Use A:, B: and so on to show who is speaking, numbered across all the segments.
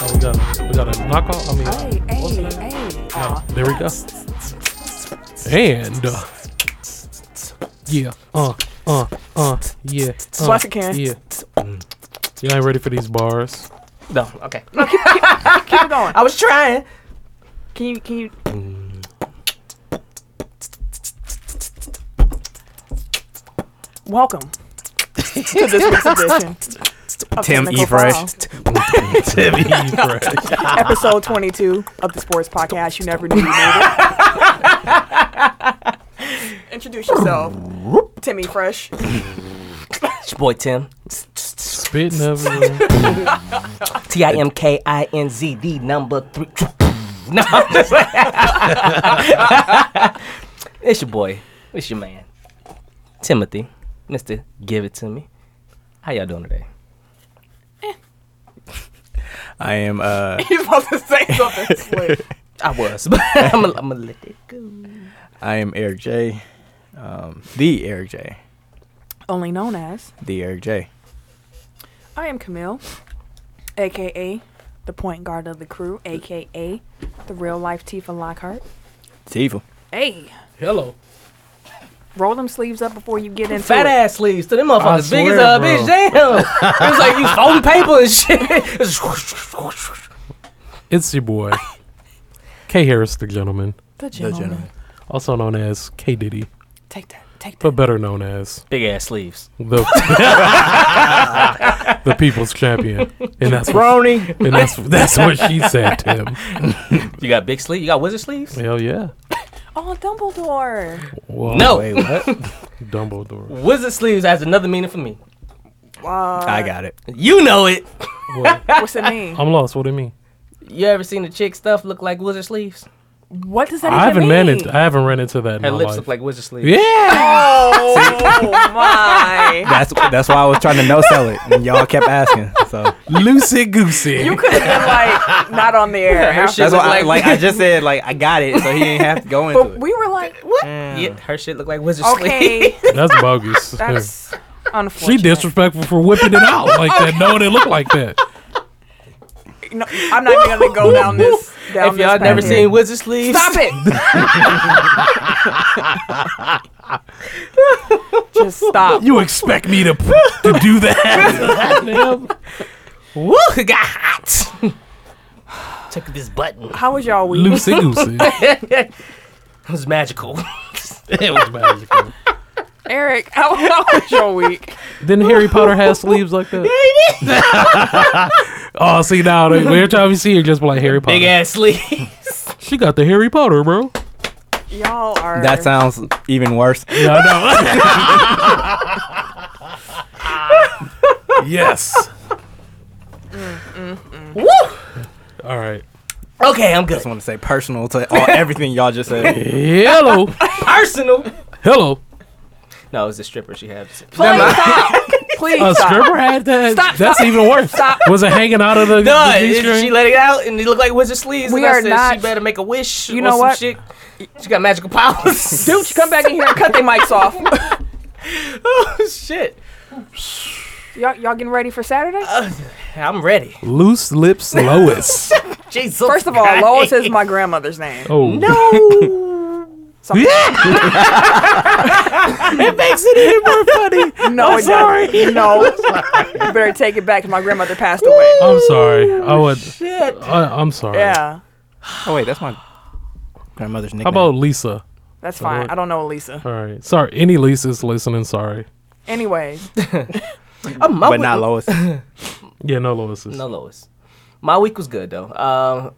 A: Oh, knock off. I mean,
B: Hey, hey, hey. Aw,
A: there we go. And uh, yeah, uh, uh, uh, yeah. Uh,
B: Once again.
A: yeah. You ain't ready for these bars.
C: No, okay.
B: Keep it going.
C: I was trying.
B: Can you can you Welcome to this week's edition. of
D: Tim
B: Technical
D: E. Fresh.
B: File,
D: Tim E.
B: episode 22 of the sports podcast. You never knew you needed. Introduce yourself, Timmy Fresh.
C: It's your boy Tim.
A: Spitting everywhere.
C: T I M K I N Z D number three. No, I'm just It's your boy. It's your man. Timothy. Mr. Give It To Me. How y'all doing today?
D: I am uh
B: He's about to say something slick.
C: I was, but I'm gonna let it go.
D: I am Eric J. Um the Eric J.
B: Only known as
D: The Eric J.
B: I am Camille, aka the point guard of the crew, aka the real life Tifa Lockhart.
D: It's evil.
B: Hey,
C: Hello.
B: roll them sleeves up before you get into
C: Fat
B: it.
C: ass sleeves to them
A: I
C: motherfuckers. Big as
A: swear,
C: a
A: bro.
C: bitch. Damn. it was like you folding paper and shit. It's
A: It's your boy, K Harris, the gentleman,
B: The gentleman.
A: also known as K Diddy,
B: Take that. Take that.
A: but better known as
C: Big ass sleeves.
A: the the People's Champion, and that's what,
D: Brony.
A: and that's that's what she said to him.
C: You got big sleeves? You got wizard sleeves?
A: Hell yeah.
B: Oh, Dumbledore.
A: Whoa,
C: No.
D: Wait, what?
A: Dumbledore.
C: Wizard sleeves has another meaning for me.
B: Uh,
D: I got it.
C: You know it.
A: What?
B: What's it mean?
A: I'm lost. What do you mean?
C: You ever seen the chick stuff look like wizard sleeves?
B: What does that
A: I haven't
B: even mean?
A: managed. I haven't ran into that in
C: Her
A: my
C: lips
A: life.
C: look like wizard sleeves.
A: yeah.
B: Oh my!
D: That's that's why I was trying to no sell it, and y'all kept asking. So
A: Loosey goosey.
B: You could have been like not on the air.
C: Her shit
D: that's
C: look
D: why, I,
C: like,
D: like I just said, like I got it, so he didn't have to go into
B: But
D: it.
B: we were like,
C: what? Yeah, her shit look like wizard sleeves.
B: okay,
A: That's bogus.
B: that's
A: she
B: unfortunate.
A: disrespectful for whipping it out like that. No, it didn't look like that.
B: No, I'm not even gonna go down this. Down
C: If y'all
B: this
C: never
B: path.
C: seen wizard sleeves,
B: Stop it! Just stop.
A: You expect me to to do that? Damn.
C: Woo, it got hot. Check this button.
B: How was y'all week?
A: Loosey goosey.
C: it was magical.
A: It was magical.
B: Eric, how, how was your week?
A: Didn't Harry Potter have sleeves like that? oh, see now they- every time you see her, just be like Harry Potter.
C: Big ass sleeves.
A: She got the Harry Potter, bro.
B: Y'all are.
D: That sounds even worse.
A: Yeah, I know. yes.
C: Woo.
A: All right.
C: Okay, I'm good.
D: just want to say personal to all, everything y'all just said.
A: Hello.
C: Arsenal.
A: Hello.
C: No, it was the stripper she had.
B: Please stop. Please
A: A
B: stop.
A: stripper Uh, had that. That's even worse. Was it hanging out of the,
C: No,
A: the G-string?
C: she let it out and it looked like wizard sleeves.
B: We
C: and I
B: are
C: said
B: not-
C: she better make a wish.
B: You
C: or
B: know
C: some
B: what?
C: Shit. She got magical powers.
B: Dude, you come back in here and cut their mics off.
C: oh shit!
B: Y'all, y'all getting ready for Saturday?
C: I'm ready.
A: Loose lips, Lois.
C: Jesus.
B: First of all, Lois is my grandmother's name.
A: Oh
C: No.
B: So I'm-
A: it makes it even more funny.
B: No, I'm sorry. No, you better take it back. My grandmother passed away.
A: I'm sorry. I would.
C: Shit.
A: I, I'm sorry.
B: Yeah,
D: Oh wait, that's my grandmother's nickname.
A: How about Lisa?
B: that's fine. I don't know Elisa.
A: All right. Sorry. Any Lisa's listening. Sorry.
B: Anyways,
C: Um, my
D: but
C: week-
D: not Lois.
A: Yeah, no Lois's.
C: No Lois. My week was good though. Um,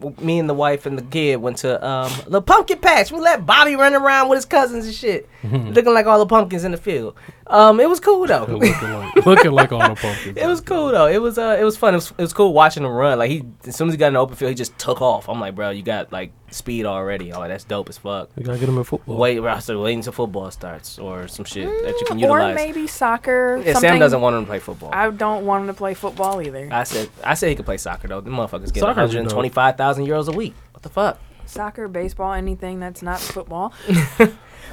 C: w- me and the wife and the kid went to um the pumpkin patch. We let Bobby run around with his cousins and shit, looking like all the pumpkins in the field. Um, it was cool though.
A: Looking like, looking like all the pumpkins.
C: It was cool though. It was uh, it was fun. It was, it was cool watching him run. Like he, as soon as he got in the open field, he just took off. I'm like, bro, you got like speed already. Oh, that's dope as fuck.
A: We gotta get him in football.
C: Wait, I said, wait until football starts or some shit that you can
B: Mm, or
C: utilize.
B: maybe soccer.
C: Yeah,
B: something.
C: Sam doesn't want him to play football. I,
B: I don't want him to play football either.
C: said, I said he could play soccer though. The motherfuckers get
A: Soccer's dope.
C: 125,000 euros a week. What the fuck?
B: soccer, baseball, anything that's not football.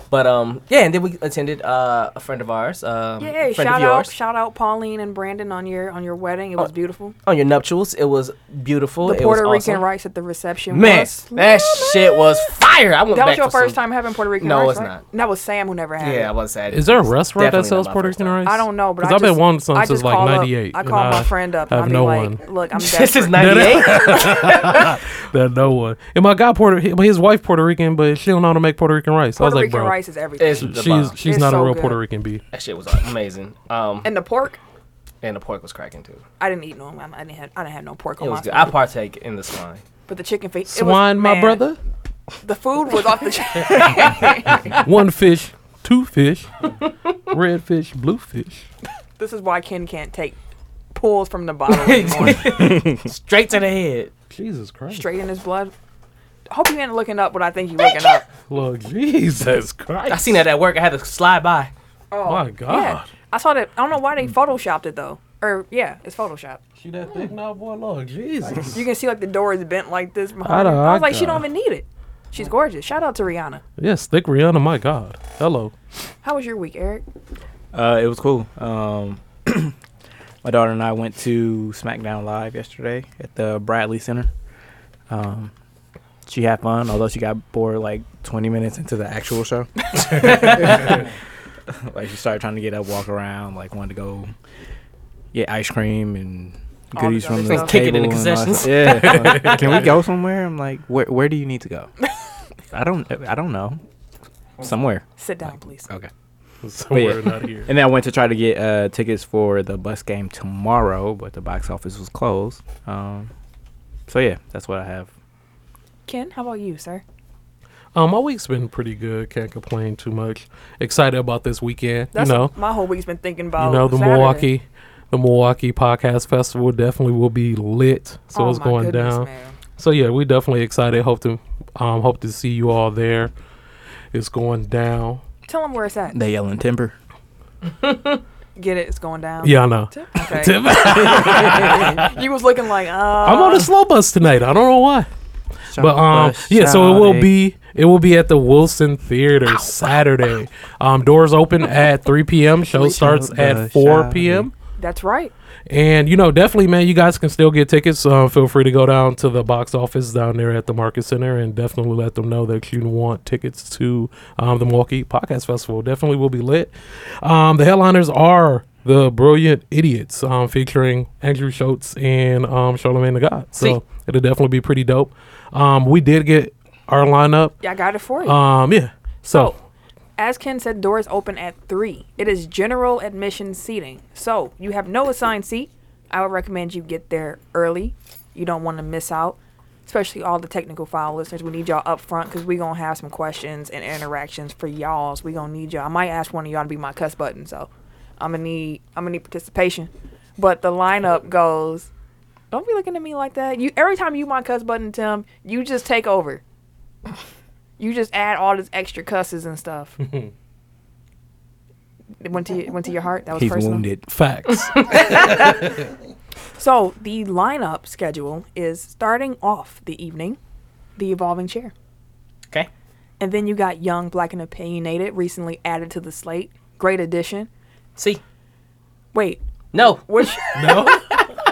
C: But um, yeah, and then we attended uh, a friend of ours, um,
B: Yeah,
C: friend
B: shout
C: of yours,
B: out, shout out Pauline and Brandon on your on your wedding. It was beautiful.
C: on your nuptials. It was beautiful.
B: The
C: it
B: Puerto
C: was
B: Rican
C: awesome.
B: rice at the reception
C: Man,
B: was
C: that shit was fire. I went
B: that
C: back
B: was your
C: for
B: first
C: some-
B: time having Puerto Rican
C: No,
B: rice.
C: it's
B: right?
C: not.
B: And that was Sam who never had
C: Yeah, I
B: it.
C: was sad.
A: Is there a restaurant that
C: Definitely
A: sells
C: not my
A: Puerto
C: first
A: Rican
C: time.
A: rice?
B: I don't know, but I
A: I've been
B: just-
A: wanting some
B: I
A: since
B: just
A: like
B: call up-
A: '98.
B: I called my friend up.
A: I have
B: And I'd be
A: no
B: like,
A: one.
B: Look, I'm
C: This is
B: desperate.
C: '98.
A: That no one. And my guy Puerto, he- his wife Puerto Rican, but she don't know how to make Puerto Rican rice.
B: Puerto
A: I was like,
B: Rican
A: bro,
B: rice is everything.
C: It's the
A: she's
C: bomb.
A: she's
B: It's
A: not
B: so
A: a real
B: good.
A: Puerto Rican bee.
C: That shit was amazing. Um,
B: and the pork,
C: and the pork was cracking too.
B: I didn't eat no. I didn't have. I didn't have no pork on
C: It
B: Oh, my.
C: was good. I
B: plate.
C: partake in the swine.
B: But the chicken feet. it was-
A: Swine, my
B: man,
A: brother.
B: The food was off the chain.
A: One fish, two fish, red fish, blue fish.
B: this is why Ken can't take pulls from the bottle anymore.
C: Straight to the head.
A: Jesus Christ.
B: Straight in his blood. Hope you ain't looking up what I think you looking up.
A: Look, Jesus Christ.
C: I seen that at work. I had to slide by.
B: Oh
A: My
B: yeah.
A: God.
B: I saw that. I don't know why they photoshopped it though. Or yeah, it's photoshopped.
A: She that thick now, boy. Look, Jesus.
B: You can see like the door is bent like this
A: I
B: behind. her.
A: don't-
B: I
A: I
B: was like, she don't
A: don't-
B: even need it. She's gorgeous. Shout out to Rihanna.
A: yes, thick Rihanna. My God. Hello.
B: How was your week, Eric?
D: Uh, it was cool. Um, my daughter and I went to SmackDown Live yesterday at the Bradley Center. Um, she had fun, although she got bored like 20 minutes into the actual show. like she started trying to get up, walk around, like wanted to go get ice cream and
B: All the
D: goodies
B: other
D: from the
B: stuff.
D: table.
B: Like
C: kicking in the
D: and all that
C: concessions.
D: stuff. Yeah. like, Can we go somewhere? I'm like, where? Where do you need to go? I don't. I don't know. Somewhere.
B: Sit down, please.
D: Okay.
A: Somewhere
D: yeah.
A: not here.
D: And then I went to try to get uh, tickets for the bus game tomorrow, but the box office was closed. Um, so yeah, that's what I have.
B: Ken, how about you, sir?
A: Um, my week's been pretty good. Can't complain too much. Excited about this weekend.
B: That's
A: you know,
B: my whole week's been thinking about.
A: you know the
B: Saturday.
A: Milwaukee, the Milwaukee Podcast Festival definitely will be lit. So
B: Oh,
A: it's
B: my
A: going
B: goodness,
A: down.
B: man.
A: So yeah, we definitely excited. Hope to um hope to see you all there. It's going down.
B: Tell them where it's at.
D: They yelling timber.
B: Get it? It's going down.
A: Yeah, I know.
B: Okay.
A: Tim-
B: you was looking like, uh,
A: I'm on a slow bus tonight. I don't know why. But um yeah, so it will be it will be at the Wilson Theater Saturday. Um doors open at 3 p.m. Show starts
D: the
A: at 4
D: shawty.
A: p.m.
B: That's right.
A: And you know, definitely, man, you guys can still get tickets. Um, feel free to go down to the box office down there at the Market Center and definitely let them know that you want tickets to um, the Milwaukee Podcast Festival. Definitely will be lit. Um, the headliners are the Brilliant Idiots, um, featuring Andrew Schultz and um, Charlamagne the God. So
C: See.
A: it'll definitely be pretty dope. Um, we did get our lineup.
B: Yeah, I got it for you.
A: Um, yeah. So,
B: So, as Ken said, doors open at 3. It is general admission seating. So, you have no assigned seat. I would recommend you get there early. You don't want to miss out, especially all the technical file listeners. We need y'all up front because we going to have some questions and interactions for y'all's. we going to need y'all. I might ask one of y'all to be my cuss button. So, I'm going to need I'm gonna need participation. But the lineup goes. Don't be looking at me like that. You every time you my cuss button, Tim, you just take over. You just add all this extra cusses and stuff. it went to your, went to your heart. That was
D: He's
B: personal.
D: wounded.
A: facts.
B: So the lineup schedule is starting off the evening, the evolving chair,
C: Okay.
B: and then you got young, black, and opinionated, recently added to the slate. Great addition.
C: See.
B: Wait,
C: No.
B: which?
A: No?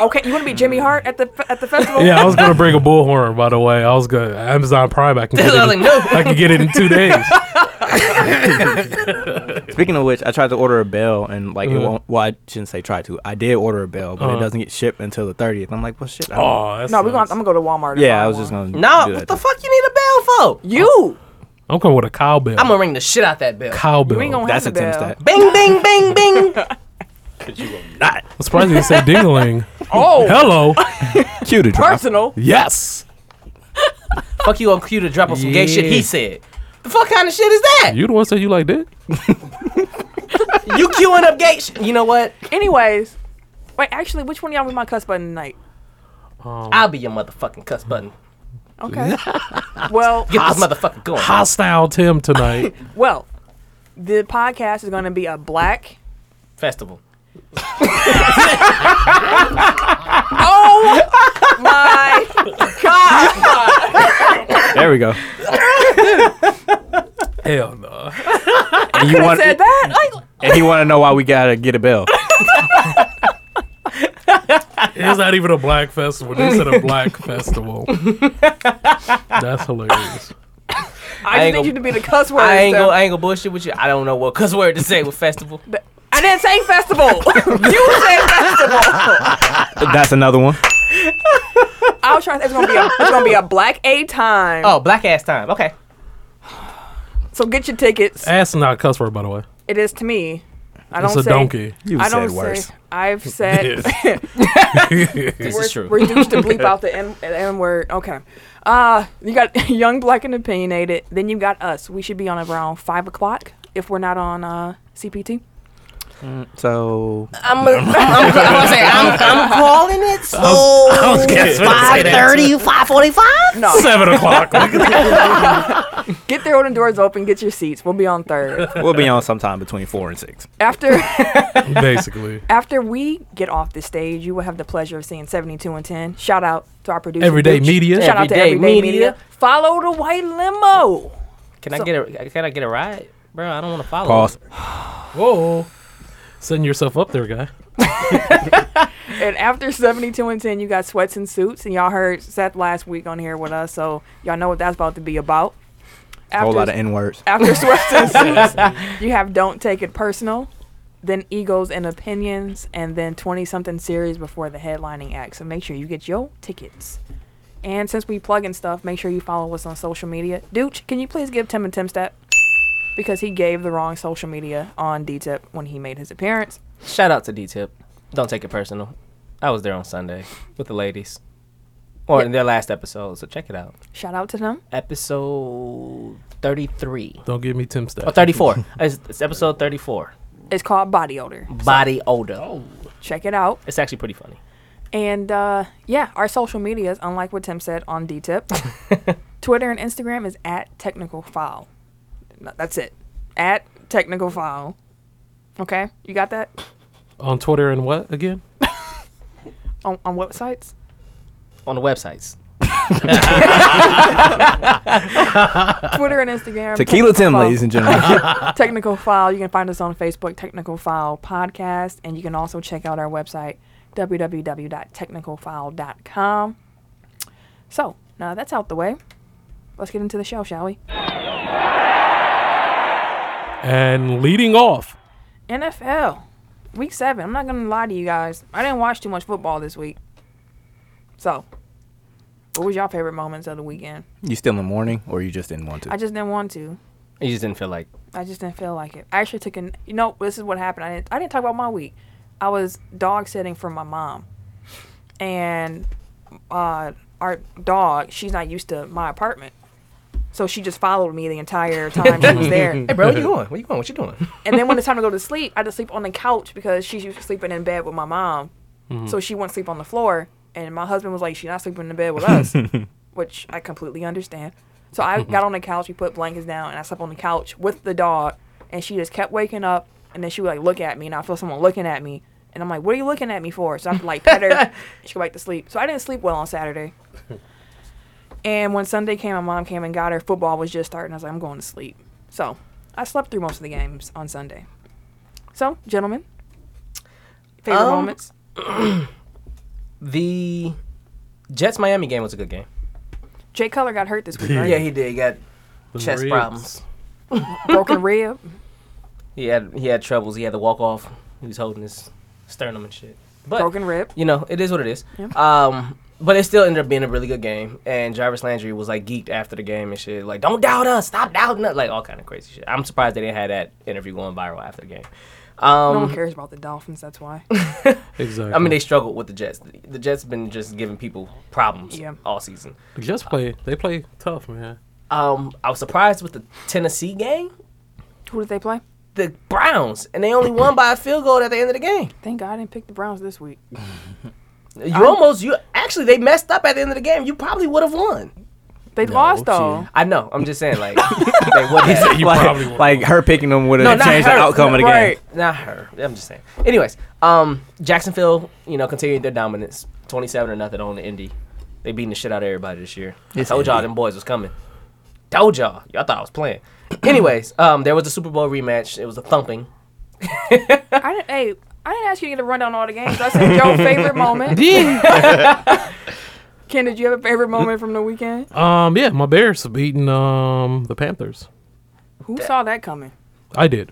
B: Okay, you want to be Jimmy Hart at the f- at the
C: Oh.
B: festival?
A: yeah, I was gonna bring a bullhorn. By the way, I was gonna Amazon Prime. I can
C: I
A: get
C: was
A: it
C: like,
A: in-
C: no.
A: I can get it in two days.
D: Speaking of which, I tried to order a bell and like it
A: Uh-huh.
D: won't. Well, I shouldn't say try to. I did order a bell, but
A: Uh-huh.
D: it doesn't get shipped until the thirtieth. I'm like, well, shit. I don't-
A: Oh, that's
B: No, we're gonna. I'm
A: nice.
B: gonna go to Walmart. and
D: yeah,
B: buy
D: I was just
B: one.
D: gonna.
C: No.
D: do
C: What
D: that
C: the
D: then.
C: fuck you need a bell for?
B: You.
A: I'm coming with a cowbell.
C: I'm gonna ring the shit out that bell.
A: cowbell.
B: You ain't gonna
D: That's
B: have
D: a
B: the
D: Tim
B: bell.
D: stat.
C: Bing, bing, bing, bing.
D: Not
A: I'm surprised you didn't say dingling.
B: Oh,
A: Hello.
D: cute to drop.
B: personal.
A: Yes.
C: fuck you on cue to drop on some gay shit he
A: Yeah.
C: said. The fuck kind of shit is that?
A: You the one said you like dick.
C: You queuing up gay shit? You know what?
B: Anyways, wait. Actually, which one of y'all with my cuss button tonight?
C: I'll be your motherfucking cuss button.
B: Okay. well,
C: Get this motherfucker going.
A: Hostile Tim tonight.
B: well, the podcast is going to be a black.
C: Festival.
B: Oh my god!
D: There we go.
A: Hell no.
D: And you
B: could have
D: want-
B: said that. Like,
D: and he want to know why we gotta get a bell.
A: It's not even a black festival. They said a black festival. That's hilarious.
B: I, just need
C: ain't gonna-
B: you to be the cuss word.
C: I ain't
B: so-
C: gonna, I ain't gonna bullshit with you. I don't know what cuss word to say with festival.
B: I didn't say festival. you said festival.
D: That's another one.
B: I was trying to say it's gonna be a, it's gonna be a black A time.
C: Oh, black ass time. Okay.
B: So get your tickets.
A: Ass not a cuss word, by the way.
B: It is to me. I
A: It's
B: don't
A: a
B: say,
A: donkey.
D: You
B: I
D: said
B: don't
D: worse.
B: say. I've said.
C: This
B: we're,
C: is true.
B: we're used to bleep out the n, n word. Okay. Uh, you got young, black, and opinionated. Then you got us. We should be on around five o'clock if we're not on uh, CPT.
D: So
C: I'm a, I'm, I'm, gonna say, I'm, I'm calling it. So
A: Five thirty,
B: No,
A: seven o'clock.
B: get there when the doors open. Get your seats. We'll be on third
D: we'll be on sometime between four and six.
B: after.
A: Basically,
B: After we get off the stage, you will have the pleasure of seeing 72 and 10. Shout out to our producer.
A: Everyday
B: Gooch.
A: Media.
B: Shout out to
C: Everyday
B: Everyday
C: Media.
B: Media. Follow the white limo.
C: Can I
B: So-
C: get a Can I get a ride, bro? I don't want to follow.
D: Pause.
A: whoa, setting yourself up there, guy.
B: And after 72 and 10, you got sweats and suits. And y'all heard Seth last week on here with us, so y'all know what that's about to be about.
D: A
B: After,
D: whole lot of n words.
B: after sweats and suits, you have Don't Take It Personal, then Egos and Opinions, and then 20 something series before the headlining act. So make sure you get your tickets. And since we plug in stuff, make sure you follow us on social media. Dooch, can you please give Tim and Tim step? Because he gave the wrong social media on DTIP when he made his appearance.
C: Shout out to D Tip. Don't take it personal. I was there on Sunday with the ladies, or in their last episode. So check it out.
B: Shout out to them.
C: Episode thirty-three
A: Don't give me Tim Stat.
C: or thirty-four. it's, it's episode thirty-four.
B: It's called Body Odor.
C: Body odor.
B: Check it out.
C: It's actually pretty funny.
B: And uh, yeah, our social medias, unlike what Tim said on DTIP, Twitter and Instagram is at Technical File. No, that's it. At Technical File. Okay, you got that
A: on Twitter and what again?
B: on, on websites?
C: On the websites.
B: Twitter and Instagram.
D: Tequila
B: Technical
D: Tim,
B: File.
D: ladies and gentlemen.
B: Technical File. You can find us on Facebook, Technical File Podcast, and you can also check out our website, www.technicalfile.com. So now that's out the way, let's get into the show, shall we?
A: And leading off,
B: NFL, week seven. I'm not gonna lie to you guys. I didn't watch too much football this week. So, what was y'all favorite moments of the weekend?
D: you still in the morning, or you just didn't want to?
B: I just didn't want to.
C: You just didn't feel like.
B: I just didn't feel like it. I actually took an. You know, this is what happened. I didn't. I didn't talk about my week. I was dog sitting for my mom, and uh, our dog. She's not used to my apartment, so she just followed me the entire time she was there.
C: Hey, bro, where you going? Where you going? What you doing?
B: And then when it's time to go to sleep, I had to sleep on the couch because she's used to sleeping in bed with my mom. So she wouldn't sleep on the floor. And my husband was like, she's not sleeping in the bed with us, which I completely understand. So I got on the couch, we put blankets down, and I slept on the couch with the dog. And she just kept waking up. And then she would like look at me, and I feel someone looking at me. And I'm like, what are you looking at me for? So I have to like pet her. she go back to sleep. So I didn't sleep well on Saturday. And when Sunday came, my mom came and got her. Football was just starting. I was like, I'm going to sleep. So I slept through most of the games on Sunday. So, gentlemen, favorite
C: Um,
B: moments?
C: The Jets Miami game was a good game.
B: Jay Cutler got hurt this week, right?
C: Yeah, he did. He got
A: the
C: chest
A: Reds.
C: problems.
B: Broken rib.
C: He had he had troubles. He had to walk off. He was holding his sternum and shit. But
B: Broken rib.
C: you know, it is what it is.
B: Yeah.
C: Um, but it still ended up being a really good game. And Jarvis Landry was like geeked after the game and shit. Like, don't doubt us, stop doubting us, like all kind of crazy shit. I'm surprised they didn't have that interview going viral after the game. Um,
B: No one cares about the Dolphins, that's why.
A: Exactly.
C: I mean, they struggled with the Jets. The Jets have been just giving people problems
B: Yeah.
C: all season.
A: they just play. They play tough, man.
C: Um, I was surprised with the Tennessee game,
B: Who did they play?
C: the Browns, and they only won by a field goal at the end of the game.
B: Thank God I didn't pick the Browns this week.
C: You almost you actually they messed up at the end of the game. You probably would have won.
B: They lost, though.
C: I know. I'm just saying, like, they would have.
A: You probably
D: like,
A: won't.
D: like her picking them would have
C: not
D: changed the
C: her.
D: outcome of the game.
C: Right. Not her. I'm just saying. Anyways, um, Jacksonville, you know, continued their dominance. 27 or nothing on the Indy. They beating the shit out of everybody this year. I told y'all them boys was coming. Told y'all. Y'all thought I was playing. Anyways, um, there was a Super Bowl rematch. It was a thumping.
B: I didn't. Hey, I didn't ask you to get a rundown of all the games. I said your favorite moment. Ken, did you have a favorite moment from the weekend?
A: Um, yeah, my Bears beating um the Panthers.
B: Who saw that coming?
A: I did.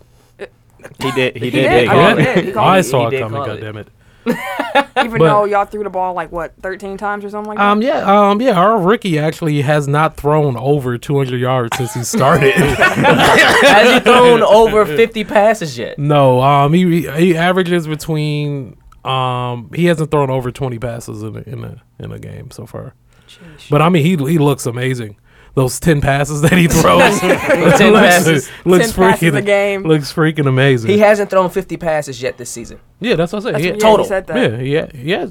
D: He did. He, did.
B: did.
D: big.
B: did.
D: He
B: I called
D: did.
B: it. He called
A: I
B: it.
A: saw
C: Oh, He
A: it
C: did
A: coming.
C: call it.
A: God damn it.
B: Even
A: But-
B: though y'all threw the ball like what, thirteen times or something like that.
A: Um, yeah, um, yeah. Our rookie actually has not thrown over 200 yards since he started.
C: Has he thrown over 50 passes yet?
A: no, um, he he averages between um he hasn't thrown over 20 passes in a, in a in a game so far. But I mean, he he looks amazing. Those 10 passes that he throws,
C: 10 passes.
A: looks
B: 10 passes
A: freaking
B: a game.
A: looks freaking amazing.
C: He hasn't thrown 50 passes yet this season.
A: yeah, that's what I said.
B: That's-
A: He-
B: yeah, you
C: total.
B: said that.
A: Yeah, yeah, yeah.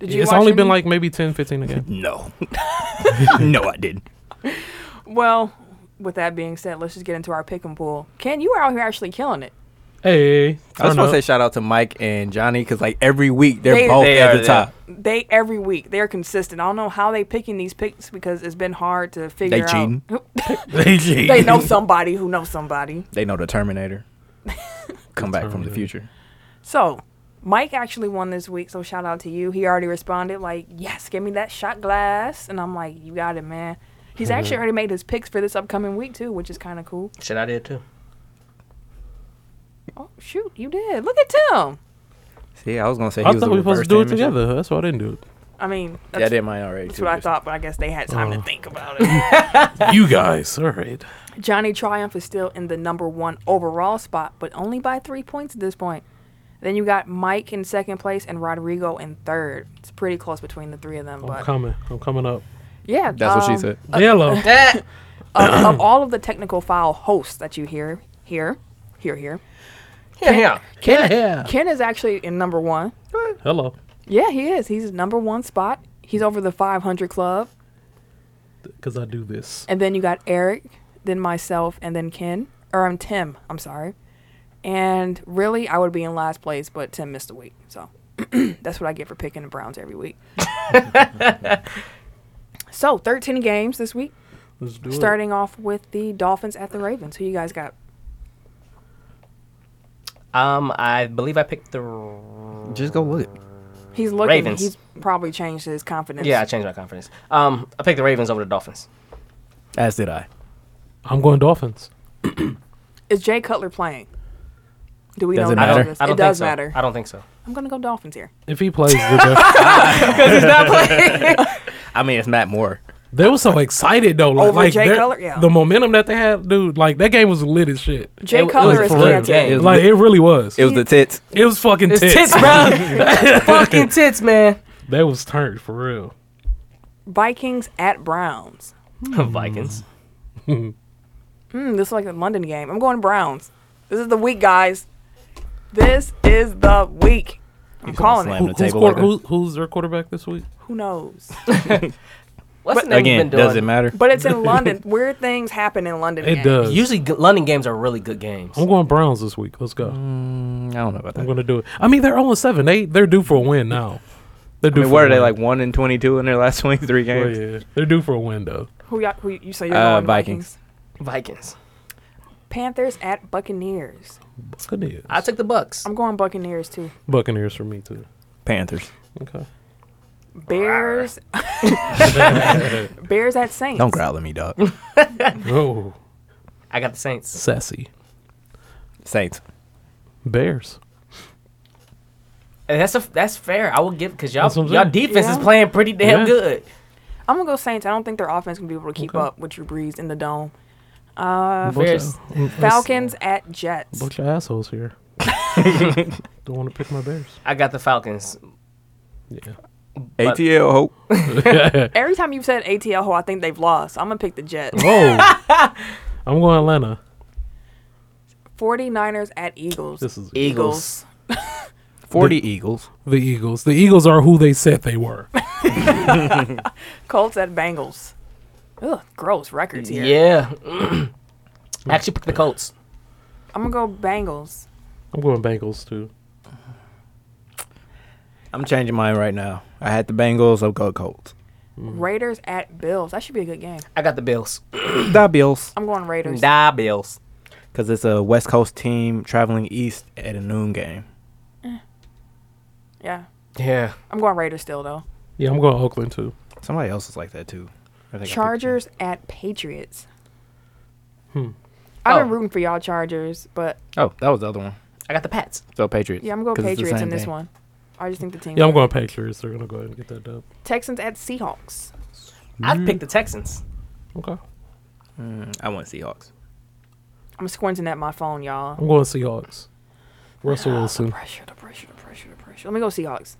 B: Did you
A: It's
B: watch
A: only been
B: any?
A: like maybe 10, 15 a game.
D: No. no, I didn't.
B: Well, with that being said, let's just get into our pick and pull. Ken, you were out here actually killing it.
A: Hey,
D: I was
A: turn
D: supposed to say
A: up.
D: shout out to Mike and Johnny because like every week they're
B: They-
D: both
C: They
D: at
C: are
D: the
C: there.
D: top.
B: They every week they are consistent. I don't know how they picking these picks because it's been hard to figure
D: cheating.
B: out.
A: They
B: They know somebody who knows somebody.
D: They know the Terminator. Come back from the future.
B: So, Mike actually won this week, so shout out to you. He already responded, like, yes, give me that shot glass. And I'm like, you got it, man. He's actually already made his picks for this upcoming week, too, which is kind of cool.
C: Shit, I did too.
B: Oh, shoot, you did. Look at Tim.
D: See, I was gonna say he
A: I
D: was
A: thought
D: a
A: we were
D: reverse
A: supposed to do it
D: damage.
A: together. That's why I didn't do it.
B: I mean, that's,
D: Yeah, I did mine already.
B: that's
D: too,
B: what I
D: just-
B: thought, but I guess they had time to
A: Oh.
B: think about it.
A: you guys. All right.
B: Johnny Triumph is still in the number one overall spot, but only by three points at this point. Then you got Mike in second place and Rodrigo in third. It's pretty close between the three of them,
A: I'm
B: but
A: coming. I'm coming up.
B: yeah,
D: That's what she
B: um,
D: said.
A: Yellow.
B: of, of all of the technical file hosts that you hear here, here, here,
C: Yeah, yeah.
A: Yeah, yeah.
B: Ken is actually in number one.
A: Hello.
B: Yeah, he is. He's number one spot. He's over the 500 club.
A: Because I do this.
B: And then you got Eric, then myself, and then Ken. Or I'm Tim. I'm sorry. And really, I would be in last place, but Tim missed a week. So that's what I get for picking the Browns every week. so 13 games this week,
A: Let's do
B: starting off with the Dolphins at the Ravens. Who you guys got?
C: Um, I believe I picked the. r-
D: Just go look.
B: He's looking.
C: Ravens.
B: He's probably changed his confidence.
C: Yeah, I changed my confidence. Um, I picked the Ravens over the Dolphins.
D: As did I.
A: it. I'm going Dolphins.
B: Is Jay Cutler playing? Do we
D: Does it
B: know?
C: I
B: the
D: matter?
C: don't,
B: answer to this?
C: I don't
B: It
C: think
B: does
C: so.
B: matter.
C: I don't think so.
B: I'm gonna go Dolphins here.
A: If he plays, the best.
D: I mean, it's Matt Moore.
A: they were so excited though. Like,
B: Over
A: like
B: Jay
A: their-
B: Cutler? Yeah.
A: the momentum that they had, dude. Like that game was lit as shit.
B: Jay
C: It- it
B: Cutler is
C: was
A: for real.
B: canceled.
D: It was-
A: Like it really was.
D: It was the tits.
A: It was fucking
C: It's
A: tits.
C: tits, bro. Fucking tits, man.
A: They was turned for real.
B: Vikings at Browns.
C: Vikings.
B: Hmm, this is like a London game. I'm going Browns. This is the week, guys. This is the week. I'm calling it.
D: slam.
A: Who,
D: the
A: who's,
D: table
A: quar-
D: like a-
A: who, who's their quarterback this week?
B: Who knows?
C: What's the name
D: Again,
C: been doing?
D: does it matter?
B: But it's in London. Weird things happen in London.
A: It
B: games.
A: does.
C: Usually, good, London games are really good games.
A: I'm going Browns this week. Let's go.
E: Mm,
D: I don't know about that.
A: I'm gonna do it. I mean, they're only seven. They they're due for a win now. They're
D: I
A: due.
D: mean,
A: for
D: what
A: a
D: are they
A: win.
D: like one and twenty-two in their last twenty-three
A: Well,
D: games?
A: yeah, they're due for a win though.
B: Who, y'all, who you say you're
D: Uh,
B: going Vikings.
D: Vikings.
C: Vikings.
B: Panthers at Buccaneers.
A: Buccaneers.
C: I took the Bucks.
B: I'm going Buccaneers too.
A: Buccaneers for me too.
D: Panthers.
A: Okay.
B: Bears. Bears at Saints.
D: Don't growl at me, dog.
A: Oh,
C: I got the Saints.
A: sassy
D: Saints.
A: Bears.
C: And that's a, that's fair. I will give because y'all
A: That's what I'm
C: y'all
A: saying.
C: defense
B: Yeah.
C: is playing pretty damn
A: Yeah.
C: good.
B: I'm gonna go Saints. I don't think their offense gonna be able to keep
A: Okay.
B: up with Drew Brees in the dome. Uh,
A: Bunch
C: Bears.
A: of- mm,
B: Falcons at Jets.
A: Bunch of assholes here. Don't want to pick my Bears.
C: I got the Falcons.
A: Yeah.
D: ATL hope.
B: Every time you've said ATL, who oh, I think they've lost, I'm gonna pick the Jets.
A: Oh, I'm going Atlanta.
B: 49ers at Eagles.
A: This is
C: Eagles.
D: Forty Eagles.
A: the Eagles. The Eagles are who they said they were.
B: Colts at Bengals. Ugh, gross records here.
C: Yeah. I actually picked the Colts.
B: I'm gonna go Bengals.
A: I'm going Bengals too.
D: I'm changing mine right now. I had the Bengals. I'll go Colts.
E: Mm.
B: Raiders at Bills. That should be a good game.
C: I got the Bills.
E: the Bills,
B: I'm going Raiders.
C: Die Bills.
E: because it's a West Coast team traveling east at a noon game.
B: yeah.
C: Yeah.
B: I'm going Raiders still though.
A: Yeah, I'm going Oakland too.
E: Somebody else is like that too. I think I picked
B: Chargers at Patriots.
A: Hmm.
B: I've been
C: Oh.
B: rooting for y'all Chargers, but
E: them. Oh, that was the other one.
C: I got the Pats.
E: So Patriots.
B: yeah, I'm going
E: 'Cause it's the
B: Patriots in
E: same
B: this
E: thing.
B: one. I just think the team.
A: Yeah, I'm going Patriots. They're gonna go ahead and get that dub.
B: Texans at Seahawks.
C: I'd pick the Texans.
A: Okay,
E: Mm, I want Seahawks.
B: I'm squinting at my phone, y'all.
A: I'm going Seahawks. Russell
B: Ah, The
A: Wilson.
B: pressure, the pressure, the pressure, the pressure. Let me go Seahawks.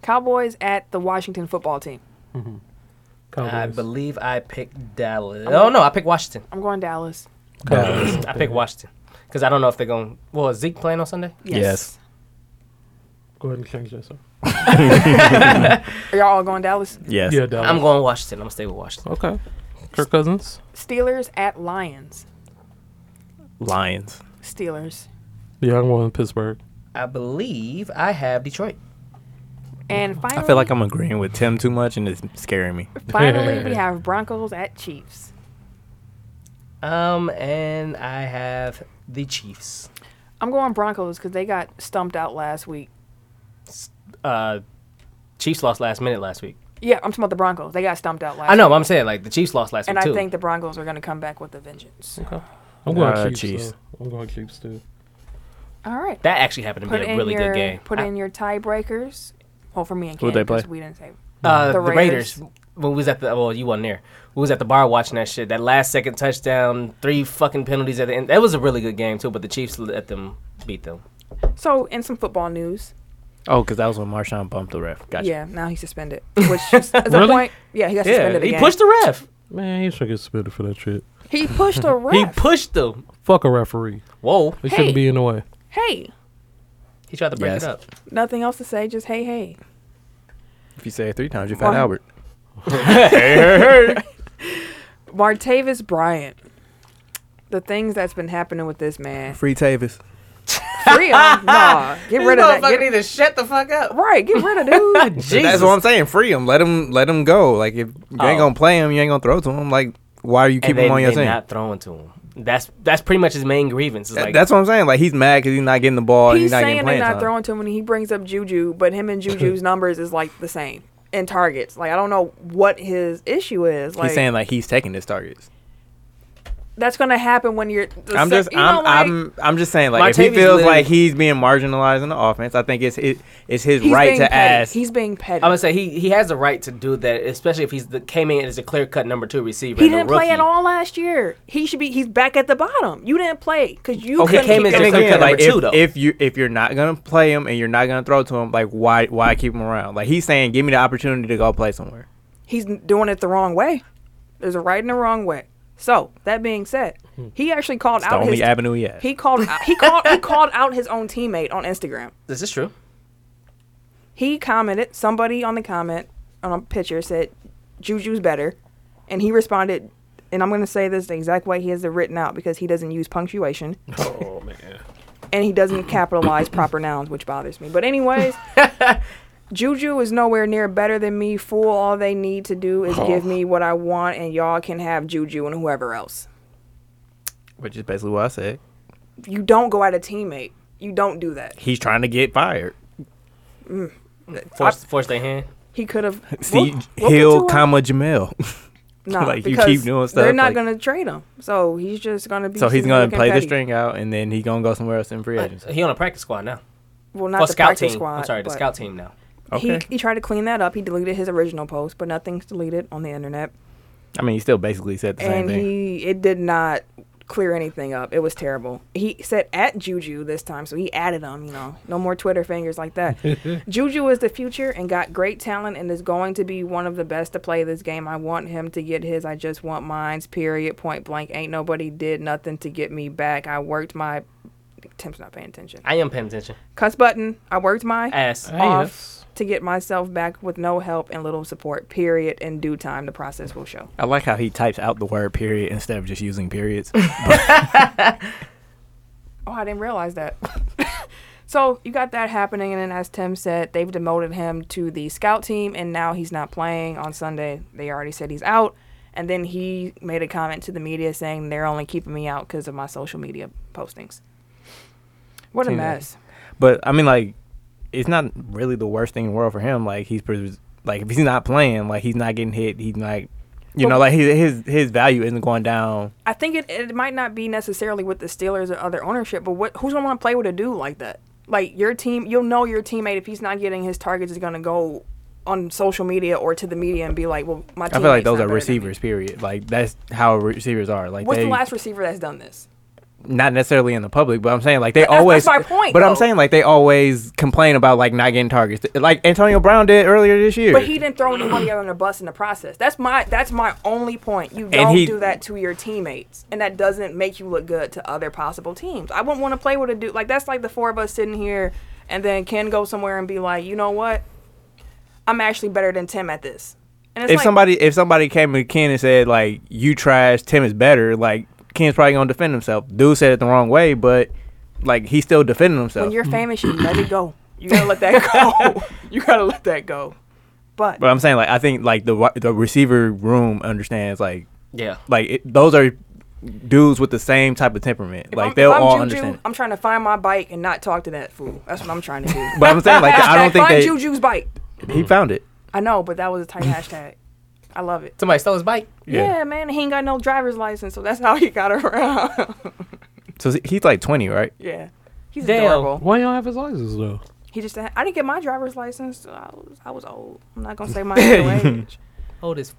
B: Cowboys at the Washington football team.
C: I
A: Cowboys.
C: believe I picked Dallas. Oh no, I picked Washington.
B: I'm going Dallas.
A: Cowboys.
C: I picked Washington because I don't know if they're going. Well, is Zeke playing on Sunday?
E: Yes.
A: Go ahead and change that. sir.
B: Are y'all all going Dallas?
E: Yes.
A: Yeah, Dallas.
C: I'm going Washington. I'm gonna stay with Washington.
A: Okay. Kirk Cousins.
B: Steelers at Lions.
E: Lions.
B: Steelers.
A: Yeah, I'm going Pittsburgh.
C: I believe I have Detroit.
B: And finally,
E: I feel like I'm agreeing with Tim too much, and it's scaring me.
B: finally we have Broncos at Chiefs.
C: Um, and I have the Chiefs.
B: I'm going Broncos because they got stumped out last week.
C: Uh, Chiefs lost last minute last week.
B: Yeah, I'm talking about the Broncos. They got stumped out last.
C: I know.
B: week.
C: but I'm saying like the Chiefs lost last
B: And
C: week
B: I
C: too.
B: think the Broncos are going to come back with a vengeance.
A: I'm going
E: Uh,
A: Chiefs.
E: Chiefs.
A: though. I'm going Chiefs too.
B: All right.
C: that actually happened to
B: Put
C: be a
B: in
C: really
B: your
C: good game.
B: put
C: I-
B: in your tiebreakers. Well, for me and Ken,
E: Who'd they play?
B: 'cause we didn't say.
C: uh,
B: The
C: the,
B: Raiders.
C: Raiders. When we was at the well, you wasn't there. We was at the bar watching that shit. That last second touchdown, three fucking penalties at the end. That was a really good game too. But the Chiefs let them beat them.
B: So, in some football news,
E: Oh, because that was when Marshawn bumped the ref. Gotcha.
B: yeah, now he's suspended, which is at the
A: Really?
B: point, yeah, he got
C: Yeah,
B: suspended
C: he
B: again.
C: pushed the ref.
A: Man, he should get suspended for that shit.
B: he pushed a ref.
C: He pushed them.
A: Fuck a referee.
C: Whoa.
A: They
B: Hey.
A: shouldn't be in the way.
B: hey,
C: He tried to break
E: Yes.
C: it up.
B: nothing else to say. Just hey, hey.
E: If you say it three times, you
B: Well-
E: find Albert.
B: Martavis Bryant. The things that's been happening with this man.
E: Free Tavis.
B: Free him? Nah, get rid of that. Get,
C: need to shut the fuck up.
B: right, get rid of
E: Oh,
B: dude.
C: Jesus.
E: That's what I'm saying. Free him. Let him. Let him go. Like if you
C: Oh.
E: ain't gonna play him, you ain't gonna throw to him. Like why are you
C: And
E: keeping him
C: they-
E: on your
C: they
E: team?
C: not throwing to him. That's that's pretty much his main grievance. It's
E: That-
C: like
E: That's what I'm saying. Like he's mad because he's not getting the ball. and
B: He's
E: he's not
B: saying
E: getting
B: they're
E: playing
B: not
E: time.
B: throwing to him, and he brings up Juju, but him and Juju's numbers is like the same in targets. Like I don't know what his issue is. Like
E: he's saying like he's taking his targets.
B: that's gonna happen when you're. The
E: I'm
B: se-
E: just.
B: you know,
E: I'm.
B: like,
E: I'm. I'm just saying like if he
C: Martavis
E: feels
C: literally-
E: like he's being marginalized in the offense, I think it's it, it's his
B: he's
E: right
B: being
E: to
B: petty.
E: ask.
B: He's being petty.
C: I'm gonna say he, he has the right to do that, especially if he's the, came in as a clear cut number two receiver.
B: he
C: and a
B: didn't play at
C: rookie.
B: all last year. He should be. He's back at the bottom. You didn't play because you
C: Okay,
B: couldn't
C: came
B: keep
C: in
B: your-
C: as a
E: And
C: clear
E: again,
C: cut
E: like
C: number
E: if,
C: two, though.
E: if you if you're not gonna play him and you're not gonna throw to him, like why why keep him around? Like he's saying, give me the opportunity to go play somewhere.
B: he's doing it the wrong way. There's a right and a wrong way. So that being said, he actually called
E: Hmm. It's the
B: out
E: only
B: his
E: avenue he has.
B: he called out- he called he called out his own teammate on Instagram.
C: This is true.
B: He commented somebody on the comment on a picture said Juju's better, and he responded. And I'm going to say this the exact way he has it written out because he doesn't use punctuation
A: Oh man.
B: and he doesn't capitalize proper nouns, which bothers me. But anyways, Juju is nowhere near better than me. Fool, all they need to do is give
E: Oh.
B: me what I want, and y'all can have Juju and whoever else.
E: which is basically what I said.
B: You don't go at a teammate. You don't do that.
E: He's trying to get fired.
C: Force force their hand.
B: He could have.
E: See,
B: Wel-
E: Hill,
B: welcome to our-
E: comma Jamel.
B: Nah,
E: like, you
B: because
E: keep doing stuff,
B: They're not
E: like-
B: gonna trade him, so he's just gonna be.
E: so he's
B: sitting
E: gonna
B: looking
E: play the
B: petty.
E: string out, and then he gonna go somewhere else in free agency.
C: He on a practice squad now.
B: Well, not
C: Well,
B: the
C: scout
B: practice
C: team.
B: squad.
C: I'm sorry, the
B: but
C: scout team now.
E: Okay.
B: He he tried to clean that up. He deleted his original post, but nothing's deleted on the internet.
E: I mean, he still basically said the same
B: and
E: thing.
B: he it did not clear anything up. It was terrible. He said at Juju this time, so he added him. You know, no more Twitter fingers like that. Juju is the future and got great talent and is going to be one of the best to play this game. I want him to get his. I just want mine's. Period. Point blank. Ain't nobody did nothing to get me back. I worked my. Tim's not paying attention.
C: I am paying attention.
B: Cuss button. I worked my
C: Ass.
B: off to get myself back with no help and little support. Period. In due time, the process will show.
E: I like how he types out the word period instead of just using periods.
B: Oh, I didn't realize that. So you got that happening, and then as Tim said, they've demoted him to the scout team, and now he's not playing on Sunday. They already said he's out, and then he made a comment to the media saying they're only keeping me out because of my social media postings. What a
E: Yeah.
B: mess!
E: But I mean, like, it's not really the worst thing in the world for him. Like he's pres- like if he's not playing, like he's not getting hit, he's not, you know, like his his his value isn't going down.
B: I think it, it might not be necessarily with the Steelers or other ownership, but what who's gonna want to play with a dude like that? Like your team, you'll know your teammate if he's not getting his targets is gonna go on social media or to the media and be like, "Well, my."
E: I feel like
B: teammate's
E: those
B: not better
E: are
B: than me.
E: receivers. Period. Like that's how receivers are. Like
B: What's
E: they,
B: the last receiver that's done this?
E: not necessarily in the public, but I'm saying like they
B: that's
E: always.
B: my point,
E: But
B: though.
E: I'm saying like they always complain about like not getting targets, like Antonio Brown did earlier this year.
B: But he didn't throw anybody out on the bus in the process. That's my that's my only point. You don't
E: he-
B: do that to your teammates, and that doesn't make you look good to other possible teams. I wouldn't want to play with a dude like that's like the four of us sitting here, and then Ken go somewhere and be like, you know what, I'm actually better than Tim at this. And it's
E: if
B: like,
E: somebody if somebody came to Ken and said like you trash, Tim is better, like Ken's probably gonna defend himself. Dude said it the wrong way, but like he's still defending himself.
B: when you're famous, you let it go. You gotta let that go. you gotta let that go. But
E: But I'm saying like I think like the wi- the receiver room understands like
C: Yeah.
E: like it, those are dudes with the same type of temperament.
B: if
E: like
B: I'm,
E: they'll
B: if I'm
E: all
B: Juju,
E: understand.
B: I'm trying to find my bike and not talk to that fool. That's what I'm trying to do.
E: But I'm saying like I don't
B: Hashtag find
E: think
B: Juju's bike.
E: they he found it.
B: I know, but that was a tight hashtag. I love it.
C: Somebody stole his bike.
B: Yeah.
E: Yeah.
B: man, he ain't got no driver's license, so that's how he got around.
E: So he's like 20, right?
B: yeah, he's
C: Damn.
B: adorable.
A: Why y'all have his license though?
B: He just I didn't get my driver's license. So I was I was old. I'm not gonna say my real age,
C: Hold his.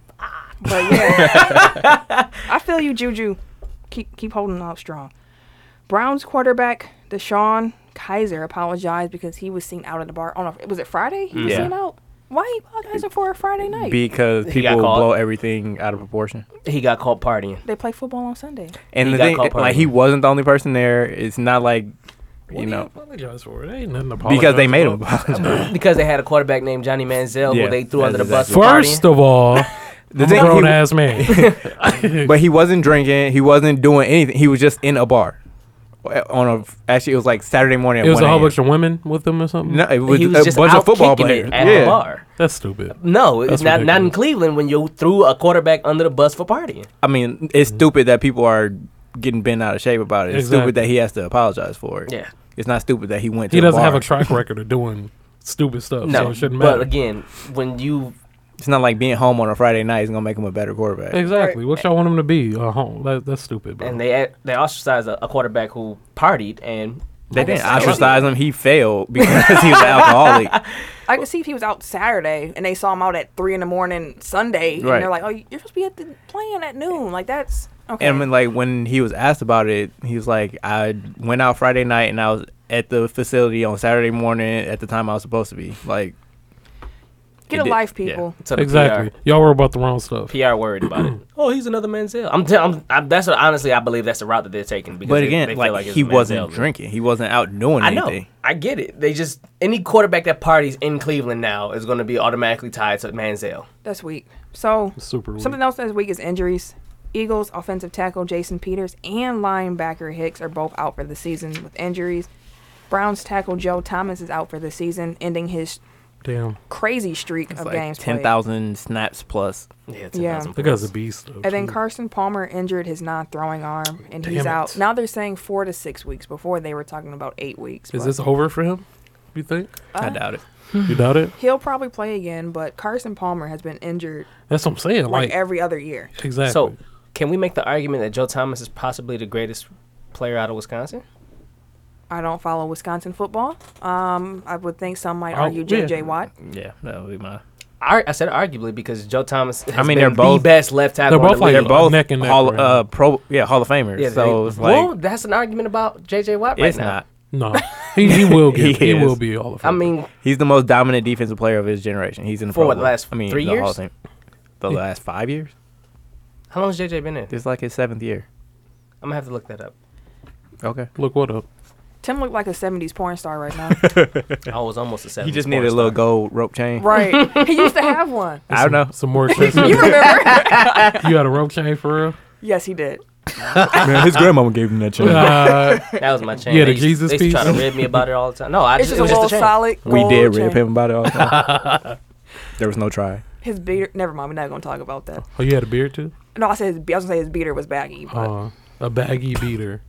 B: but yeah, I feel you, Juju. Keep keep holding out strong. Browns quarterback Deshaun Kaiser apologized because he was seen out at the bar. On a, was it Friday? He was
E: Yeah.
B: seen out. Why he apologizing for a Friday night?
E: Because
C: He got
E: people
C: caught.
E: blow everything out of proportion.
C: He got caught partying.
B: they play football on Sunday.
E: And
C: He
E: the
C: got
E: thing,
C: caught
E: like he
C: partying.
E: wasn't the only person there. It's not like
A: What
E: you
A: do
E: know
A: apologize for it. Ain't nothing to apologize
E: because they made him
A: about.
E: apologize.
C: Because they had a quarterback named Johnny Manziel
E: Yeah,
C: who they threw
E: that's
C: under the bus.
E: exactly
C: for
A: First
C: partying.
A: of all,
E: The
A: I'm
E: thing-
A: a
E: he-
A: grown ass man.
E: but he wasn't drinking. He wasn't doing anything. He was just in a bar. Uh, On a actually, it was like Saturday morning. At
A: it was a
E: 1
A: whole
E: a.m.
A: bunch of women with them or something.
E: No, it was,
C: he
E: a bunch of
C: out
E: football
C: kicking
E: players.
C: it at the bar.
A: That's stupid.
C: No, it's
A: That's
C: not not in
A: ridiculous.
C: Cleveland when you threw a quarterback under the bus for partying.
E: I mean, it's
A: Mm-hmm.
E: stupid that people are getting bent out of shape about it. It's
A: Exactly.
E: stupid that he has to apologize for it.
C: Yeah.
E: It's not stupid that he went to
A: He
E: a
A: doesn't
E: bar.
A: have a track record of doing stupid stuff, so
C: No,
A: it shouldn't
C: but
A: matter.
C: again, when you
E: It's not like being home on a Friday night is going to make him a better quarterback.
A: exactly. What y'all want him to be? Uh, home. That, that's stupid. Bro.
C: and they they ostracized a, a quarterback who partied and
E: They didn't
C: I guess-
E: ostracize him. He failed because he was an alcoholic.
B: I could see if he was out Saturday and they saw him out at three in the morning Sunday,
E: Right.
B: and they're like, "Oh, you're supposed to be at the playing at noon." Like that's okay.
E: And I mean, like when he was asked about it, he was like, "I went out Friday night and I was at the facility on Saturday morning at the time I was supposed to be." Like,
B: Get
E: it
B: a
E: did-
B: life,
E: yeah.
B: people.
C: to the
A: exactly.
C: PR.
A: Y'all were about the wrong stuff.
C: PR worried about it. Oh, he's another Manziel. I'm, t- I'm, I'm that's what, honestly I believe that's the route that they're taking. Because
E: but
C: they-
E: again,
C: they feel
E: like,
C: it's
E: he
C: a
E: wasn't
C: Manziel.
E: drinking. He wasn't out doing
C: I know.
E: anything.
C: I get it. They just any quarterback that parties in Cleveland now is going to be automatically tied to Manziel.
B: That's weak. So
A: Super. weird.
B: something else that's weak is injuries. Eagles offensive tackle Jason Peters and linebacker Hicks are both out for the season with injuries. Browns tackle Joe Thomas is out for the season, ending his
A: Damn.
B: crazy streak
E: It's
B: of
E: like
B: games played.
E: ten thousand snaps plus.
C: Yeah,
B: Yeah.
A: That guy's a beast. Though,
B: And then
A: too.
B: Carson Palmer injured his non-throwing arm, and he's
A: Damn it.
B: out. Now they're saying four to six weeks. Before they were talking about eight weeks.
A: Is
B: but-
A: this over for him? You think?
E: I
B: Uh,
C: Uh-huh.
E: doubt it.
A: You doubt it?
B: He'll probably play again, but Carson Palmer has been injured
A: That's what I'm saying.
B: like,
A: Like,
B: every other year.
A: exactly.
C: So, can we make the argument that Joe Thomas is possibly the greatest player out of Wisconsin?
B: I don't follow Wisconsin football. Um, I would think some might
A: Oh,
B: argue
A: yeah.
B: J.J. Watt.
E: Yeah, that would be my.
C: I, I said arguably because Joe Thomas. Has I
E: mean,
C: mean,
E: they're
C: been
E: both-
C: the best left
A: They're
C: tackle. in the
A: both like-
E: Oh, They're
C: league.
E: both
A: neck and neck
E: hall,
A: right now.
E: uh, pro, yeah, Hall of Famers.
C: Yeah,
E: so
C: they-
E: it's like
C: well, that's an argument about J.J. Watt right
E: it's
C: now.
E: not.
A: no, he, he will get. he,
E: He
A: will
E: is.
A: be all of.
C: I mean,
E: He's the most dominant defensive player of his generation. He's in the
C: For
E: Pro
C: what, the
E: Bowl.
C: last
E: I mean,
C: three
E: the Hall
C: years?
E: of Fame. The
A: Yeah.
E: last five years.
C: how long has J.J. been in? I'm
E: It's like his seventh year.
C: gonna have to look that up.
E: Okay.
A: look what up.
B: Tim looked like a '70s porn star right now.
C: I Oh, was almost a seven.
E: He just needed a little gold rope chain.
B: right? He used to have one.
E: I don't know.
A: Some more. accessories.
B: You remember?
A: you had a rope chain for real?
B: yes, he did.
E: Man, his grandmama gave him that chain.
A: Uh,
C: That was my chain.
A: Yeah,
C: They
A: the
C: used-
A: Jesus
C: They used to try to
A: piece.
C: rib me about it all the time. No, I
B: It's
C: just,
B: just
C: it
B: a
C: was just
B: little
C: a chain.
B: solid.
E: we
B: gold
E: did
B: chain.
E: rip him about it all the time. there was no try.
B: His beater. Never mind. We're not gonna talk about that.
A: oh, you had a beard too?
B: No, I said his, be- I was gonna say his beater was baggy. But
A: Uh, a baggy beater.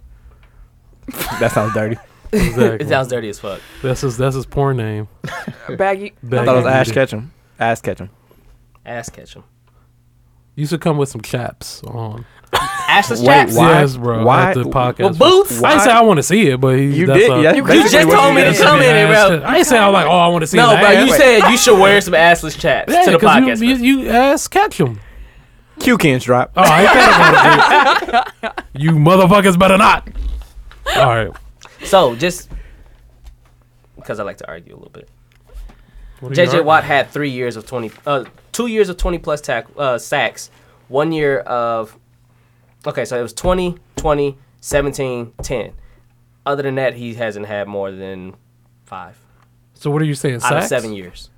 E: That sounds dirty.
A: Exactly.
C: It sounds dirty as fuck.
A: that's his that's his porn name.
B: baggy.
A: Baggy
D: I thought it was Ash
A: beater.
D: Ketchum. Ass Ketchum.
C: Ass catch him.
A: You should come with some chaps on.
C: Ashless
D: Wait,
C: chaps.
D: why?
A: Yes, bro.
E: why-
A: At the podcast.
C: With boots?
A: I didn't say I want to see it, but he,
D: You
A: that's
D: did-
A: A,
D: yeah,
A: you
D: You basically
C: just
D: what
C: told
D: you
C: me to
D: did.
C: come in here, bro.
A: I didn't say I was like, oh, I want to see.
C: No,
A: his
C: bro.
A: ass.
C: You said you should wear some assless chaps
A: yeah,
C: to the
A: 'cause
C: podcast.
A: You, you, you ass catch him.
E: Q cans drop.
A: Oh, I ain't thinking about it, dude. You motherfuckers better not. All right.
C: so just because I like to argue a little bit.
A: What are you
C: JJ
A: arguing?
C: Watt had three years of twenty, uh, two years of twenty plus tack, uh, sacks, one year of, okay, so it was 20, 20, 17, 10. Other than that, he hasn't had more than five
A: So what are you saying?
C: out
A: Sacks? Uh,
C: of seven years.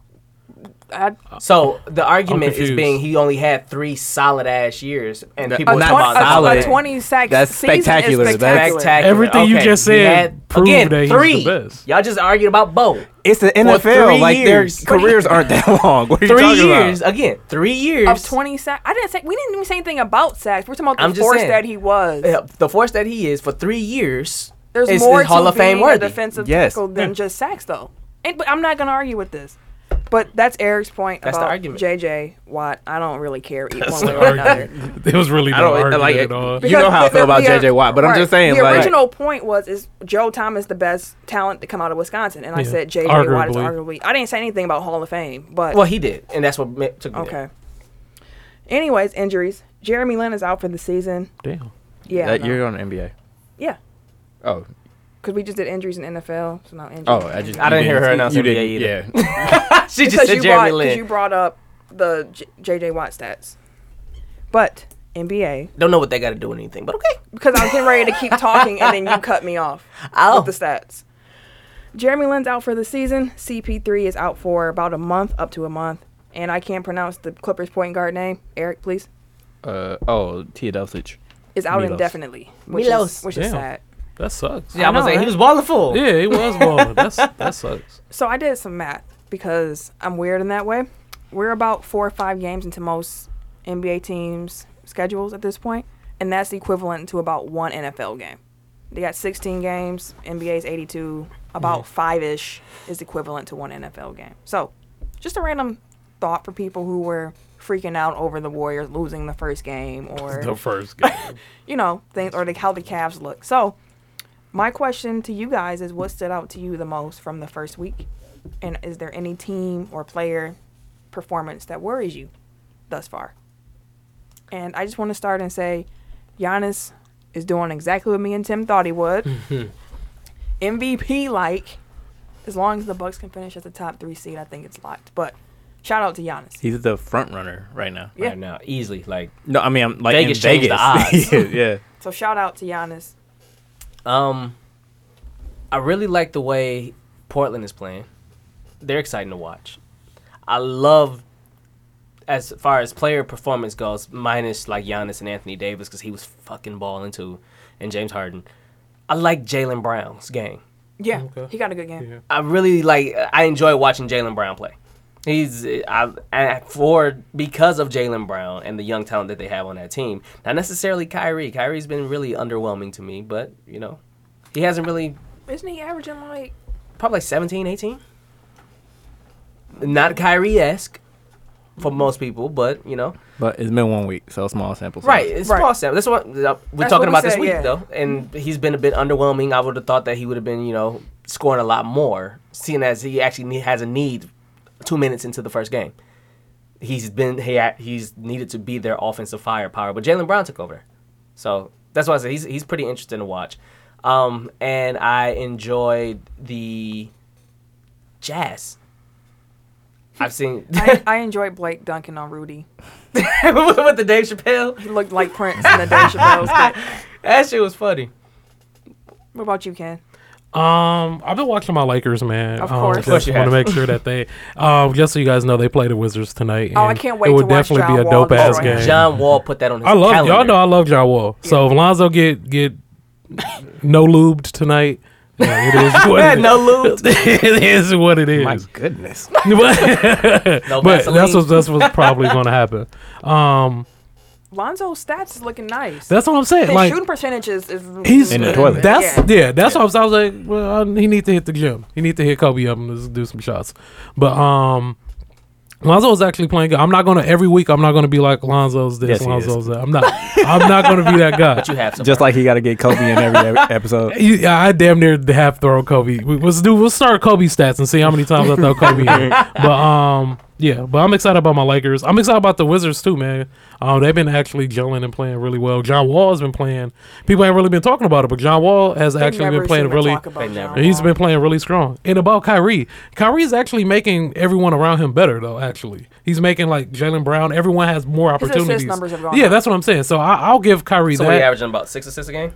B: I,
C: So the argument is
A: confused.
C: being he only had three solid ass years, and
D: That-
C: people
D: not
C: talk
D: Come on,
B: Twen- a-
C: about
D: solid.
B: a, 20 sack
D: That's
B: season is
D: spectacular. That's-
B: spectacular.
C: spectacular.
A: Everything you
C: Okay,
A: just
C: he
A: said
C: had-
A: proved
C: again,
A: that he's the
C: three.
A: best.
C: Y'all just argued about Bo.
D: It's the
C: three
D: NFL. Like
C: years.
D: their careers aren't that long. What are you
C: Three
D: talking
C: years
D: about?
C: again. Three years
B: Of 20 sacks. I didn't say, we didn't even say anything about sacks. We're talking about the
C: I'm just
B: force
C: saying.
B: that he was.
C: Yeah, the force that he is for three years.
B: There's
C: is,
B: more
C: is Hall
B: to
C: of Fame
B: being a
C: worthy.
B: defensive
D: Yes.
B: tackle than just sacks, though. And, but I'm not going to argue with this. But that's Eric's point
C: That's the
B: about
C: argument.
B: JJ Watt. I don't really care e- one way or another.
A: It was really
D: I
A: no
D: don't
A: argument
D: like
A: at all.
D: You know how I
B: the-
D: feel about
B: the-
D: J.J. Watt, but I'm just saying,
B: The
D: like-
B: original point was is Joe Thomas the best talent to come out of Wisconsin, and I
A: Yeah.
B: said J.J. Watt is
A: Arguably.
B: arguably. I didn't say anything about Hall of Fame, but
C: Well, he did, and that's what ma- took me.
B: okay.
C: there.
B: Anyways, injuries. Jeremy Lin is out for the season.
A: Damn.
B: Yeah,
D: That
B: no.
D: year on the NBA.
B: yeah,
D: Oh,
B: because we just did injuries in NFL, so now injuries.
D: oh, I just
C: I
D: you
C: didn't hear her announce
D: you
C: NBA
D: didn't- Yeah,
C: She just
B: because
C: said
B: you
C: Jeremy
B: brought because
C: Lin.
B: you brought up the J- J.J. Watt stats, but NBA
C: Don't know what they got to do with anything, but okay.
B: because I was getting ready to keep talking and then you cut me off
C: Oh.
B: with the stats. Jeremy Lin's out for the season. CP3 is out for about a month, up to a month. And I can't pronounce the Clippers point guard name. Eric, please.
D: uh, oh, Tia Dulcich.
B: Is out
D: Milos.
B: indefinitely, which is
C: Milos.
B: which is
A: Damn.
B: sad.
A: That sucks.
C: Yeah, I,
B: I
C: was
B: know,
C: like, he
B: right?
C: was balling full.
A: Yeah, he was balling. That's that sucks.
B: So I did some math because I'm weird in that way. We're about four or five games into most NBA teams' schedules at this point, and that's equivalent to about one NFL game. They got 16 games. NBA's 82. About five ish is equivalent to one NFL game. So, just a random thought for people who were freaking out over the Warriors losing the first game or
A: The first game.
B: you know, things or the, how the Cavs look. So, my question to you guys is what stood out to you the most from the first week? And is there any team or player performance that worries you thus far? And I just want to start and say Giannis is doing exactly what me and Tim thought he would. MVP like as long as the Bucks can finish at the top 3 seed, I think it's locked. But shout out to Giannis.
D: He's the front runner right now.
B: Yeah.
C: Right now, easily, like,
D: No, I mean I'm like
C: Vegas
D: in
C: changed
D: Vegas.
C: the odds.
D: yeah, yeah.
B: So shout out to Giannis.
C: um, I really like the way Portland is playing. They're exciting to watch. I love, as far as player performance goes, minus like Giannis and Anthony Davis because he was fucking balling too, and James Harden. I like Jalen Brown's game.
B: Yeah.
A: Okay.
B: He got a good game.
A: Yeah.
C: I really like. I enjoy watching Jalen Brown play. He's I, I for because of Jalen Brown and the young talent that they have on that team. Not necessarily Kyrie. Kyrie's been really underwhelming to me, but you know, he hasn't really
B: Isn't he averaging like
C: probably like 17, 18. Not Kyrie esque for most people, but you know,
D: But it's been one week, so small sample. size.
C: Right, it's
B: Right.
C: small sample. That's what uh, we're
B: That's what
C: talking
B: we
C: about this
B: said,
C: week,
B: yeah. Mm-hmm.
C: though. And he's been a bit underwhelming. I would have thought that he would have been, you know, scoring a lot more, seeing as he actually need, has a need two minutes into the first game. He's been he ha- he's needed to be their offensive firepower, but Jalen Brown took over, so that's why I said he's he's pretty interesting to watch. Um, and I enjoyed the Jazz. I've seen
B: I, I enjoyed Blake dunking on Rudy.
C: with the Dave Chappelle.
B: He looked like Prince in the Dave Chappelle skit.
C: That shit was funny.
B: What about you, Ken?
A: Um, I've been watching my Lakers, man.
B: Of
A: Um,
B: course. Of course
A: just
C: you
A: want to
C: have.
A: make sure that they. Um, just so you guys know, they play the Wizards tonight.
B: Oh, I
A: and
B: can't wait
A: It would
B: to watch
A: definitely
B: John
A: be a
B: Wall
A: dope ass
B: destroy him.
A: game.
C: John Wall put that on his
A: I love
C: calendar.
A: y'all know I love John Wall. So if Lonzo get get no lubed tonight, yeah, it is what it
C: no lube.
A: is. it is what it is.
D: My goodness.
A: but
C: No
A: but
C: Vaseline.
A: that's what that's what's probably going to happen. Um,
B: Lonzo's stats is looking nice.
A: that's what I'm saying.
B: His
A: like
B: shooting percentages is
A: he's uh,
E: In the toilet.
A: That's
B: Yeah.
A: yeah. that's what I was. I was like, well, I- he needs to hit the gym. He needs to hit Kobe up and let's do some shots. But um, Lonzo is actually playing good. I'm not gonna every week. I'm not gonna be like Lonzo's this.
E: Yes, he is.
A: Lonzo's that. I'm not. I'm not gonna be that guy.
C: But you have some.
E: Just like he got to get Kobe in every e- episode.
A: You- yeah, I damn near half throw Kobe. We- Let's do. We'll start Kobe stats and see how many times I throw Kobe. in. But um, yeah. But I'm excited about my Lakers. I'm excited about the Wizards too, man. Um, they've been actually gelling and playing really well. John Wall has been playing. People ain't really been talking about it, but John Wall has actually been playing really.
C: They never.
A: He's been playing really strong. And about Kyrie, Kyrie is actually making everyone around him better, though. Actually, he's making like Jalen Brown. Everyone has more
B: His assist
A: opportunities.
B: numbers have gone
A: yeah,
B: up.
A: that's what I'm saying. So I, I'll give Kyrie
C: so
A: that.
C: we averaging about six assists a game.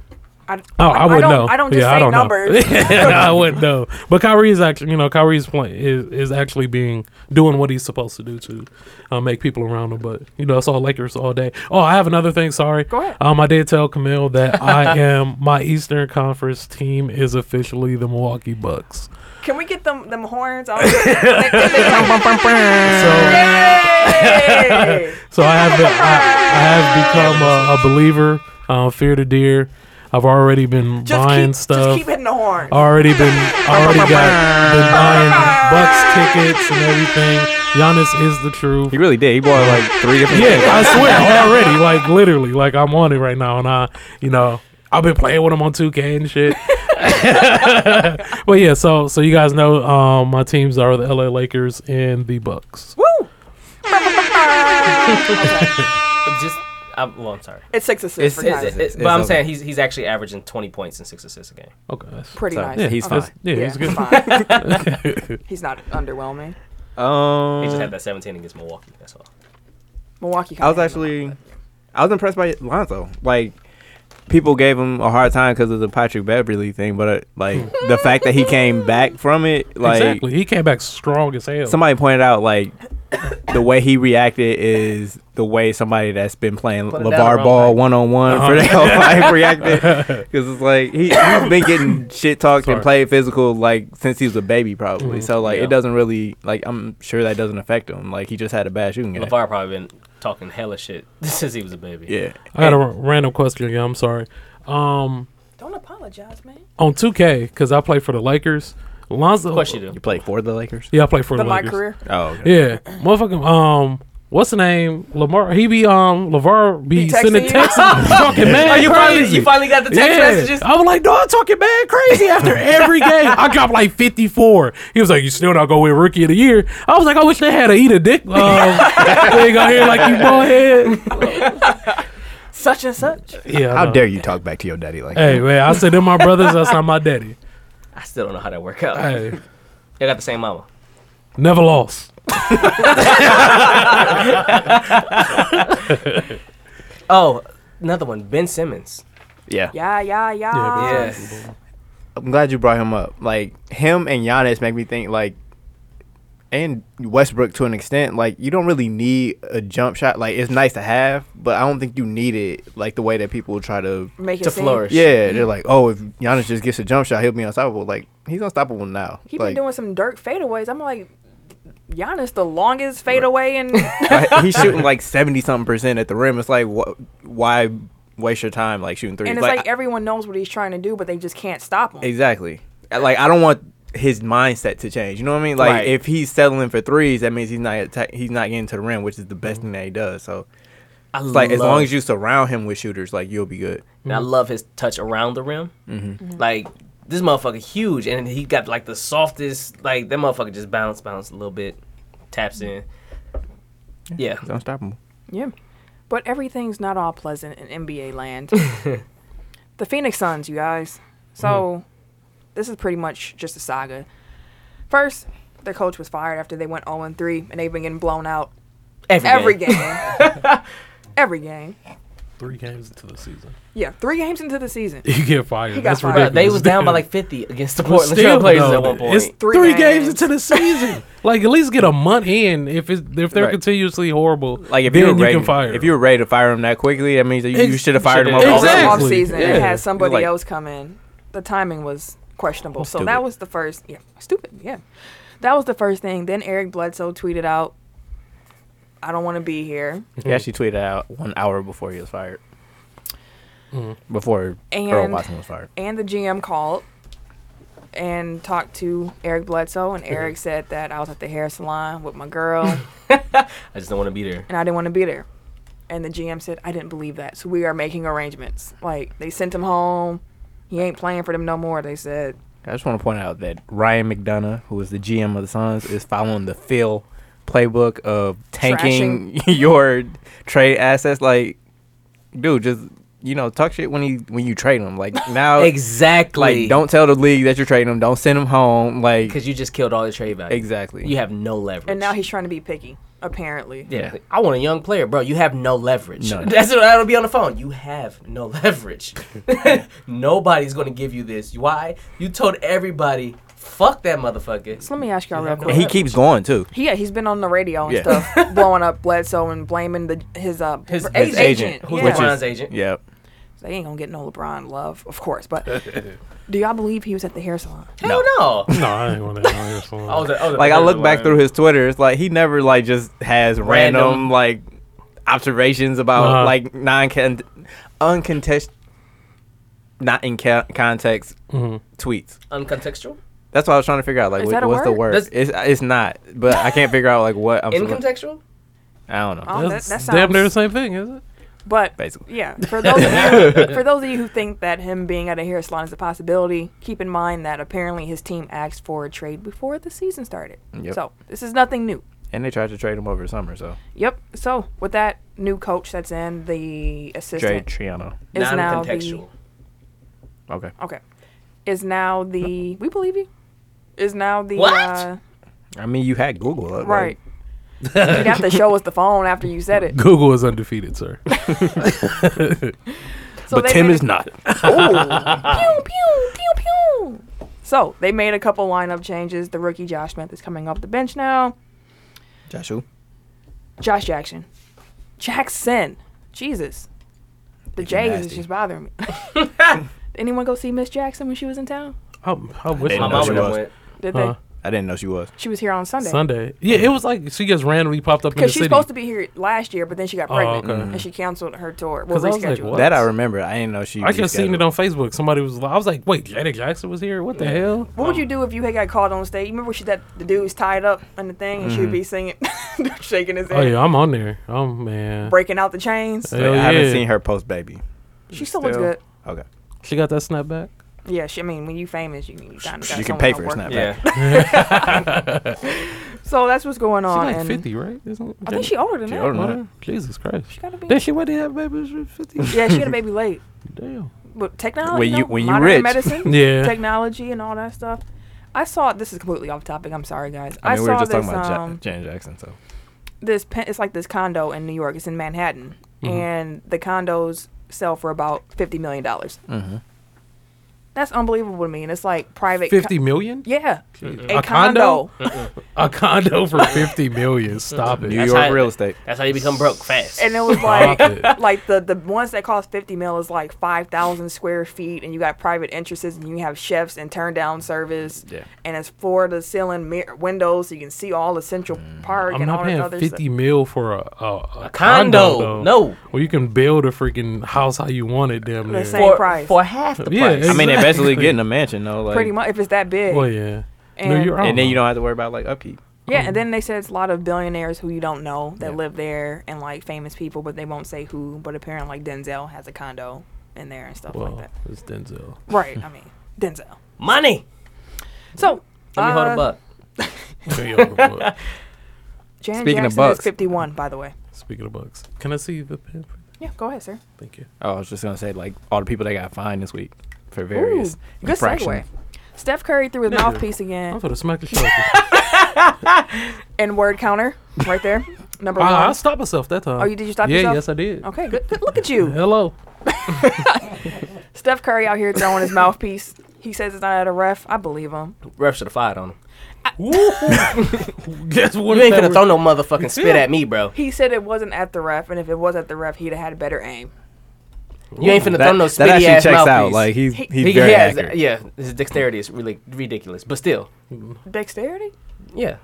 B: I,
A: Oh, I,
B: I
A: wouldn't
B: don't,
A: know.
B: I don't just
A: yeah,
B: say
A: I don't
B: numbers.
A: Know. Yeah, I wouldn't know. But Kyrie is actually, you know, Kyrie's playing is, is actually being doing what he's supposed to do to uh, make people around him. But you know, it's all Lakers all day. Oh, I have another thing. Sorry.
B: Go ahead.
A: Um, I did tell Camille that I am my Eastern Conference team is officially the Milwaukee Bucks.
B: Can we get them them horns? out? Yay!
A: So, so I have been, I, I have become a, a believer. Uh, fear the deer. I've already been
B: just
A: buying
B: keep
A: stuff. Oh.
B: just keep hitting the horns.
A: already been already got been buying Bucks tickets and everything. Giannis is the truth.
E: He really did. He bought like three different.
A: Yeah, I swear already. Like literally, like I'm on it right now, and I, you know, I've been playing with him on 2K and shit. but yeah, so so you guys know, um, my teams are the LA Lakers and the Bucks.
B: Woo!
C: But just I, well, I'm sorry.
B: It's six assists
C: It's,
B: for
C: it's-
B: Giannis.
C: it's- but
E: It's
C: I'm
E: over.
C: saying he's he's actually averaging 20 points and six assists a game.
A: Okay, that's,
B: Pretty
E: Sorry.
B: nice.
A: yeah,
E: he's
A: Oh, that's-
E: fine.
A: Yeah, he's good.
B: fine. he's not underwhelming.
E: Um,
C: He just had that 17 against Milwaukee. That's all.
B: Milwaukee.
E: I was
B: kinda
E: actually, I was impressed by Lonzo. Like, people gave him a hard time because of the Patrick Beverly thing, but uh, like the fact that he came back from it, like
A: exactly. He came back strong as hell.
E: somebody pointed out, like the way he reacted is the way somebody that's been playing
C: Put it down the
E: Levar
C: wrong
E: Ball
C: way.
E: one on one for their whole life reacted because it's like he, he's been getting shit talked
A: Sorry.
E: and played physical like since he was a baby probably. So like
C: Yeah.
E: it doesn't really like I'm sure that doesn't affect him. Like he just had a bad shooting game.
C: LeVar probably been talking hella shit since he was a baby.
E: Yeah.
A: I got a r- random question. Yeah, I'm sorry. Um,
B: Don't apologize, man.
A: on 2K because I play for the Lakers. Lonzo,
C: Of course you do.
E: You play for the Lakers?
A: Yeah, I play for
B: The
A: the
B: my
A: Lakers.
B: career.
E: Oh, okay.
A: Yeah, motherfucking um, what's the name? Lamar. He be um, Levar be
B: He texting
A: sending
B: you?
A: texts, talking mad.
C: Oh, you finally
A: crazy.
C: you finally got the text messages.
B: Uh,
A: I was like, no, I'm talking mad crazy after every game. I dropped like 54. He was like, you still not going with rookie of the year. I was like, I wish they had a eat a dick um, thing out here like you bonehead.
B: Such and such.
A: Yeah. I
F: How
A: know.
F: dare you talk back to your daddy like
A: Hey man, I said them my brothers. That's not my daddy.
C: I still don't know how that worked out.
A: Hey,
C: Y'all got the same mama.
A: never lost.
C: Oh, another one. Ben Simmons.
E: Yeah.
B: Yeah, yeah, yeah.
A: Yeah,
C: Yes.
E: I'm glad you brought him up. Like him and Giannis make me think like and Westbrook to an extent, like you don't really need a jump shot. Like it's nice to have, but I don't think you need it like the way that people try to
B: Make it
C: To
B: seem-
C: flourish.
E: Yeah, they're like, Oh, if Giannis just gets a jump shot, he'll be unstoppable. Like he's unstoppable now.
B: He
E: like,
B: been doing some Dirk fadeaways. I'm like, Giannis, the longest fadeaway, and
E: like, he's shooting like seventy something percent at the rim. It's like wh- why waste your time like shooting threes?
B: and it's like everyone knows what he's trying to do, but they just can't stop him.
E: Exactly. Like I don't want his mindset to change. You know what I mean? Like
C: Right.
E: if he's settling for threes, that means he's not atta- he's not getting to the rim, which is the best thing that he does. So
C: I
E: it's like as
C: love-
E: long as you surround him with shooters, like you'll be good.
C: And I love his touch around the rim.
B: Mm-hmm.
C: Like this motherfucker huge, and he got like the softest. Like that motherfucker just bounce, bounce a little bit, taps in. Yeah,
E: He's unstoppable.
B: Yeah. But everything's not all pleasant in NBA land. the Phoenix Suns, you guys. So,
C: Hmm.
B: this is pretty much just a saga. First, their coach was fired after they went 0 3, and they've been getting blown out
C: every,
B: every
C: game.
B: game. every game.
A: three games into the season.
B: Yeah, three games into the season.
A: You get fired.
B: He got
A: That's
B: fired.
A: ridiculous.
C: They was down by
A: Dude.
C: like 50 against the
A: But
C: Portland
A: still,
C: Trail Blazers
A: though,
C: at one point.
A: It's
B: Three
A: three, games.
B: games.
A: into the season. like at least get a month in. If it's if they're
E: Right.
A: continuously horrible,
E: Like if
A: then
E: you were
A: you
E: ready,
A: can fire.
E: if you were ready to fire him that quickly, that means that you,
A: Ex-
E: you should have fired him
D: Shoulda-
E: off-
A: Exactly.
B: off season and
E: Yeah.
B: had somebody
E: Like- Oh,
B: else come in. The timing was questionable. So that
E: Stupid.
B: was the first yeah, stupid, yeah. That was the first thing. Then Eric Bledsoe tweeted out, I don't want to be here.
E: He actually tweeted out one hour before he was fired. Before Earl
B: And-
E: Watson was fired.
B: And the GM called and talked to Eric Bledsoe and Eric said that I was at the hair salon with my girl
C: I just don't want to be there.
B: and I didn't want to be there. And the GM said, I didn't believe that. So we are making arrangements. Like they sent him home. He ain't playing for them no more, they said.
E: I just want to point out that Ryan McDonough, who is the GM of the Suns, is following the Phil playbook of tanking your trade assets. Like, dude, just you know, talk shit when he when you trade him. Like now,
C: Exactly.
E: like don't tell the league that you're trading him. Don't send him home. Like,
C: Because you just killed all the trade value.
E: exactly.
C: You have no leverage.
B: And now he's trying to be picky, apparently.
C: Yeah. I want a young player, bro. You have no leverage.
E: None.
C: That's what I'll be on the phone. You have no leverage. Nobody's gonna give you this. Why? You told everybody, fuck that motherfucker.
B: So let me ask y'all
C: You
B: real
C: have no
B: quick.
E: And he keeps going too.
B: He- yeah, he's been on the radio and
E: Yeah.
B: stuff, blowing up Bledsoe and blaming the his uh
C: His-
B: pr-
C: his
E: agent,
C: Who's
B: yeah.
E: which
C: LeBron's
E: is-
C: agent?
E: Yeah.
B: they ain't gonna get no LeBron love, of course. But do y'all believe he was at the hair salon?
C: Hell no.
A: no, I ain't want to.
C: I was, a, I was a
E: Like I look
D: Like-
E: back through his Twitter, it's like he never like just has random,
C: Random.
E: like observations about
A: Uh-huh.
E: like non uncontest not in ca- context
A: Mm-hmm.
E: tweets.
C: uncontextual.
E: That's what I was trying to figure out. Like,
B: Is
E: what-
B: that a
E: what's the
B: word?
E: word?
C: That's-
E: it's it's not, but I can't figure out like what I'm. supposed-
C: Incontextual.
E: I don't know.
B: Oh, that, that
A: That's
B: sounds
A: damn near the same thing, is it?
B: But
E: Basically.
B: yeah, for those of you, for those of you who think that him being at a hair salon is a possibility, keep in mind that apparently his team asked for a trade before the season started.
E: Yep.
B: So this is nothing new.
E: And they tried to trade him over the summer, so
B: Yep. So with that new coach that's in, the
E: Trey
B: assistant
E: Triano.
B: is now the
C: Non-contextual.
E: Okay,
B: Okay. Is now the we believe you? Is now the
C: What?
B: uh,
E: I mean you had Google up,
B: right. You'd have to show us the phone after you said it.
A: Google is undefeated, sir.
B: So
E: but
B: they
E: Tim
B: made
E: is
B: a-
E: not.
B: Pew pew pew pew. So they made a couple lineup changes. The rookie Josh Smith is coming off the bench now.
E: Joshua.
B: Josh Jackson, Jackson, Jesus. The
E: You're
B: J's is
E: nasty.
B: just bothering me. Anyone go see Miss Jackson when she was in town?
A: I, I wish
E: They
A: I
C: My
E: know
A: knew
E: she
A: that.
C: mama done
E: was.
C: went.
B: Did
A: Huh.
E: I didn't know she was.
B: they? She was here on Sunday.
A: Sunday. Yeah, it was like she just randomly popped up in the
B: Because she's
A: city.
B: supposed to be here last year, but then she got
A: Oh,
B: pregnant
A: okay.
B: and she canceled her tour. Well,
A: 'Cause I was like,
B: rescheduled.
A: what?
E: That I remember. I didn't know she.
A: I just seen
E: rescheduled.
A: it on Facebook. Somebody was. I was like, wait, Janet Jackson was here. What the hell?
B: What would
E: Um,
B: you do if you had got caught on stage? You remember she that the dude's tied up on the thing and she'd be singing,
E: Mm-hmm.
B: shaking his head,
A: Oh yeah, I'm on there. Oh man,
B: breaking out the chains.
A: Hell
E: I haven't
A: yeah.
E: seen her post baby.
B: she still looks
E: still-
B: good.
E: Okay.
A: she got that snap back.
B: Yeah, she, I mean, when you famous, you, you kind of
E: You can pay for a snapback.
C: Yeah.
B: So that's what's going
A: She's
B: on.
A: like
B: and
A: 50, right? Isn't
B: I think she older than
E: She
B: that.
E: older than
A: Wow, Jesus Christ.
B: She gotta be.
A: Then she went to have babies at 50.
B: yeah, she had a baby late,
A: Damn.
B: but technology.
E: When you-
B: though,
E: when you
B: modern
E: rich.
B: medicine,
A: Yeah.
B: technology and all that stuff. I saw this is completely off topic. I'm sorry, guys.
E: I mean, we
B: saw
E: were just
B: this
E: talking about
B: um,
E: ja- Janet Jackson, so
B: this pen, it's like this condo in New York. It's in Manhattan,
A: Mm-hmm.
B: and the condos sell for about fifty million dollars.
A: Mm-hmm.
B: That's unbelievable to me, and it's like private. co-
A: 50 million?
B: yeah,
A: A condo? A condo for 50 million. Stop
E: New
A: it.
E: York
C: how-
E: real estate.
C: That's how you become broke fast.
B: and it was
A: Stop
B: like
A: it.
B: like the the ones that cost fifty mil is like five thousand square feet, and you got private entrances, and you have chefs and turn down service,
E: Yeah.
B: and it's floor to ceiling mir- windows, so you can see all the Central Park
A: Mm. I'm
B: and all
A: not
B: that
A: paying
B: other
A: 50
B: stuff.
A: mil for a, a, a,
C: condo,
A: though.
C: no.
A: Well, you can build a freaking house how you want it, damn
B: The
A: near.
B: same price,
C: for half the
A: Yeah,
C: price.
E: I mean, they're basically
A: Exactly.
E: getting a mansion though, like,
B: pretty much if it's that big.
A: Well, yeah. no,
B: And-
A: you're
E: and then you
A: know.
E: don't have to worry about like upkeep.
C: Um,
B: Yeah, and then they said it's a lot of billionaires who you don't know that
E: Yeah.
B: live there and like famous people, but they won't say who. But apparently, like Denzel has a condo in there and stuff
A: Well,
B: like
A: it's Denzel.
B: that. Right? I mean, Denzel.
C: Money.
B: So
C: Let me hold a
B: uh,
C: buck.
B: Janet
E: Speaking of
B: Jackson is
E: bucks.
B: fifty-one, by the way.
A: Speaking of bucks, can I see the pen? please?
B: Yeah, go ahead, sir.
A: Thank you.
E: Oh, I was just gonna say like all the people that got fined this week for
B: Ooh,
E: various
B: good segue.
E: infractions.
B: Steph Curry threw his
A: Nigga.
B: mouthpiece
A: I'm
B: again
A: for the smack the shit out of you.
B: and word counter right there. Number one.
A: Ah, I, I stopped myself that time.
B: Oh, you did you stop
A: yeah,
B: yourself?
A: yes, I did.
B: Okay, good. good. Look at you.
A: Hello.
B: Steph Curry out here throwing his mouthpiece. He says it's not at a ref. I believe him.
C: Ref should have fired on him.
A: Guess what?
C: You
A: if
C: ain't
A: that
C: gonna
A: were-
C: throw no motherfucking spit
A: Yeah.
C: at me, bro.
B: He said it wasn't at the ref, and if it was at the ref, he'd have had better aim.
C: You ain't finna throw no
E: that
C: spitty
E: actually
C: ass
E: checks
C: mouthpiece.
E: out. Like he's he's
C: he,
E: very
C: he has,
E: accurate.
C: yeah, his dexterity is really ridiculous. But still,
B: Dexterity?
C: yeah,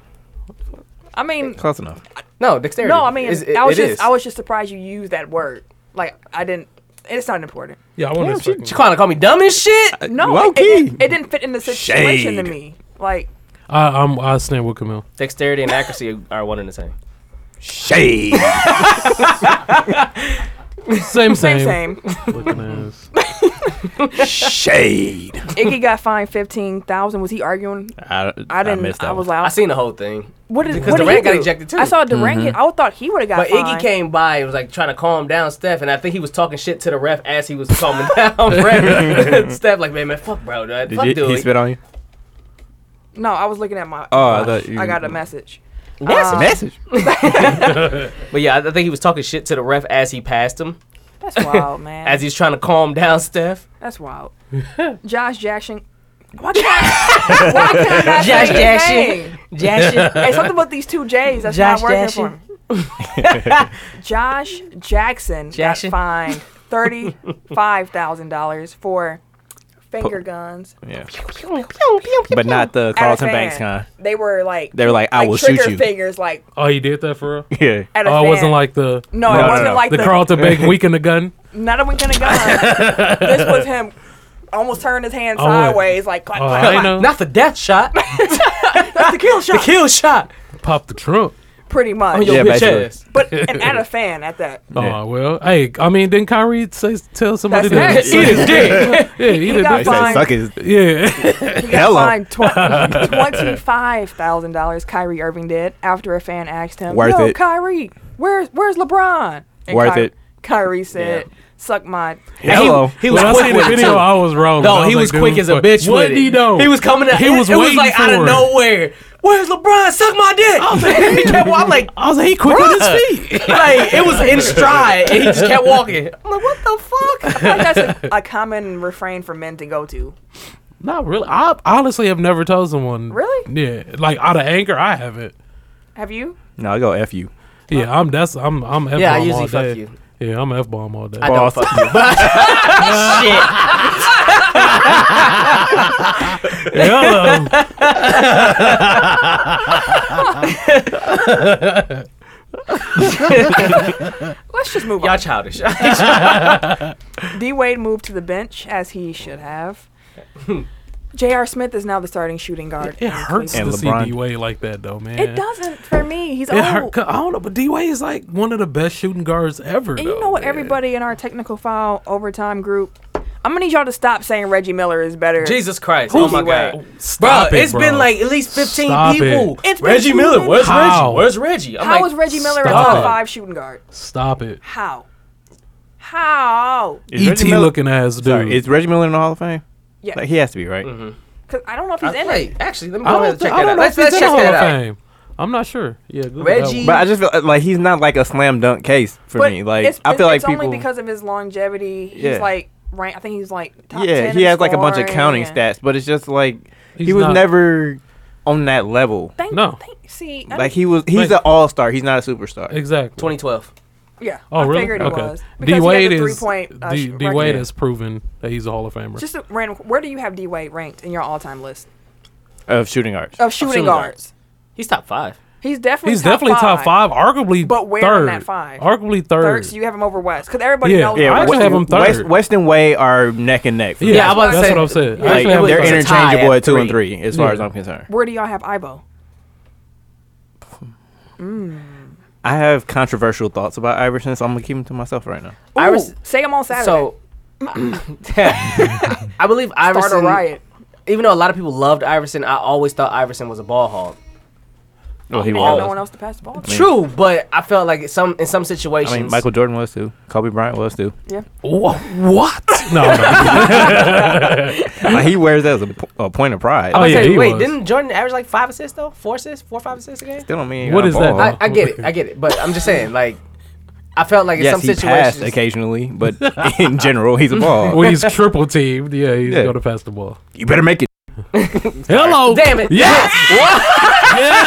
B: I mean,
E: Close enough.
C: no dexterity.
B: no. I mean,
C: It's- it-
B: I was
C: it
B: just
C: is.
B: I was just surprised you used that word. Like I didn't. It's not important.
A: Yeah, I want
C: She,
A: to.
C: she kind of called me dumb as shit.
B: No,
E: Low
B: it, it,
E: key.
B: it didn't fit in the situation
E: Shade.
B: to me. Like
A: I, I'm. I stand with Camille.
C: Dexterity and accuracy are one and the same.
E: Shade.
A: Same,
B: same
A: same.
B: same.
A: Looking ass.
E: Shade.
B: Iggy got fined fifteen thousand. Was he arguing?
E: I,
B: I didn't. I, was like,
C: I seen the whole thing.
B: what did
C: because
B: what did he
C: Durant got
B: do?
C: ejected, too.
B: I saw Durant.
C: Mm-hmm.
B: Hit, I thought he would have got.
C: But
B: fined.
C: Iggy came by and was like trying to calm down Steph, and I think he was talking shit to the ref as he was calming down ref. Steph like, man, man, fuck, bro, dude.
E: Did
C: fuck,
E: you,
C: dude.
E: he spit on you?
B: No, I was looking at my.
E: Oh, I
B: watch.
E: thought you-
B: I got a message.
C: Message?
B: Um,
E: Message.
C: But yeah, I I think he was talking shit to the ref as he passed him,
B: That's wild, man.
C: as he's trying to calm down Steph.
B: That's wild. Josh Jackson. Why can I, why can I not
C: Josh
B: say his
C: Jackson.
B: name? It's something about these two J's that's
C: Josh
B: not working
C: Jackson.
B: for me. Josh Jackson
C: Jackson.
B: got fined thirty-five thousand dollars for finger guns.
E: Yeah. But not the
B: at a
E: Carlton
B: fan.
E: Banks kind.
B: They were like
E: They were like, I
B: like
E: will shoot
B: trigger
E: you.
B: fingers like
A: Oh, you did that for real?
E: Yeah.
B: at a
A: Oh, it wasn't
B: fan.
A: like the
B: no,
E: No,
B: it
E: no,
B: wasn't
E: no.
B: like
A: the
B: the,
A: Carlton Bank weak in the gun.
B: not a wink and a gun. this was him almost turned his hand
A: Oh, wait.
B: sideways like clap,
A: Oh,
B: clap,
A: I
B: clap.
A: know.
C: Not the death shot,
B: That's the kill
C: the
B: shot.
C: kill shot.
A: Pop the trunk.
B: Pretty much.
C: On your
E: Yeah,
C: bitch
E: basically.
C: ass.
B: But and at a fan at that.
E: Yeah.
A: Oh well. Hey, I mean, didn't Kyrie say tell somebody
B: That's
A: to
B: it.
A: eat his dick? yeah, eat his
B: got
E: They
A: dick.
E: said
B: Fine.
E: suck his
A: Yeah.
B: He got
E: Hello.
B: fined tw- twenty-five thousand dollars. Kyrie Irving did after a fan asked him,
E: Worth
B: "Yo,
E: it.
B: Kyrie, where's where's LeBron?" And
E: Worth
B: Ky-
E: it.
B: Kyrie said, "Suck my."
C: And he-
E: Hello.
C: He, was
A: when I
C: quick
A: seen the
C: with it.
A: video,
C: too.
A: I was wrong.
C: No,
A: I
C: he was
A: like,
C: quick
A: dude,
C: as a
A: what-
C: bitch.
A: What
C: with
A: did
C: it.
A: he know?
C: He was coming out.
A: He
C: He
A: was
C: was it was
A: waiting
C: like out
A: for
C: of
A: it.
C: nowhere. Where's LeBron? Suck my dick. I was like, he kept walking. I'm like,
A: I was like, he quick with his feet.
C: like it was in stride, and he just kept walking. I'm like, what the fuck?
B: I feel like that's a, a common refrain for men to go to.
A: Not really. I honestly have never told someone.
B: Really?
A: Yeah. Like out of anger, I haven't.
B: Have you?
E: No, I go F you.
A: Yeah, I'm. That's. I'm. I'm. F-bomb
C: Yeah, I
A: all
C: usually
A: day.
C: fuck you.
A: Yeah, I'm f bomb all day.
C: I don't
E: Boss.
C: fuck you. Shit.
A: Hello.
B: Let's just move
C: Y'all childish.
B: on. D Wade moved to the bench as he should have. J.R. Smith is now the starting shooting guard.
A: It
B: in
A: hurts
E: And
A: to
B: Cleveland.
A: see
E: LeBron.
A: D Wade like that though, man.
B: It doesn't for me. He's
A: It
B: old.
A: hurt. 'cause I don't know, but D Wade is like one of the best shooting guards ever.
B: And you
A: though,
B: know what?
A: man.
B: Everybody in our technical file overtime group, I'm gonna need y'all to stop saying Reggie Miller is better.
C: Jesus Christ. Oh my god. Bro,
A: Stop it,
C: it's
A: bro.
C: been like at least 15
A: Stop it.
C: people.
B: It's been
C: Reggie
B: two
C: Miller,
B: minutes.
C: where's
A: How?
C: Reggie? Where's Reggie? I'm
B: How
C: like,
B: is Reggie Miller a
A: stop
B: top
A: it.
B: five shooting guard?
A: Stop it.
B: How? How?
E: Is
A: ET
E: Reggie Miller-
A: looking ass dude.
E: Sorry, is Reggie Miller in the Hall of Fame?
B: Yeah,
E: Like he has to be, right?
B: because I don't know if he's in it.
C: Wait, actually, let me
A: I
C: go
A: don't,
C: ahead and
A: thi-
C: check
A: I
C: that
A: don't
C: out.
A: know if
C: Let's,
A: he's
C: let's
A: in the
C: check
A: Hall
C: that
A: of
C: out.
A: Feel. I'm not sure. Yeah, Google that
C: Reggie-
A: one.
E: But I just feel uh, like he's not like a slam dunk case for me. Like
B: it's,
E: I feel like
B: it's
E: people.
B: only because of his longevity. He's
E: Yeah.
B: like rank. I think he's like top
E: yeah,
B: 10
E: he
B: in
E: has like a bunch of
B: scoring
E: counting
B: and-
E: stats, but it's just like he
A: He's
E: was
A: not-
E: never on that level.
B: Thank,
A: No.
B: thank- see, I
E: Like
B: didn't-
E: he was, he's
A: Like-
E: an all star. He's not a superstar.
A: Exactly.
C: 2012.
B: yeah.
A: Oh,
B: I
A: really?
B: figured he
A: okay.
B: was. because he
A: D
B: had the
A: Wade is
B: three-point, uh,
A: D,
B: sh-
A: D Wade
B: record.
A: has proven that he's a Hall of Famer.
B: Just a random. Where do you have D Wade ranked in your all-time list
E: Of shooting guards,
C: Oh,
B: of shooting,
C: shooting
B: guards?
C: guards. He's top five.
B: He's definitely
A: he's
B: top
A: definitely top five. Arguably,
B: But where
A: third.
B: in that five?
A: Arguably third.
B: Third, so you have him over West because everybody
A: Yeah,
B: knows.
A: yeah, I
B: West-
A: actually have him third.
E: West, West and Way are neck and neck. for
A: yeah,
E: me.
C: Yeah, I was about to
A: that's
C: say-
A: what I'm saying. I
C: Yeah,
A: actually
E: like,
C: it
A: have
C: was-
E: they're
A: him
C: a tie
E: interchangeable
C: at
E: at two and
C: three.
E: three, as far
A: Yeah.
E: as I'm concerned.
B: Where do y'all have Ibo?
E: I have controversial thoughts about Iverson, so I'm gonna keep them to myself right now.
B: I
C: Iris-
B: was say them on Saturday.
C: So, I believe
B: start
C: Iverson.
B: a riot.
C: Even though a lot of people loved Iverson, I always thought Iverson was a ball hog.
E: Oh, he
B: They have no
E: was.
B: one else to pass the ball. to.
E: mean-
C: True, but I felt like in some in some
D: I
C: situations.
D: mean, Michael Jordan was too. Kobe Bryant was too.
A: Wha- What? No, no.
D: like, he wears that as a, po- a point of pride.
A: Oh,
C: I
A: yeah,
C: said,
A: he
C: wait,
A: was.
C: didn't Jordan average like five assists though? Four assists, four five assists a game.
D: Still don't mean.
A: What is that,
C: I, I get it, I get it, but I'm just saying like. I felt like in
D: yes,
C: some
D: he passed
C: situations,
D: occasionally, but in general, he's a ball.
A: when he's triple teamed, yeah, he's
D: Yeah.
A: going to pass the ball.
D: you better make it.
A: Hello.
C: Damn it.
A: Yes.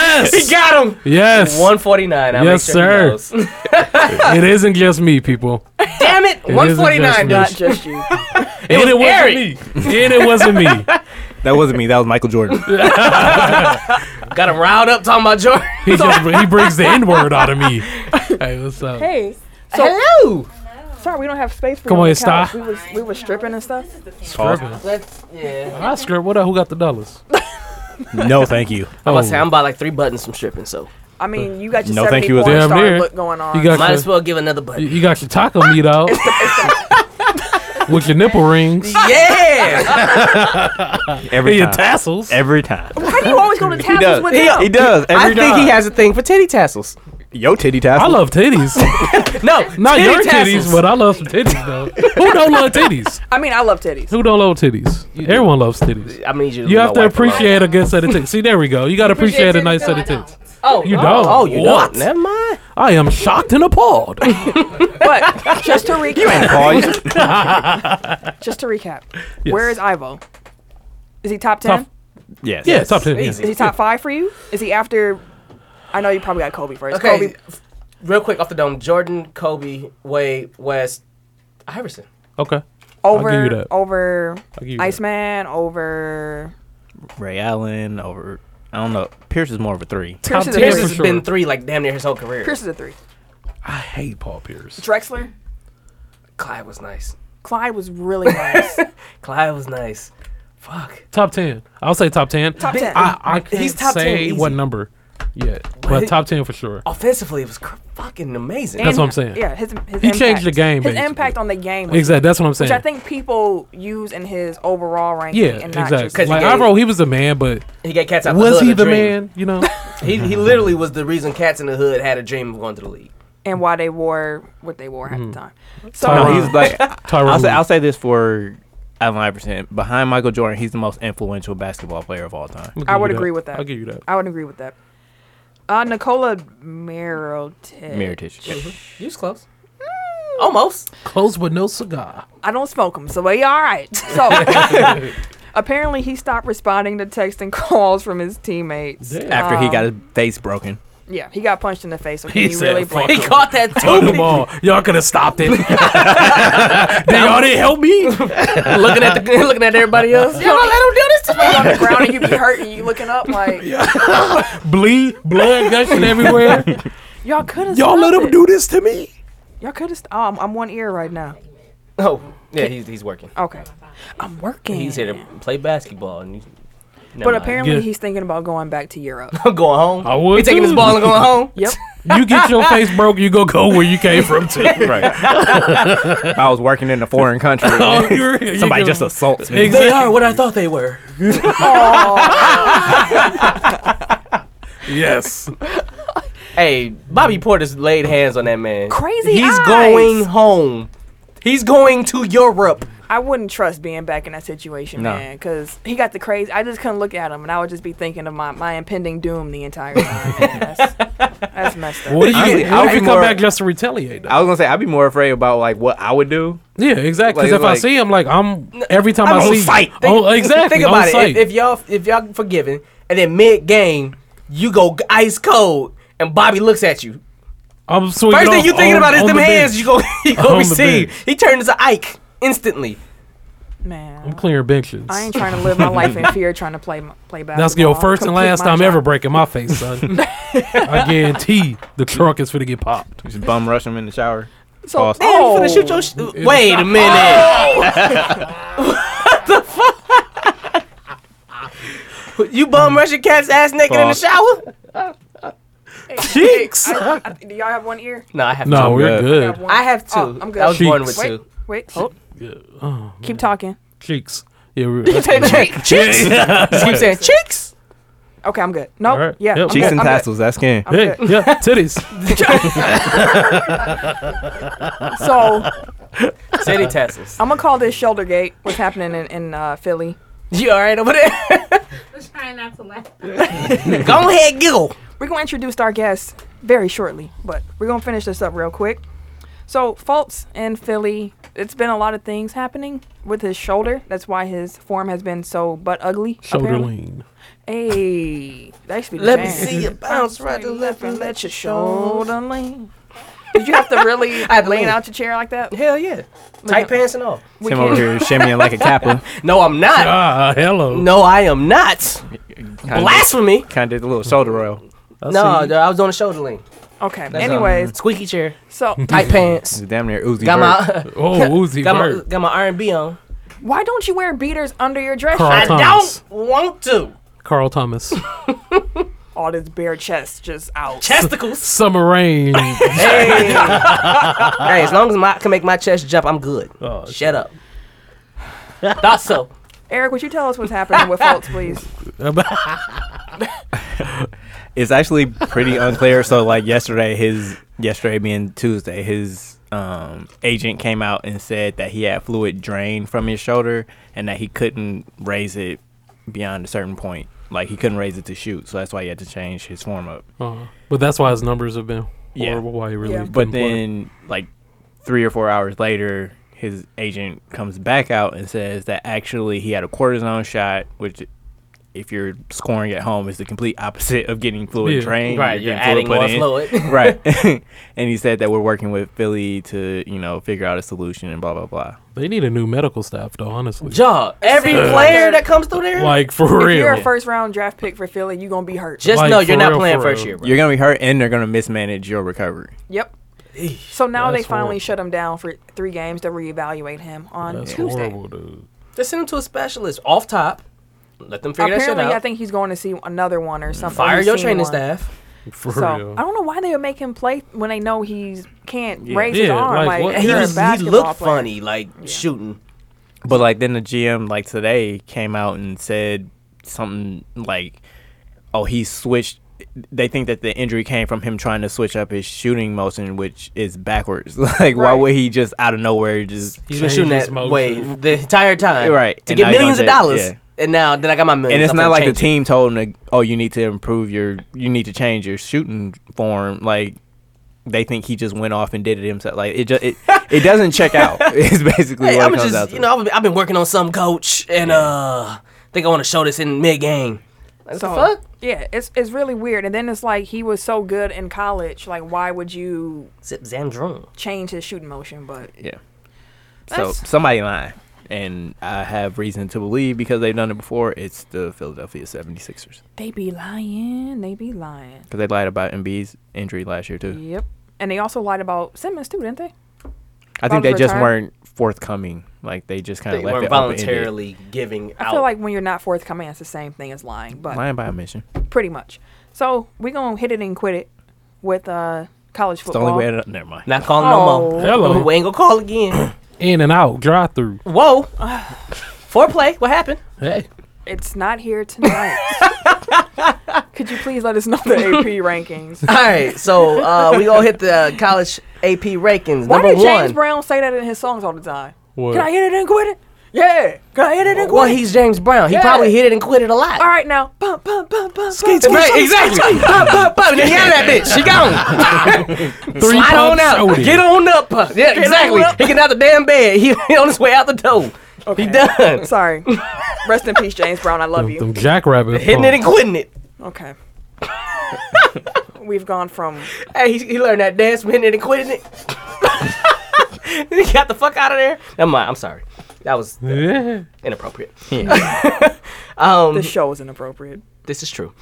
A: yes.
C: he got him.
A: Yes.
C: 149. I'll
A: Yes,
C: make sure he knows.
A: It isn't just me, people.
C: Damn it,
A: It
C: 149.
B: Not
A: isn't
C: Dutch.
B: just you.
A: and
C: was
A: it wasn't
C: Eric.
A: me. And it wasn't me.
D: That wasn't me. That was Michael Jordan.
C: Got him riled up talking about Jordan.
A: He just he brings the N word out of me. Hey, what's up?
B: Hey,
C: So, Hello.
B: sorry, we don't have space for
A: Come
B: you
A: on,
B: the couch.
A: stop.
B: We was we was stripping and stuff.
A: Scribbin.
C: Let's, yeah.
A: I script. What up? Who got the dollars?
D: no, thank you.
A: Oh.
C: I'm about to say, I'm about like three buttons from stripping, so
B: I mean, you got your
D: No, thank
B: seventy
D: you.
B: porn
A: Damn
B: star
A: near.
B: look going on.
A: You got
C: might
A: your,
C: as well give another
A: you-
C: button.
A: you got your taco meat out with your nipple rings
C: Yeah.
A: and
D: Every
A: your
D: time.
A: tassels.
D: Every time.
B: How do you always go to tassels
E: does.
B: with
C: He-
B: them?
D: He does. Every
C: I
D: time.
C: think he has a thing for titty tassels.
E: Yo, titty
A: I
E: tassel.
A: love titties.
C: No,
A: Not
C: titty
A: your
C: tassels.
A: titties, but I love some titties though. Who don't love titties?
B: I mean, I love titties.
A: Who don't love titties? Everyone loves titties.
C: I need you. To
A: You
C: leave
A: have to
C: my wife alone.
A: appreciate a good set of titties. See, there we go. You got to appreciate a
F: Appreciate
A: nice
F: it,
A: set
F: no,
A: of
F: I don't.
A: tits.
C: Oh,
A: You
C: oh,
A: don't.
C: Oh, you
A: What?
C: don't. Never mind.
A: I am shocked and appalled.
B: But just to recap,
E: Paul, you-
B: just to recap,
A: Yes.
B: where is Ivo? Is he top ten?
A: Top-
D: Yes.
A: Yeah, top ten. yeah.
C: Easy.
B: Is he top five for you? Is he after? I know you probably got Kobe first.
C: Okay.
B: Kobe,
C: Real quick off the dome: Jordan, Kobe, Wade, West, Iverson.
A: Okay.
B: over
A: give you that.
B: over
A: give you that.
B: Iceman over.
D: Ray Allen over. I don't know. Pierce is more of a three.
A: Top
B: Pierce is, a
A: ten
C: Pierce
A: for
B: three.
C: has
A: sure.
C: been three like damn near his whole career.
B: Pierce is a three.
A: I hate Paul Pierce.
B: Drexler,
C: Clyde was nice.
B: Clyde was really nice.
C: Clyde was nice. Fuck.
A: Top ten. I'll say top ten.
B: Top 10.
A: I, I can't
C: He's top 10,
A: say
C: easy.
A: what number yet, but
C: What?
A: top ten for sure.
C: Offensively, it was cr- fucking amazing.
A: That's what I'm saying.
B: Yeah, his, his
A: He changed
B: impact.
A: the game,
B: His
A: basically.
B: impact on the game. Was
A: Exactly. That's what I'm saying.
B: Which I think people use in his overall ranking.
A: yeah,
B: and not
A: exactly.
B: Just,
C: he
A: Like
C: gave-
A: Ivro, he was the man, but
C: he got cats out.
A: was
C: the hood
A: he
C: a
A: the
C: dream.
A: man? You know,
C: He, he literally was the reason cats in the hood had a dream of going to the league.
B: and why they wore what they wore half
A: Mm-hmm.
B: the time. So um,
A: Tyron.
D: No, he's like.
A: Tyrone.
D: I'll say, I'll say this for Allen Iverson. Behind Michael Jordan, he's the most influential basketball player of all time.
A: I'll
B: I
A: give
B: would
A: you
B: agree with that.
A: I'll give you that.
B: I would agree with that. Uh, Nicola Merotic.
D: Miritich.
C: He was close. Almost.
A: Close but no cigar.
B: I don't smoke them, so he all right. So apparently he stopped responding to text and calls from his teammates.
A: Damn.
D: After he got his face broken.
B: Yeah, he got punched in the face. So
A: He
B: can you
A: said,
B: really
A: "Fuck
B: blame?
C: He
B: him?
C: caught that
A: Fuck
C: too.
A: them all. Y'all could have stopped it. Did y'all didn't help me.
C: looking at the, looking at everybody else. Y'all let him do this to me.
B: on the ground and you be hurting, you looking up like
A: Bleed, blood gushing everywhere.
B: y'all could have.
A: Y'all let him do this to me.
B: Y'all could have. St- oh, I'm, I'm one ear right now.
C: Oh, yeah, he's, he's working.
B: Okay, I'm working.
C: He's here to play basketball. And he's,
B: But apparently
A: Yeah.
B: he's thinking about going back to Europe.
C: I'm going home.
A: I would.
C: He's taking his
A: too.
C: ball and going home.
B: yep.
A: You get your face broke, you go go where you came from too.
D: Right. I was working in a foreign country.
A: Oh, you're- you
D: Somebody
A: go-
D: just assaults me.
A: Exactly.
C: are what I thought they were.
A: Yes.
C: Hey, Bobby Porter's laid hands on that man.
B: Crazy.
C: He's
B: eyes.
C: going home. He's going to Europe.
B: I wouldn't trust being back in that situation,
D: No.
B: man, because he got the crazy. I just couldn't look at him, and I would just be thinking of my, my impending doom the entire time. man. that's, that's messed up.
A: What do you,
E: Honestly,
A: what
E: I would
A: if you
E: be
A: come
E: more-
A: back just to retaliate? Though?
E: I was gonna say I'd be more afraid about like what I would do.
A: Yeah, exactly. Because
E: Like,
A: if I
E: like-
A: see him, like I'm every time
C: I'm
A: I
C: on
A: see
C: site.
A: Oh, exactly.
C: Think
A: on
C: about it.
A: site.
C: If, if y'all if y'all forgiven, and then mid game you go g- ice cold, and Bobby looks at you.
A: I'm swinging
C: First thing
A: off
C: you thinking
A: on-
C: about is
A: on
C: them
A: the
C: hands.
A: bench.
C: You go you
A: On the
C: go receive.
A: bench.
C: He turns to Ike instantly.
B: man.
A: I'm clearing benches.
B: I ain't trying to live my life in fear, trying to play play basketball.
A: That's your first and
B: Complete
A: last
B: my
A: time
B: job.
A: ever breaking my face, son. I guarantee the trunk is for to get popped.
D: Just bum rush him in the shower.
B: So,
D: Pause.
C: Damn, you
B: oh.
C: finna shoot your sh- Wait a minute. Oh! what the fuck? You bum rush your cat's ass naked in the
D: Fuck.
C: shower?
A: Cheeks.
B: I, I, do y'all have one ear?
C: No, I have
A: No,
D: I'm
A: we're
B: I
A: good.
B: have one.
C: I have two.
B: Oh, I'm good.
C: I was born with
A: Cheeks.
B: Wait,
C: two.
B: wait. sh-
A: Yeah. Oh,
B: Keep talking.
A: cheeks. Yeah, we're,
C: Cheeks. Just keep saying cheeks.
B: Okay, I'm good. Nope.
A: All right.
B: Yeah.
A: Yep.
B: I'm
E: Cheeks
B: good,
E: and
B: I'm good.
E: tassels. That's skin.
B: I'm
A: Yeah,
B: good.
A: yeah, titties.
B: So
C: City tassels.
B: I'm gonna call this shoulder gate. What's happening in, in uh, Philly?
C: You all right over there?
F: Just trying not to laugh.
C: Go ahead, giggle.
B: We're gonna introduce our guests very shortly, but we're gonna finish this up real quick. So Fultz in Philly, it's been a lot of things happening with his shoulder. That's why his form has been so butt ugly.
A: Shoulder
B: apparently.
A: lean.
B: Hey, that should be the
C: Let me
B: jam.
C: see you bounce right to left and let your shoulder.
B: shoulder lean. Did you have to really
C: I had to
B: lean
C: lean.
B: out your chair like that?
C: Hell yeah. Tight pants and all.
B: We
E: Tim over
B: can't-
E: here shimmying like a kappa.
C: No, I'm not.
A: Ah, hello.
C: No, I am not. Blasphemy.
E: Kind of did a little shoulder roll.
A: I
C: No,
A: see.
C: dude, I was on the shoulder lean.
B: Okay.
C: That's all.
B: Anyways,
C: Squeaky chair.
B: so
C: Tight pants.
E: Damn near Uzi.
C: Got
E: Vert.
C: my
A: Oh, Uzi
C: got my
A: Vert.
C: got my R&B on.
B: why don't you wear beaters under your dress?
A: Carl
C: I
B: shirt?
A: Thomas.
C: don't want to.
A: Carl Thomas.
B: All this bare chest just out.
C: Testicles.
A: Summer rain.
C: hey. hey, as long as my can make my chest jump, I'm good.
A: Oh,
C: Shut up. Thought so.
B: Eric, would you tell us what's happening with Fultz, please?
E: It's actually pretty unclear. So like yesterday, his yesterday being Tuesday, his um, agent came out and said that he had fluid drained from his shoulder and that he couldn't raise it beyond a certain point. Like he couldn't raise it to shoot, so that's why he had to change his form up.
A: Uh, but that's why his numbers have been
E: Yeah.
A: horrible. Why he really.
B: Yeah.
E: But
A: couldn't play.
E: then, like three or four hours later, his agent comes back out and says that actually he had a cortisone shot, which, if you're scoring at home, is the complete opposite of getting fluid
A: Yeah.
E: drained.
C: Right, you're
E: getting fluid
C: adding
E: put
C: more
E: in.
C: fluid.
E: right. and he said that we're working with Philly to, you know, figure out a solution and blah blah blah.
A: they need a new medical staff, though. Honestly,
C: Jaw. Every player that comes through there,
A: like for
B: If you're a
A: real.
B: first round draft pick for Philly, you're gonna be hurt.
C: just
A: Like,
C: know you're
A: for
C: not
A: real,
C: playing
A: for
C: first
A: real.
C: year, bro.
E: You're gonna be hurt, and they're gonna mismanage your recovery.
B: yep. So now they
A: That's
B: finally
A: horrible.
B: shut him down for three games to reevaluate him on
A: That's
B: Tuesday.
A: horrible, dude.
C: Just send him to a specialist off top. Let them figure
B: Apparently,
C: that shit
B: I
C: out.
B: think he's going to see another one or something.
C: Fire
B: He's
C: your
B: seen
C: training
B: one.
C: staff.
A: For
B: So
A: real.
B: I don't know why they would make him play when they know he can't raise his
A: Yeah, like,
B: arm. Like,
A: what-
C: He,
B: you're a
C: was, he
B: basketball
C: looked
B: player.
C: funny, like shooting.
E: But like then the GM like today came out and said something like, "Oh, he switched." They think that the injury came from him trying to switch up his shooting motion, which is backwards. like, why
B: Right.
E: would he just out of nowhere just?
C: He's been
A: Change
C: shooting
A: his
C: that
A: motion.
C: way the entire time,
E: Right,
C: To
E: and
C: get
E: now you
C: millions of
E: gonna say-
C: dollars,
E: yeah.
C: and now then I got my millions.
E: And it's
C: I'm
E: not
C: gonna
E: like the
C: change it.
E: team told him, to, "Oh, you need to improve your, you need to change your shooting form." Like, they think he just went off and did it himself. Like, it just it, it doesn't check out. It's basically
C: Hey,
E: what
C: I'm
E: it comes out
C: just,
E: to.
C: you know, I've been, I've been working on some coach, and uh, think I want to show this in mid game. Like,
B: So,
C: what the fuck?
B: Yeah, it's it's really weird. And then it's like he was so good in college. Like, why would you
C: Zip zam drum.
B: change his shooting motion? But
E: Yeah. So
B: That's-
E: somebody lying. And I have reason to believe because they've done it before. It's the Philadelphia 76ers.
B: they be lying. They be lying.
E: Because they lied about Embiid's injury last year, too.
B: Yep. And they also lied about Simmons too, didn't they?
E: I think
B: About
E: they
B: to
E: just
B: retire?
E: weren't forthcoming. Like, they just kind
C: They
E: of left
C: were
E: it voluntarily.
C: voluntarily giving
B: I
C: out.
B: feel like when you're not forthcoming, it's the same thing as lying, but
E: Lying by omission.
B: pretty much. So we're gonna hit it and quit it with uh college
E: It's the
B: football.
E: only way to. Never mind.
C: not calling no
B: Oh.
C: more.
A: Hello.
C: We ain't gonna call again.
A: In and out, drive through.
C: Whoa. Foreplay. What happened?
A: Hey,
B: it's not here tonight. Could you please let us know the AP rankings?
C: All right, so uh, we gonna hit the uh, college AP rankings.
B: Why
C: Number
B: did James
C: one.
B: Brown say that in his songs all the time?
A: What?
B: Can I hit it and quit it? Yeah. Can I hit it and quit
C: well,
B: it?
C: he's James Brown. He
B: Yeah.
C: probably hit it and quit it a lot.
B: all right now. Bum, bum, bum, bum, bum.
C: Uh, Right, exactly. pop, pop, pop. Then he had that bitch. She
A: Three
C: gone. Slide on
A: pumps
C: out.
A: soda.
C: Get on up. uh, Yeah, exactly.
B: up.
C: He get out the damn bed. He, he on his way out the door. He done.
B: Sorry. Rest in peace, James Brown. I love
A: them,
B: you.
A: them jackrabbit.
C: Hitting it and
A: pumps.
C: quitting it.
B: Okay. We've gone from
C: Hey, he, he learned that dance from hitting it and quitting it. he got the fuck out of there. Never mind. I'm sorry. That was
A: Yeah.
C: inappropriate. Um,
B: the show is inappropriate.
C: This is true.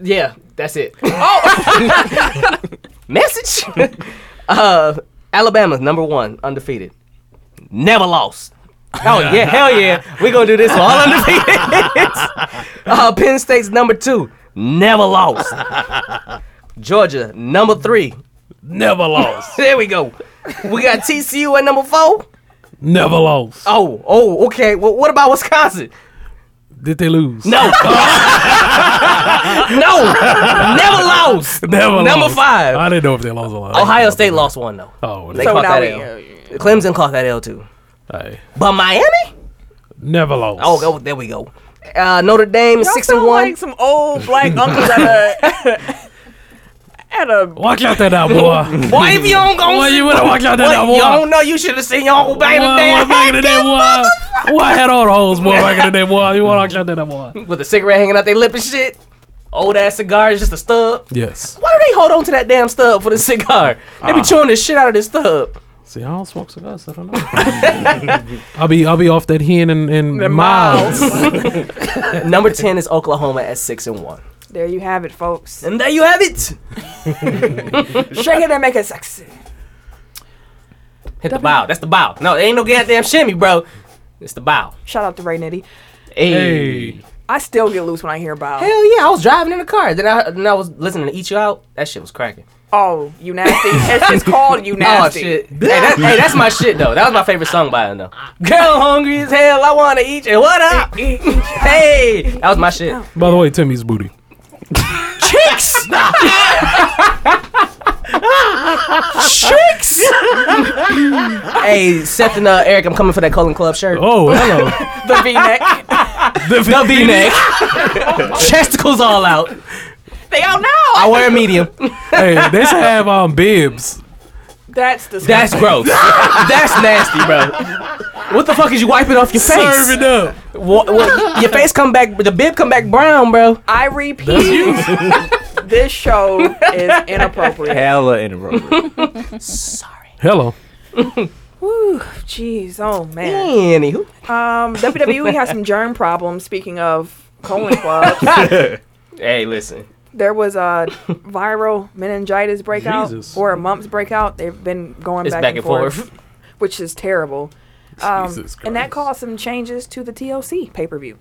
C: Yeah, that's it. Oh, message. uh, Alabama's number one, undefeated, never lost. Oh yeah, hell yeah, we gonna do this for all undefeated. uh, Penn State's number two, never lost. Georgia number three,
A: Never lost.
C: there we go. We got TCU at number four.
A: Never lost.
C: Oh, oh, okay. Well, what about Wisconsin?
A: Did they lose?
C: No. no, never lost.
A: Never
C: Number
A: lost.
C: five.
A: I didn't know if they lost or lost.
C: Ohio State lost one though.
A: Oh,
C: They
A: they-
C: caught
B: now
C: that
B: we-
C: L. Clemson caught that L too.
A: hey.
C: But Miami?
A: never lost.
C: Oh, oh there we go. Uh, Notre Dame is
B: Y'all
C: six and
B: sound
C: one.
B: Like some old black uncles at a at a
A: watch out that out, boy.
C: Boy, if you don't go,
A: Boy, you would have watched out that
C: Boy,
A: out,
C: you
A: boy.
C: don't know. You should have seen your uncle back in
A: Boy, boy,
C: the
A: back in the day, boy. Boy, I had all the holes, boy, back in the day, boy. You want to watch out that out, boy.
C: day with a cigarette hanging out their lip and shit. Old ass cigar is just a stub.
A: Yes.
C: Why do they hold on to that damn stub for the cigar? They be
A: Ah.
C: chewing the shit out of this stub.
A: See, I don't smoke cigars. I don't know. I'll be I'll be off that hen and,
B: the
A: and miles.
B: miles.
C: Number ten is Oklahoma at six and one.
B: there you have it, folks.
C: And there you have it.
B: Shake it and make it sexy.
C: Hit the bow. That's the bow. No, there ain't no goddamn shimmy, bro. It's the bow.
B: Shout out to Ray Nitty.
A: Hey,
B: I still get loose when I hear about
C: Hell yeah, I was driving in the car. Then I, then I was listening to Eat You Out. That shit was cracking.
B: oh you nasty. it's just called you nasty.
C: Oh shit! hey, that- hey, that's my shit though. That was my favorite song by him though. Girl, hungry as hell. I wanna eat you. What up? hey, that was my shit.
A: by the way, Timmy's booty.
C: Chicks. Chicks. hey, Seth and uh, Eric, I'm coming for that Colin Club shirt.
A: Oh, hello.
B: The V neck.
C: The V-neck, chesticles all out.
B: they all know.
C: I wear a medium.
A: hey, they should have um bibs.
B: That's the
C: That's gross. That's nasty, bro. What the fuck is you wiping off your face?
A: Serve it up.
C: Wha- wha- your face come back, the bib come back brown, bro.
B: I repeat. this show is inappropriate.
E: Hella inappropriate.
A: Hello.
B: Woo, jeez, oh man.
C: Anywho,
B: Um, WWE has some germ problems. Speaking of colon clubs,
C: hey, listen.
B: there was a viral meningitis breakout
A: Jesus.
B: or a mumps breakout. They've been going
C: It's
B: back, and, forth, which is terrible. Um,
A: Jesus
B: and
A: Christ.
B: that caused some changes to the TLC pay per view.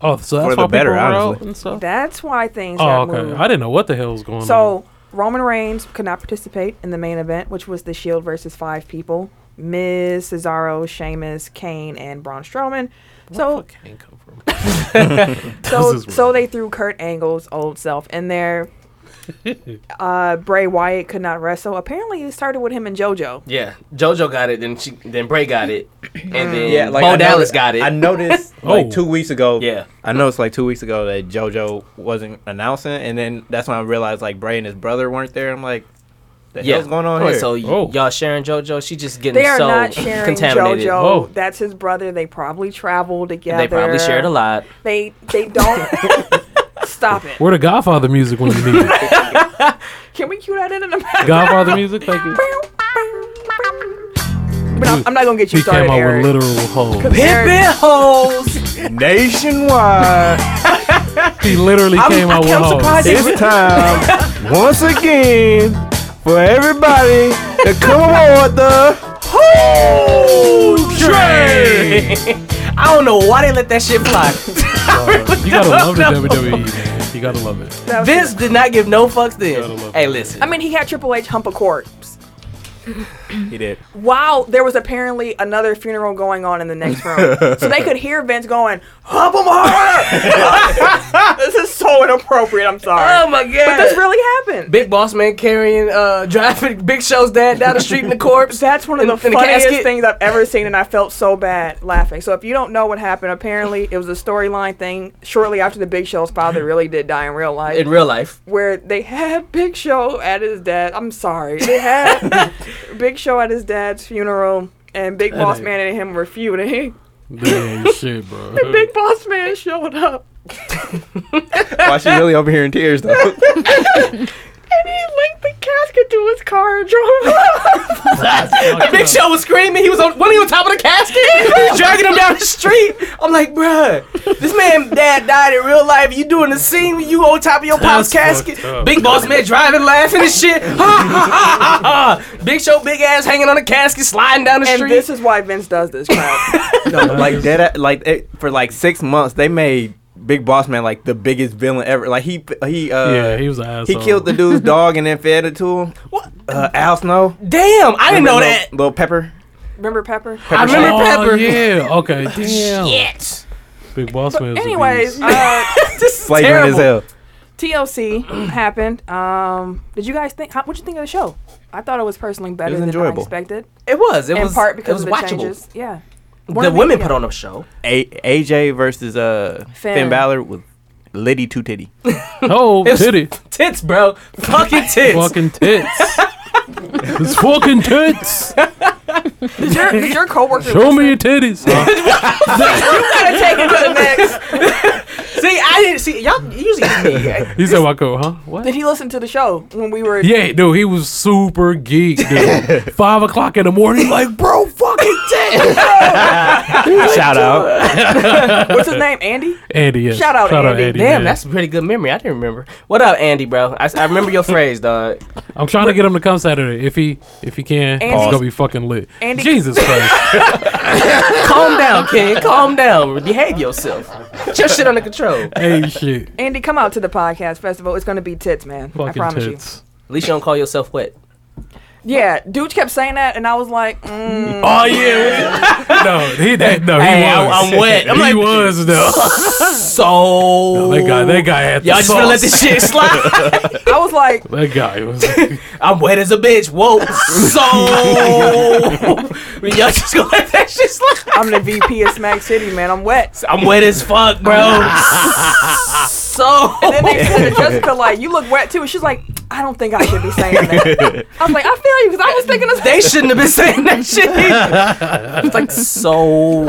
A: Oh, so that's
E: For the
A: why people
E: better,
A: were out
E: honestly.
A: and
B: Oh.
A: stuff.
B: That's why things
A: Oh,
B: got
A: okay.
B: moved.
A: I didn't know what the hell was going on.
B: So Roman Reigns could not participate in the main event, which was the Shield versus five people: Miz, Cesaro, Sheamus, Kane, and Braun Strowman. so,
A: Can't come from.
B: so,
A: is weird.
B: so they threw Kurt Angle's old self in there. uh, Bray Wyatt could not wrestle. Apparently, it started with him and JoJo.
C: Yeah, JoJo got it, then she, then Bray got it, and then
E: yeah, like
C: Bo
E: I
C: Dallas
E: noticed-
C: got it.
E: I noticed
A: Oh.
E: like two weeks ago.
C: Yeah.
E: I noticed like two weeks ago that JoJo wasn't announcing, and then that's when I realized like Bray and his brother weren't there. I'm like, the
C: yeah,
E: hell's going on
C: Oh,
E: here?
C: So y-
A: Oh.
C: y'all sharing JoJo? She just getting
B: They are
C: so
B: not sharing
C: contaminated.
B: JoJo.
A: Oh.
B: That's his brother. They probably traveled together.
C: They probably shared a lot.
B: They they don't stop it.
A: Where the Godfather music when you need it?
B: Can we cue that in in the background?
A: Godfather music, thank you.
B: But I'm, I'm not gonna get you
A: He
B: started,
A: came out with
B: Eric.
A: literal holes.
B: Eric,
C: holes.
E: Nationwide,
A: He literally came out with
C: I'm
A: holes.
C: surprised he-
E: it's time once again for everybody to come aboard the
C: Hole train. I don't know why they let that shit fly.
A: You gotta love the WWE, man. You gotta love it.
B: that was-
C: Vince did not give no fucks
A: Gotta
C: then.
A: love
C: Hey,
A: it.
C: listen.
B: I mean, he had Triple H hump a corpse.
E: he did.
B: Wow, there was apparently another funeral going on in the next room, so they could hear Vince going, "Hump him harder." this is so inappropriate. I'm sorry,
C: oh my god.
B: but this really happened.
C: Big Boss Man carrying, uh, driving Big Show's dad down the street in the corpse.
B: That's one of
C: in-
B: the
C: in the
B: funniest
C: casket.
B: things I've ever seen, and I felt so bad laughing. So if you don't know what happened, apparently it was a storyline thing shortly after the Big Show's father really did die in real life.
C: in real life.
B: where they had Big Show at his dad. I'm sorry, they had Big Show at his dad's funeral, and Big Boss
A: ain't-
B: Man and him were feuding.
A: Damn shit, bro.
B: Big Boss Man showed up,
E: Why she really over here in tears though?
B: and he linked the casket to his car and drove off.
C: And Big Show was screaming. He was on, wasn't he on top of the casket? He was dragging him down the street. I'm like, bruh, this man dad died in real life. You doing the scene? where You on top of your pop's
A: That's
C: casket?
A: fucked up.
C: Big boss man driving, laughing and shit. Ha, ha, ha, ha, ha. Big Show, big ass hanging on the casket, sliding down the
B: and
C: street.
B: this is why Vince does this crap.
E: No, like that. Like it, for like six months, they made Big Boss Man like the biggest villain ever. Like he he uh
A: Yeah, he was an asshole.
E: he killed the dude's dog and then fed it to him.
C: What?
E: Uh, Al Snow.
C: Damn, I didn't know
E: Remember
C: that.
E: Lil- Lil Pepper.
B: Remember Pepper?
C: I remember
A: oh,
C: Pepper.
A: Yeah, okay. Damn.
C: Shit.
A: Big Boss Man.
B: But
A: is a
B: anyways,
A: beast.
B: uh,
C: this is
E: Flagrant as
C: terrible.
E: hell.
B: TLC happened. Um, did you guys think? How, what'd you think of the show? I thought it was personally better
E: was
B: than
E: enjoyable.
B: I expected.
C: It was. It
B: in
C: was
B: part because
C: it was
B: of the
C: watchable.
B: changes. Yeah. One
C: The
B: of
C: women
B: yeah.
C: put on a show.
E: A- AJ versus uh Finn,
B: Finn.
E: Balor with Liddy Two Titty.
A: oh,
C: It was-
A: titty.
C: Tits, bro. Fucking tits.
A: Fucking tits. it's fucking tits.
B: Did your, did your coworker
A: Show me
B: listen?
A: your titties.
B: gotta take it to the next.
C: See, I didn't see y'all usually. uh, I-
A: he said, "Why go, huh? What?
B: Did he listen to the show when we were?
A: Yeah, dude, he was super geek, dude. Five o'clock in the morning, like, bro, fucking tits.
E: Shout out.
B: What's his name? Andy.
A: Andy, yes.
B: Shout out, Andy.
C: Damn,
A: man.
C: that's a pretty good memory. I didn't remember. What up, Andy, bro? I, I remember your phrase, dog.
A: I'm trying to get him to come Saturday. If he if he can,
B: Andy-
A: it's gonna be fucking lit.
B: Andy-
A: Jesus Christ.
C: Calm down, kid. Calm down. Behave yourself. Get your shit under control. At
A: hey shit.
B: Andy, come out to the podcast festival. It's gonna be tits, man. I
A: Fucking
B: promise
A: tits.
C: least you don't call yourself wet.
B: you. Yeah, dude kept saying that, and I was like, mm,
A: Oh yeah. we- no, he that no, he
C: Hey, I-
A: was.
C: I'm wet. I'm
A: he
C: like-
A: was though.
C: So
A: that guy that guy had the
C: y'all just
A: sauce.
C: gonna let this shit slide.
B: I was like,
A: that guy was
C: I'm wet as a bitch. Whoa. So y'all just gonna let that shit slide.
B: I'm the VP of Smack City, man. I'm wet.
C: I'm wet as fuck, bro. so
B: Then they said to Jessica, like, you look wet too. And she's like, I don't think I should be saying that. I was like, I feel you because I was thinking of
C: they shouldn't have been saying that shit. either. It's like so.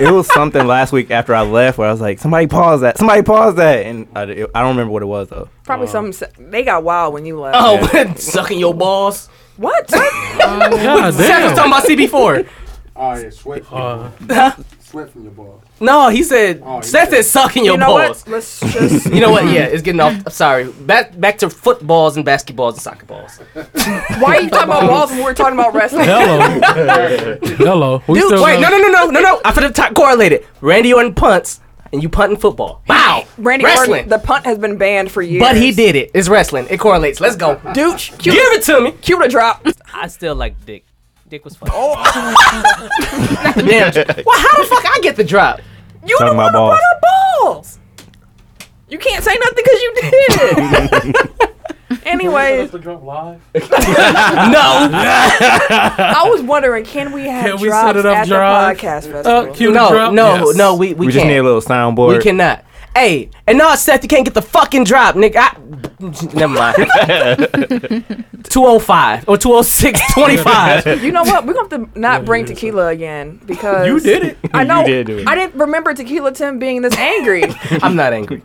E: It was something last week after I left where I was like, somebody pause that. Somebody pause that. And I, it- I don't remember what it was though.
B: probably something. se- They got wild when you left.
C: Oh, sucking your balls.
B: What?
A: God
C: That's what I was talking
A: damn.
C: about CB4.
G: Oh yeah, sweat. From
A: Uh,
G: sweat from your ball.
C: No, he said.
G: Oh, he
C: Seth
G: said-
C: is sucking your
B: you know
C: balls.
B: what? Let's just.
C: You know what? Yeah, it's getting off. I'm sorry. Back back to footballs and basketballs and soccer balls.
B: Why are you talking about balls when we were talking about wrestling?
A: hello. hello. We
C: Dude,
A: still
C: wait, no,
A: got-
C: no, no, no, no, no. I finna top correlate it. Randy Orton punts and you punt in football. Wow.
B: Randy
C: wrestling.
B: Orton, the punt has been banned for years.
C: but he did it. It's wrestling. It correlates. Let's go.
B: Dude,
C: Give
B: cue,
C: it to me.
B: cue the drop.
C: I still like Dick. Dick was fun. Oh. Not the damn. Well, how the fuck I get the drop?
B: You
E: Talking
B: don't
E: about
B: want to
E: balls.
B: brought up balls. You can't say nothing because you did. Anyways,
A: Uh,
C: No.
B: I was wondering, can we have
A: Can we
B: drops
A: set it up
B: at
A: drive?
B: the podcast festival?
A: Uh, cue the
C: No,
A: drop?
C: no,
A: Yes.
C: no. We, we,
E: We
C: can't.
E: just need a little soundboard.
C: We cannot. Hey, and no, Seth, you can't get the fucking drop, nigga. I, never mind. 205 or 206 25.
B: You know what? We're gonna have to not bring tequila again because
A: You did it.
B: I know.
E: did do it.
B: I didn't remember tequila Tim being this angry.
C: I'm not angry.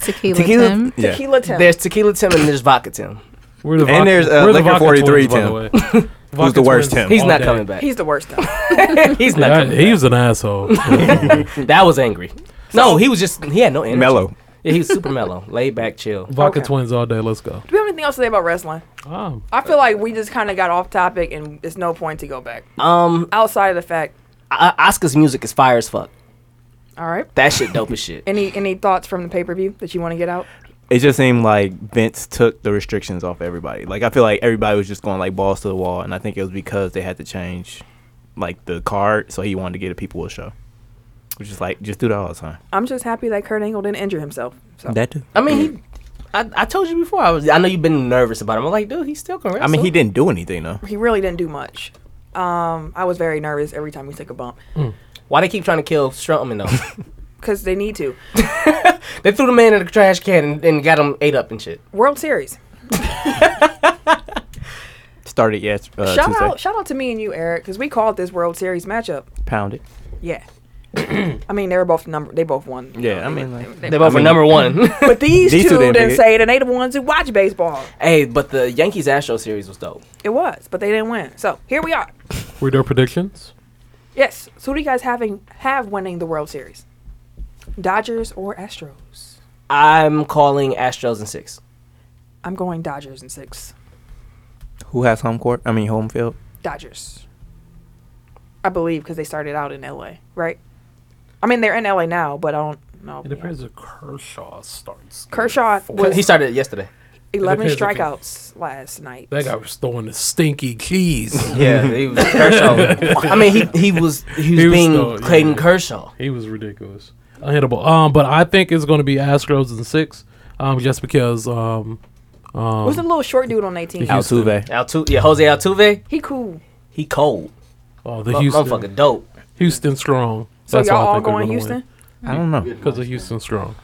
H: Tequila,
E: Tequila-
H: Tim.
E: Yeah.
B: Tequila Tim.
C: There's Tequila Tim and there's Vodka Tim.
A: We're the
E: And there's, uh,
A: we're the
E: Liquor
A: Vodka
E: 43
A: twins, by the
E: Tim.
A: way.
E: Who's
A: Vodka
E: the worst
A: twins
E: Tim?
C: He's
A: all
C: not
A: day.
C: coming back.
B: He's the worst. Tim.
C: He's not
A: Yeah, I-
C: coming
A: he was an asshole.
C: back. That was angry. No, he was just, he had no energy.
E: Mellow.
C: Yeah, he was super mellow, laid back, chill.
A: Vodka
B: Okay.
A: twins all day. Let's go.
B: Do we have anything else to say about wrestling?
A: Oh,
B: I feel like we just kind of got off topic and it's no point to go back.
C: Um,
B: Outside of the fact,
C: O- Oscar's music is fire as fuck.
B: all right.
C: That shit dope as shit.
B: Any any thoughts from the pay per view that you want to get out?
E: It just seemed like Vince took the restrictions off everybody. Like I feel like everybody was just going like balls to the wall, and I think it was because they had to change like the card, so he wanted to get the people a show. Which is like just do that all the time.
B: I'm just happy that Kurt Angle didn't injure himself. So
E: That too.
C: I mean, he, I, I told you before, I was, I know you've been nervous about him. I'm like, dude, he still can wrestle.
E: I mean, he didn't do anything though.
B: he really didn't do much. Um, I was very nervous every time we took a bump
C: Why they keep trying to kill Strowman though?
B: because they need to.
C: They threw the man in the trash can and, and got him ate up and shit.
B: World Series.
E: Started yes. Uh,
B: shout
E: Tuesday.
B: out shout out to me and you, Eric, because we called this World Series matchup.
E: Pound it.
B: Yeah. I mean, they were both number. They both won.
E: Yeah, I mean, like,
C: They both were number one.
B: But these,
E: These two
B: two,
E: didn't
B: didn't
E: pick it.
B: say it, and they the ones who watch baseball.
C: hey, but the Yankees Astro series was dope.
B: It was, but they didn't win. So here we are.
A: were there predictions?
B: Yes. So who do you guys having have winning the World Series? Dodgers or Astros?
C: I'm calling Astros in six.
B: I'm going Dodgers in six.
E: who has home court? I mean, home field.
B: Dodgers. I believe because they started out in L.A. Right? I mean, they're in L.A. now, but I don't know.
A: It depends if Kershaw starts.
B: Kershaw was
C: He started yesterday.
B: eleven
A: depends if he-
B: strikeouts last night.
A: That guy was throwing the stinky keys.
C: Yeah, he was Kershaw. I mean, he he was he was,
A: He was
C: being
A: still- yeah.
C: Clayton Kershaw.
A: he was ridiculous, unhittable. Um, but I think it's going to be Astros in six, um, just because um, um,
B: Who's the little short dude on eighteen?
A: Houston.
D: Altuve.
C: Altu- yeah, Jose Altuve,
B: He cool.
C: he cold.
A: oh, the
C: Mu-
A: Houston,
C: Motherfucker, dope.
A: Houston strong.
B: So
A: That's why
B: y'all
A: I
B: all
A: think we're
B: going
A: gonna
B: Houston.
A: win.
D: I don't know.
A: because of Houston strong.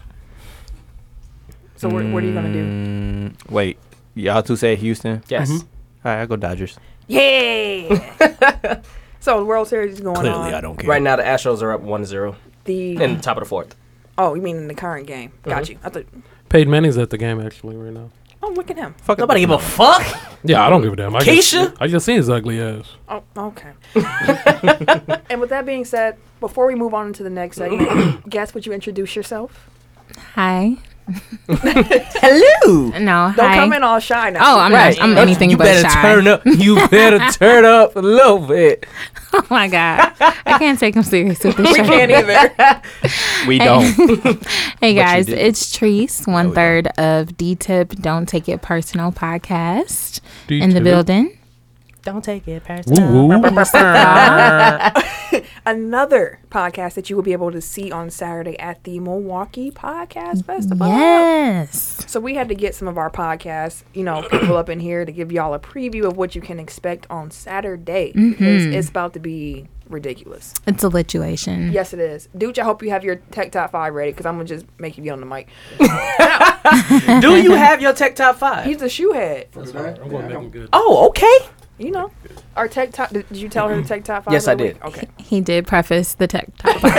B: So what, what are you gonna do?
E: Mm, wait, y'all two say Houston.
C: Yes,
E: All right, I go Dodgers.
B: Yeah. so the World Series is going on.
D: don't
C: right now the Astros are up 1-0
B: The
C: in the top of the fourth.
B: oh, you mean in the current game? Got you. I thought.
A: Peyton Manning's at the game actually right now.
B: Oh, look at him.
C: Nobody give a fuck.
A: Yeah, I don't give a damn. I just-
C: Keisha?
A: I just seen his ugly ass.
B: Oh, okay. and with that being said, before we move on to the next segment, guess would you introduce yourself?
H: Hi.
C: Hello.
H: No.
B: Don't
H: hi.
B: come in all shy now.
H: Oh, I'm
C: Right.
H: not. I'm anything
C: you
H: but
C: better
H: shy.
C: turn up. You better turn up a little bit.
H: Oh my god. I can't take him serious with this
B: we
H: show.
B: can't either.
E: We don't.
H: Hey
E: But you
H: guys,
E: did.
H: it's Treese, one third of D Tip Don't Take It Personal podcast in the
A: D-Tip.
H: building.
C: Don't take it personal.
A: Woo woo.
B: Another podcast that you will be able to see on Saturday at the Milwaukee Podcast Festival.
H: Yes.
B: So we had to get some of our podcasts, you know, people up in here to give y'all a preview of what you can expect on Saturday because
H: Mm-hmm.
B: it's about to be ridiculous.
H: It's a lituation.
B: Yes, it is. Dude, I hope you have your tech top five ready because I'm gonna just make you be on the mic.
C: Do you have your tech top five?
B: He's the shoehead,
A: I'm going to make him good.
C: Oh, okay.
B: you know. Our tech top. Did you tell her the tech top five?
C: Yes,
B: of
C: I
B: the
C: did.
B: week? Okay.
H: He did preface the tech talk. you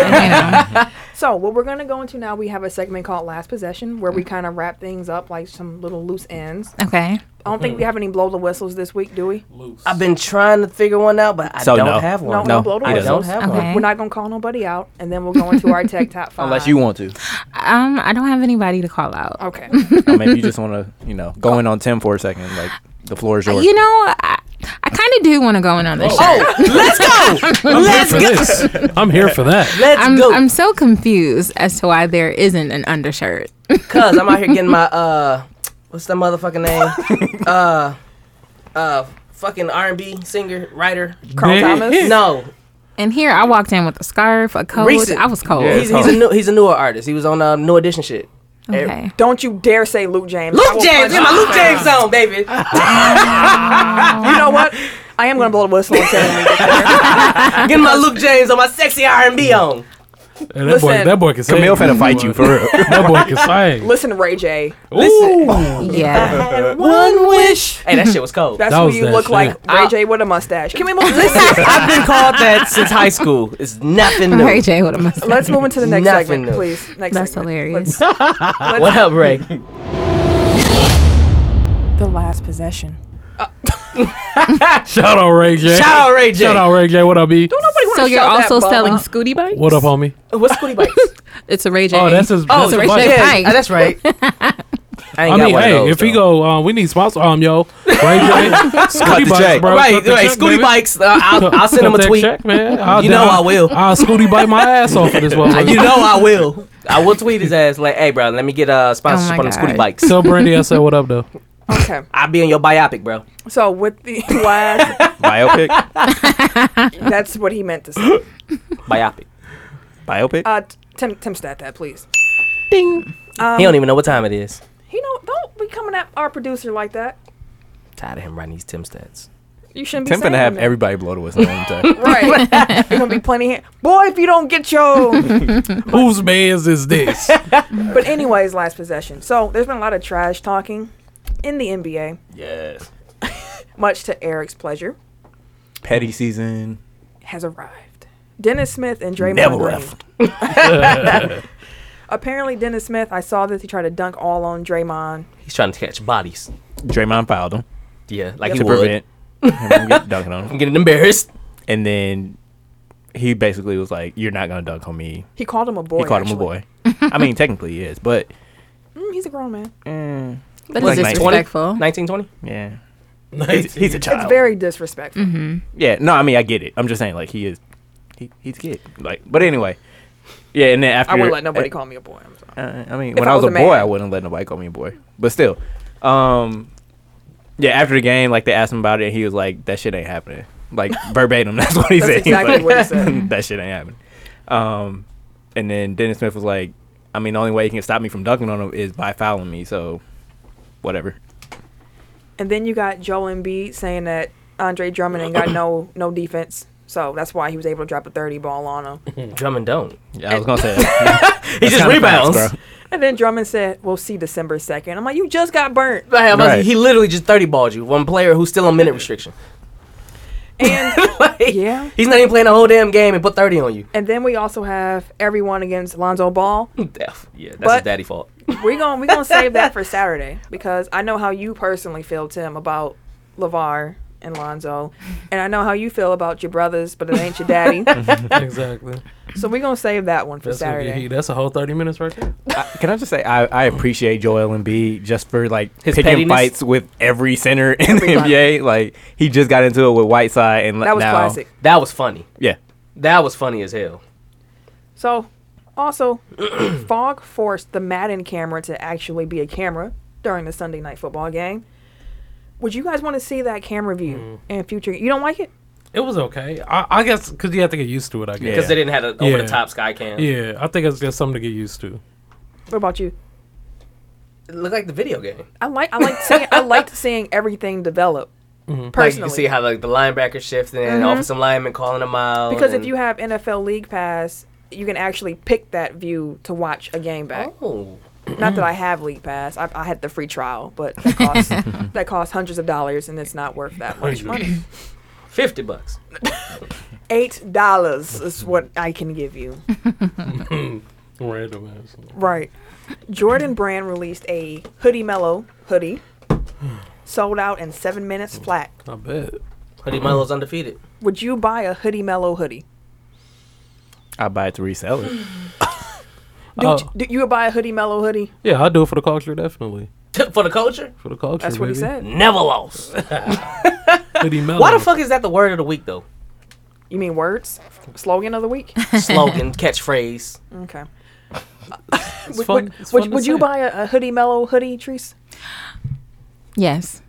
H: know.
B: So what we're gonna go into now, we have a segment called Last Possession where we kind of wrap things up like some little loose ends.
H: Okay.
B: I don't think we have any blow the whistles this week, do we?
C: I've been trying to figure one out, but I
D: So,
C: don't
D: no.
C: have
B: No,
C: one.
B: no, blow the
C: I don't
B: whistles.
C: have
H: Okay.
C: one.
B: We're not gonna call nobody out, and then we'll go into our tech top five.
E: Unless you want to.
H: Um, I don't have anybody to call out.
B: Okay.
E: or maybe you just want to, you know, go in on Tim for a second. Like the floor is yours.
H: You know, I, I kind of do want to go in on this show.
C: Oh, let's go.
A: I'm here
C: let's
A: for
C: go.
A: this. I'm here for that.
C: Let's
H: I'm,
C: go.
H: I'm so confused as to why there isn't an undershirt.
C: Cause I'm out here getting my uh, what's that motherfucking name? uh, uh, fucking R&B singer writer.
B: Carl
A: Yeah.
B: Thomas.
C: No,
H: And here I walked in with a scarf, a coat.
C: Recent.
H: I was cold.
E: Yeah,
C: he's, he's a new he's a newer artist. He was on uh, New Edition shit. Eh,
H: Okay.
B: Don't you dare say Luke James. I
C: Luke
B: will
C: James,
B: punch
C: in my
B: you.
C: Luke James zone, baby.
B: You know what? I am gonna blow the whistle. and tell you to get there.
C: Getting my Luke James on my sexy R&B on.
A: And that, boy,
B: Listen.
A: that boy can sing.
E: Camille finna fight you for real.
A: that boy can sing.
B: Listen, Ray J.
A: Ooh.
H: Yeah.
C: One wish. Hey, that shit was cold.
B: That's
A: That
B: who
A: was
B: you
A: that
B: look
A: shit.
B: like, Ray
C: I-
B: J with a mustache. Can we move?
C: Listen, I've been called that since high school. It's nothing new.
H: Mary J with a mustache.
B: Let's move into the next
C: Nothing
B: segment,
C: new.
B: please. Next
H: That's
B: segment.
H: hilarious.
B: Let's-
C: What up, Ray?
B: The last possession.
A: Shout out Ray J.
C: Shout out Ray J.
A: Shout out Ray J. What up, B?
B: Nobody wanna
H: So you're
B: shut that
H: also
B: bum
H: selling
B: up.
H: Scooty bikes?
A: What up, homie?
C: What's Cootie Bites?
H: It's a Ray J.
A: Oh, that's his.
C: Oh,
A: that's his
H: Ray
A: bike.
H: J.
C: yeah,
H: Hey.
C: that's right. I ain't
A: I
C: got
A: mean,
C: one of
A: hey,
C: those,
A: if we
C: though.
A: go, um, we need sponsor, um, yo, Ray J, Scooty
E: the
A: Bikes,
E: check.
A: bro.
C: right,
A: Cut the
C: right,
A: check,
C: Scooty
A: baby.
C: Bikes, uh, I'll, I'll send him
A: Cut
C: a
A: that
C: tweet.
A: check, man. I'll,
C: You know
A: I'll-
C: I will.
A: I'll Scooty bite my ass off for this one.
C: Uh, you know I will. I will tweet his ass like, "Hey, bro, let me get a uh, sponsorship
H: Oh
C: on
H: my
C: them Scooty
H: God.
C: Bikes.
A: Tell Brandy I said what up though.
B: Okay.
C: I'll be on your biopic, bro."
B: So with the last,
E: Biopic.
B: that's what he meant to say.
C: Biopic.
E: Biopic.
B: Uh, Tim, Tim, stat that, please.
C: he don't even know what time it is.
B: He know, don't be coming at our producer like that.
C: Tired of him writing these Tim stats.
B: You shouldn't be
E: Tim
B: saying
E: finna have
B: that.
E: everybody blow the whistle. on him,
B: Right. There's gonna be plenty here. Boy, if you don't get your
A: Whose man's is this?
B: But anyways, last possession. So there's been a lot of trash talking in the NBA,
C: Yes.
B: much to Eric's pleasure,
E: Petty season.
B: has arrived. Dennis Smith and Draymond
C: Never
B: Green.
C: left.
B: Apparently Dennis Smith, I saw this, he tried to dunk all on Draymond.
C: He's trying to catch bodies.
E: Draymond fouled him
C: Yeah, like
E: to
C: you would.
E: prevent him from get- dunking on him,
C: I'm getting embarrassed.
E: and then he basically was like, "You're not gonna dunk on me."
B: He called him a boy.
E: he called him a
B: actually.
E: boy. I mean, technically he is, but
B: Mm, he's a grown man.
H: That
E: Like
H: is
E: 19.
H: disrespectful.
C: 1920?
E: yeah, he's, he's a child.
B: It's very disrespectful.
E: Yeah, no, I mean I get it. I'm just saying like he is, he, he's a kid. Like, but anyway, yeah. And then after
B: I wouldn't let nobody
E: uh,
B: call me a boy. I'm sorry.
E: Uh, I mean,
B: If
E: when
B: I
E: I was,
B: was
E: a
B: a
E: boy,
B: man.
E: I wouldn't let nobody call me a boy. But still,
D: Um, yeah, after the game, like they asked him about it, he was like, "That shit ain't happening." Like verbatim, that's what he said.
B: That's
D: He was
B: exactly
D: like,
B: what he said.
D: that shit ain't happening. Um, and then Dennis Smith was like, "I mean, the only way he can stop me from dunking on him is by fouling me." So, whatever.
B: And then you got Joel Embiid saying that Andre Drummond ain't got no no defense, so that's why he was able to drop a thirty ball on him.
C: Drummond don't.
D: Yeah, I was gonna say that.
C: He
D: That's
C: just
D: kinda
C: rebounds.
D: facts, bro.
B: And then Drummond said, "We'll see December 2nd. I'm like, "You just got burnt."
C: Like, I'm about to say,
D: Right.
C: He literally just thirty balled you. One player who's still on minute restriction.
B: And
C: Like,
B: yeah.
C: He's not even playing the whole damn game and put thirty on you.
B: And then we also have everyone against Lonzo Ball.
C: Yeah, that's
B: But-
C: his daddy fault.
B: We're going we're going to save that for Saturday because I know how you personally feel Tim about LeVar and Lonzo, and I know how you feel about your brothers, but it ain't your daddy.
A: exactly.
B: so we're going to save that one for
A: That's gonna be
B: Saturday.
A: heat. That's a whole thirty minutes right there.
D: I- Can I just say I, I appreciate Joel Embiid just for like
C: His
D: picking
C: pettiness?
D: fights with every center in the
B: Everybody.
D: NBA. Like he just got into it with Whiteside and
B: That was
D: now,
B: classic.
C: That was funny.
D: Yeah,
C: That was funny as hell.
B: So, also, Fog forced the Madden camera to actually be a camera during the Sunday night football game. Would you guys want to see that camera view
C: Hmm.
B: in future? You don't like it?
A: It was okay. I, I guess because you have to get used to it. I guess.
C: Because they didn't have an
A: Yeah.
C: over the top sky cam.
A: Yeah, I think it's just something to get used to.
B: What about you?
C: It looked like the video game.
B: I like I like seeing I liked seeing everything develop
C: Mm-hmm. Like you
B: personally.
C: can see how like the linebacker shifting,
H: Mm-hmm.
C: offensive lineman calling them out.
B: because if
C: and-
B: you have NFL League Pass, you can actually pick that view to watch a game back.
C: Oh.
B: Not that I have League Pass, I, I had the free trial, but that costs that costs hundreds of dollars, and it's not worth that much money.
C: 50 bucks.
B: Eight dollars is what I can give you.
A: Random ass.
B: Right. Jordan Brand released a Hoodie Mellow hoodie, sold out in seven minutes flat.
A: I bet.
C: Hoodie Milo's undefeated.
B: Would you buy a Hoodie Mellow hoodie?
D: I buy it to resell it.
B: Dude,
A: Oh.
B: d- you would buy a Hoodie Mellow hoodie?
A: Yeah, I'll do it for the culture, definitely.
C: For the culture?
A: For the culture.
B: That's what he
A: baby.
B: said.
C: Never lost.
A: Hoodie mellow.
C: Why the fuck is that the word of the week, though?
B: You mean words? Slogan of the week?
C: Slogan, catchphrase.
B: Okay.
A: It's
B: Would,
A: fun-
B: would-
A: it's
B: would-
A: fun to
B: would you
A: say.
B: buy a, a hoodie mellow hoodie, Treese?
H: Yes,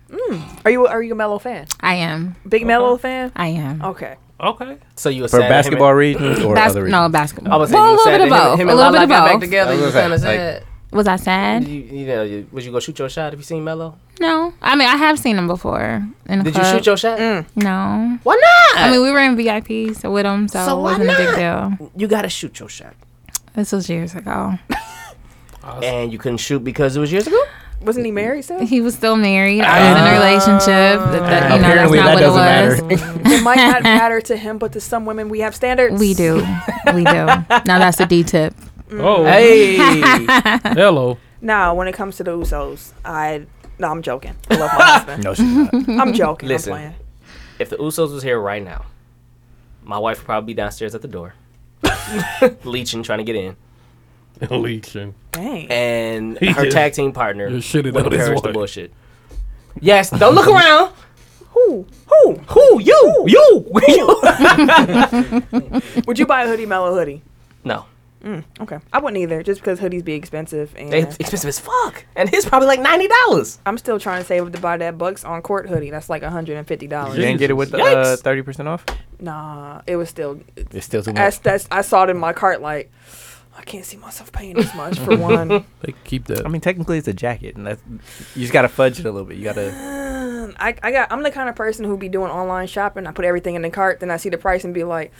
B: Are you are you a mellow fan?
H: I am.
B: Big
A: Uh-huh.
B: mellow fan?
H: I am.
C: Oh.
B: Okay.
A: Okay.
C: So you a
D: For basketball reasons or
H: Bas-
D: other reasons?
H: no
C: I
H: basketball.
C: was
H: well, a little
C: saying
H: bit
C: you
H: of
C: was sad that
H: both.
C: him, him
H: a
C: and
H: little bit
C: Lala
H: of
C: got
H: both.
C: back Mm-hmm. together.
E: I
C: You
E: was
C: was
E: gonna
C: kinda
E: say,
C: sad.
H: was I sad?
C: You, you know, you- was you gonna shoot your shot if you seen Melo?
H: Uh-huh. No. I mean, I have seen him before. In the
C: Did you
H: club.
C: shoot your shot?
H: No.
C: Why not?
H: Mm. I mean, we were in VIP so with him, so,
C: So why
H: it wasn't a big
C: not?
H: deal.
C: you gotta shoot your shot.
H: This was years ago.
C: And you couldn't shoot because it was years ago.
B: Wasn't he married, sir?
H: He was still married. I was in a relationship. That, that, you know,
D: Ah. Apparently
H: that's not
D: that
H: what it was.
D: doesn't matter.
B: it might not matter to him, but to some women we have standards.
H: We do. We do. Now that's a D tip.
B: Mm.
A: Oh,
C: Hey,
A: hello.
B: Now, when it comes to the Usos, I no, I'm joking. I love my husband.
D: No, she's not.
B: I'm joking.
C: Listen.
B: I'm playing.
C: if the Usos was here right now, my wife would probably be downstairs at the door, leeching, trying to get in,
A: Leeching.
B: Dang.
C: and
A: He
C: her
A: just-
C: tag team partner
A: just shitted
C: would
A: on his
C: perish the
A: wife.
C: bullshit. Yes, don't look around.
B: who? Who?
C: Who you? You? you?
B: Would you buy a hoodie mellow hoodie? Mm,
C: no,
B: Okay. I wouldn't either, just because hoodies be expensive and
C: they expensive as fuck, and his probably like ninety dollars.
B: I'm still trying to save up to buy that Bucks on court hoodie. That's like hundred and fifty dollars.
D: You didn't get it with the uh,
C: Yikes.
D: thirty percent off.
B: Nah, it was still
D: It's still
C: Uh,
D: too
B: That's, that's, I saw it in my cart like, I can't see myself paying this much for one.
A: They keep that.
D: I mean, technically it's a jacket, and that's you just gotta fudge it a little bit. You gotta.
B: I, I got, I'm the kind of person who be doing online shopping. I put everything in the cart, then I see the price and be like,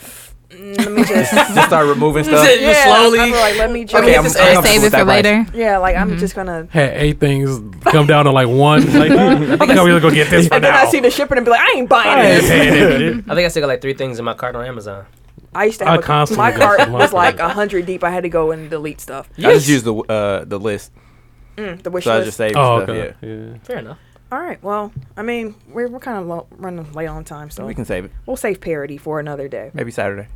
B: mm, let me just.
D: Just start removing stuff.
C: Just slowly-
B: I'm like, let me just.
C: Okay, I'm- Mm-hmm. I'm
D: comfortable
H: Save
D: with
H: it
D: that
H: for
D: price.
H: later.
B: yeah, like I'm just gonna.
A: had eight things come down to like one. Like, I think I'm gonna go get this for
B: And then I
A: now.
B: see the shipping and be like, I ain't buying this.
C: I think I still got like three things in my cart on Amazon.
B: I used to
A: I
B: have a,
A: constantly
B: my
A: go
B: cart
A: through my
B: was like
A: cart.
B: a hundred deep. I had to go and delete stuff. Mm,
D: I just use the uh, the list,
B: The wish
D: so I
B: list.
D: just save
A: Oh,
D: stuff.
A: okay.
D: Yeah,
A: Yeah.
C: Fair enough.
B: All right. Well, I mean, we're we're kind of low, running late on time, so
D: we can save it.
B: we'll save parody for another day.
D: Maybe Saturday.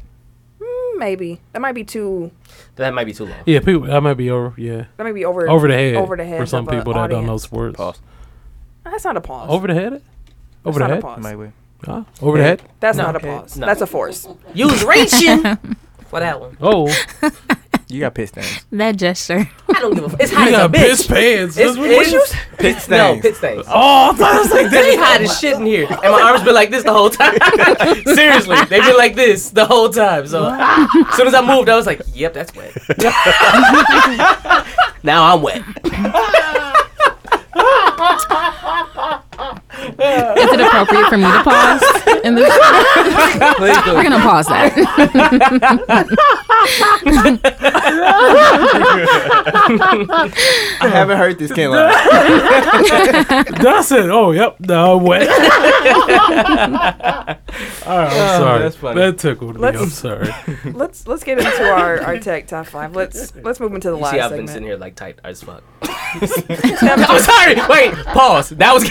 B: Mm, Maybe that might be too.
C: That might be too long.
A: Yeah, people. I might be over. Yeah,
B: That might be over
A: over the head.
B: Over the head
A: for some
B: of a
A: people that don't know
B: audience.
A: sports.
D: Pause.
B: That's not a pause.
A: Over the head. Over
B: That's
A: the
B: not a
A: head.
B: pause.
D: Maybe. we-
A: Huh? Over the head.
B: That's
C: No.
B: not a
C: Okay.
B: pause.
C: No.
B: That's a force.
C: Use reaching for that one.
A: Oh,
E: You got pit stains.
H: That gesture.
C: I don't give a. F- it's hot
A: You
C: as a
A: got
C: bitch.
A: piss pants.
C: It's,
A: That's what- what you-
C: it's,
E: Pit
C: no
E: stains.
C: pit stains.
A: Oh, I thought it was like
C: They be hot as shit in here, and my arms been like this the whole time. Seriously, they've been like this the whole time. So as soon as I moved, I was like, "Yep, that's wet." now I'm wet.
H: Is it appropriate for me to pause? In the-
C: Please do.
H: We're gonna pause that.
E: I haven't heard this can't lie.
A: That's it. Oh, yep. No, I'm wet. All right, I'm sorry.
C: Oh, that's funny.
A: That tickled me. I'm
B: Let's-
A: sorry.
B: Let's let's get into our, our tech top five. Let's let's move into the
C: You
B: last
C: see, I've been
B: segment.
C: sitting here like tight as fuck. I'm sorry. Wait, pause. That was.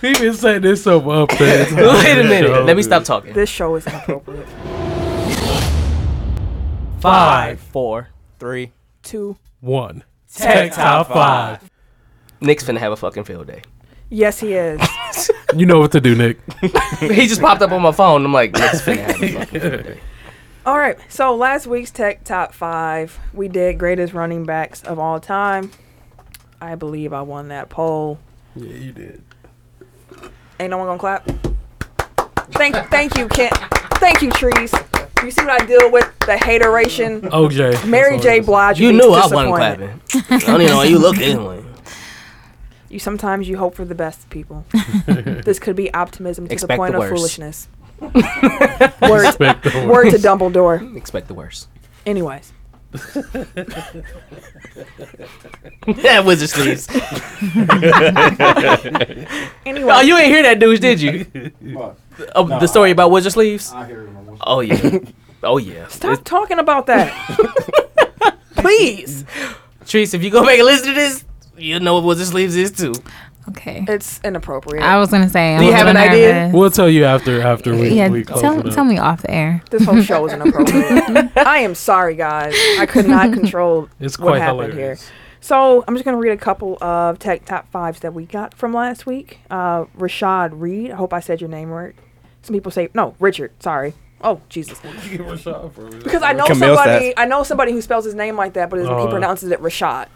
A: He been saying this so up there.
C: Wait a minute. Let me stop talking.
B: This show is inappropriate.
C: Five, four,
E: Three.
B: Two.
A: One. Tech top five.
C: Nick's finna have a fucking field day.
B: Yes, he is.
A: You know what to do, Nick.
C: He just popped up on my phone. I'm like, Nick's finna have a fucking field day.
B: All right. So last week's tech top five, we did greatest running backs of all time. I believe I won that poll.
A: Yeah, you did.
B: Ain't no one gonna clap. Thank thank you, Kent. Thank you, Trees. You see what I deal with? The hateration.
A: OJ.
B: Mary
A: That's
B: J.
A: all it is.
B: Blige.
C: You
B: beats
C: knew I wasn't
B: disappointment.
C: clapping. I don't even know why you looked in one.
B: You sometimes you hope for the best, people. this could be optimism to the
C: Expect
B: point
C: the
B: of
C: worst.
B: foolishness. word,
A: Expect the worst.
B: word to Dumbledore.
C: Expect the worst.
B: Anyways,
C: Yeah, wizard sleeves.
B: anyway,
C: Oh, you ain't hear that news, did you?
G: But
C: Of the story about wizard sleeves.
G: I hear him. I'm
C: Oh yeah. Oh yeah.
B: stop talking about that, please.
C: Trees, if you go back and listen to this, you'll know what wizard sleeves is too.
H: Okay.
B: It's inappropriate.
H: I was gonna say. I
C: Do you
H: was
C: have an
H: nervous.
C: idea?
A: We'll tell you after after we,
H: yeah.
A: we close
H: Tell,
A: it up.
H: tell me off the air.
B: this whole show is inappropriate. I am sorry, guys. I could not control
A: It's
B: what
A: quite
B: happened
A: hilarious.
B: here. So I'm just gonna read a couple of tech top fives that we got from last week. Uh, Rashad Reed. I hope I said your name right. Some people say no, Richard. Sorry. Oh Jesus. Because I know
E: Camille
B: somebody,
E: says-
B: I know somebody who spells his name like that, but his- he
A: Uh,
B: pronounces it Rashad.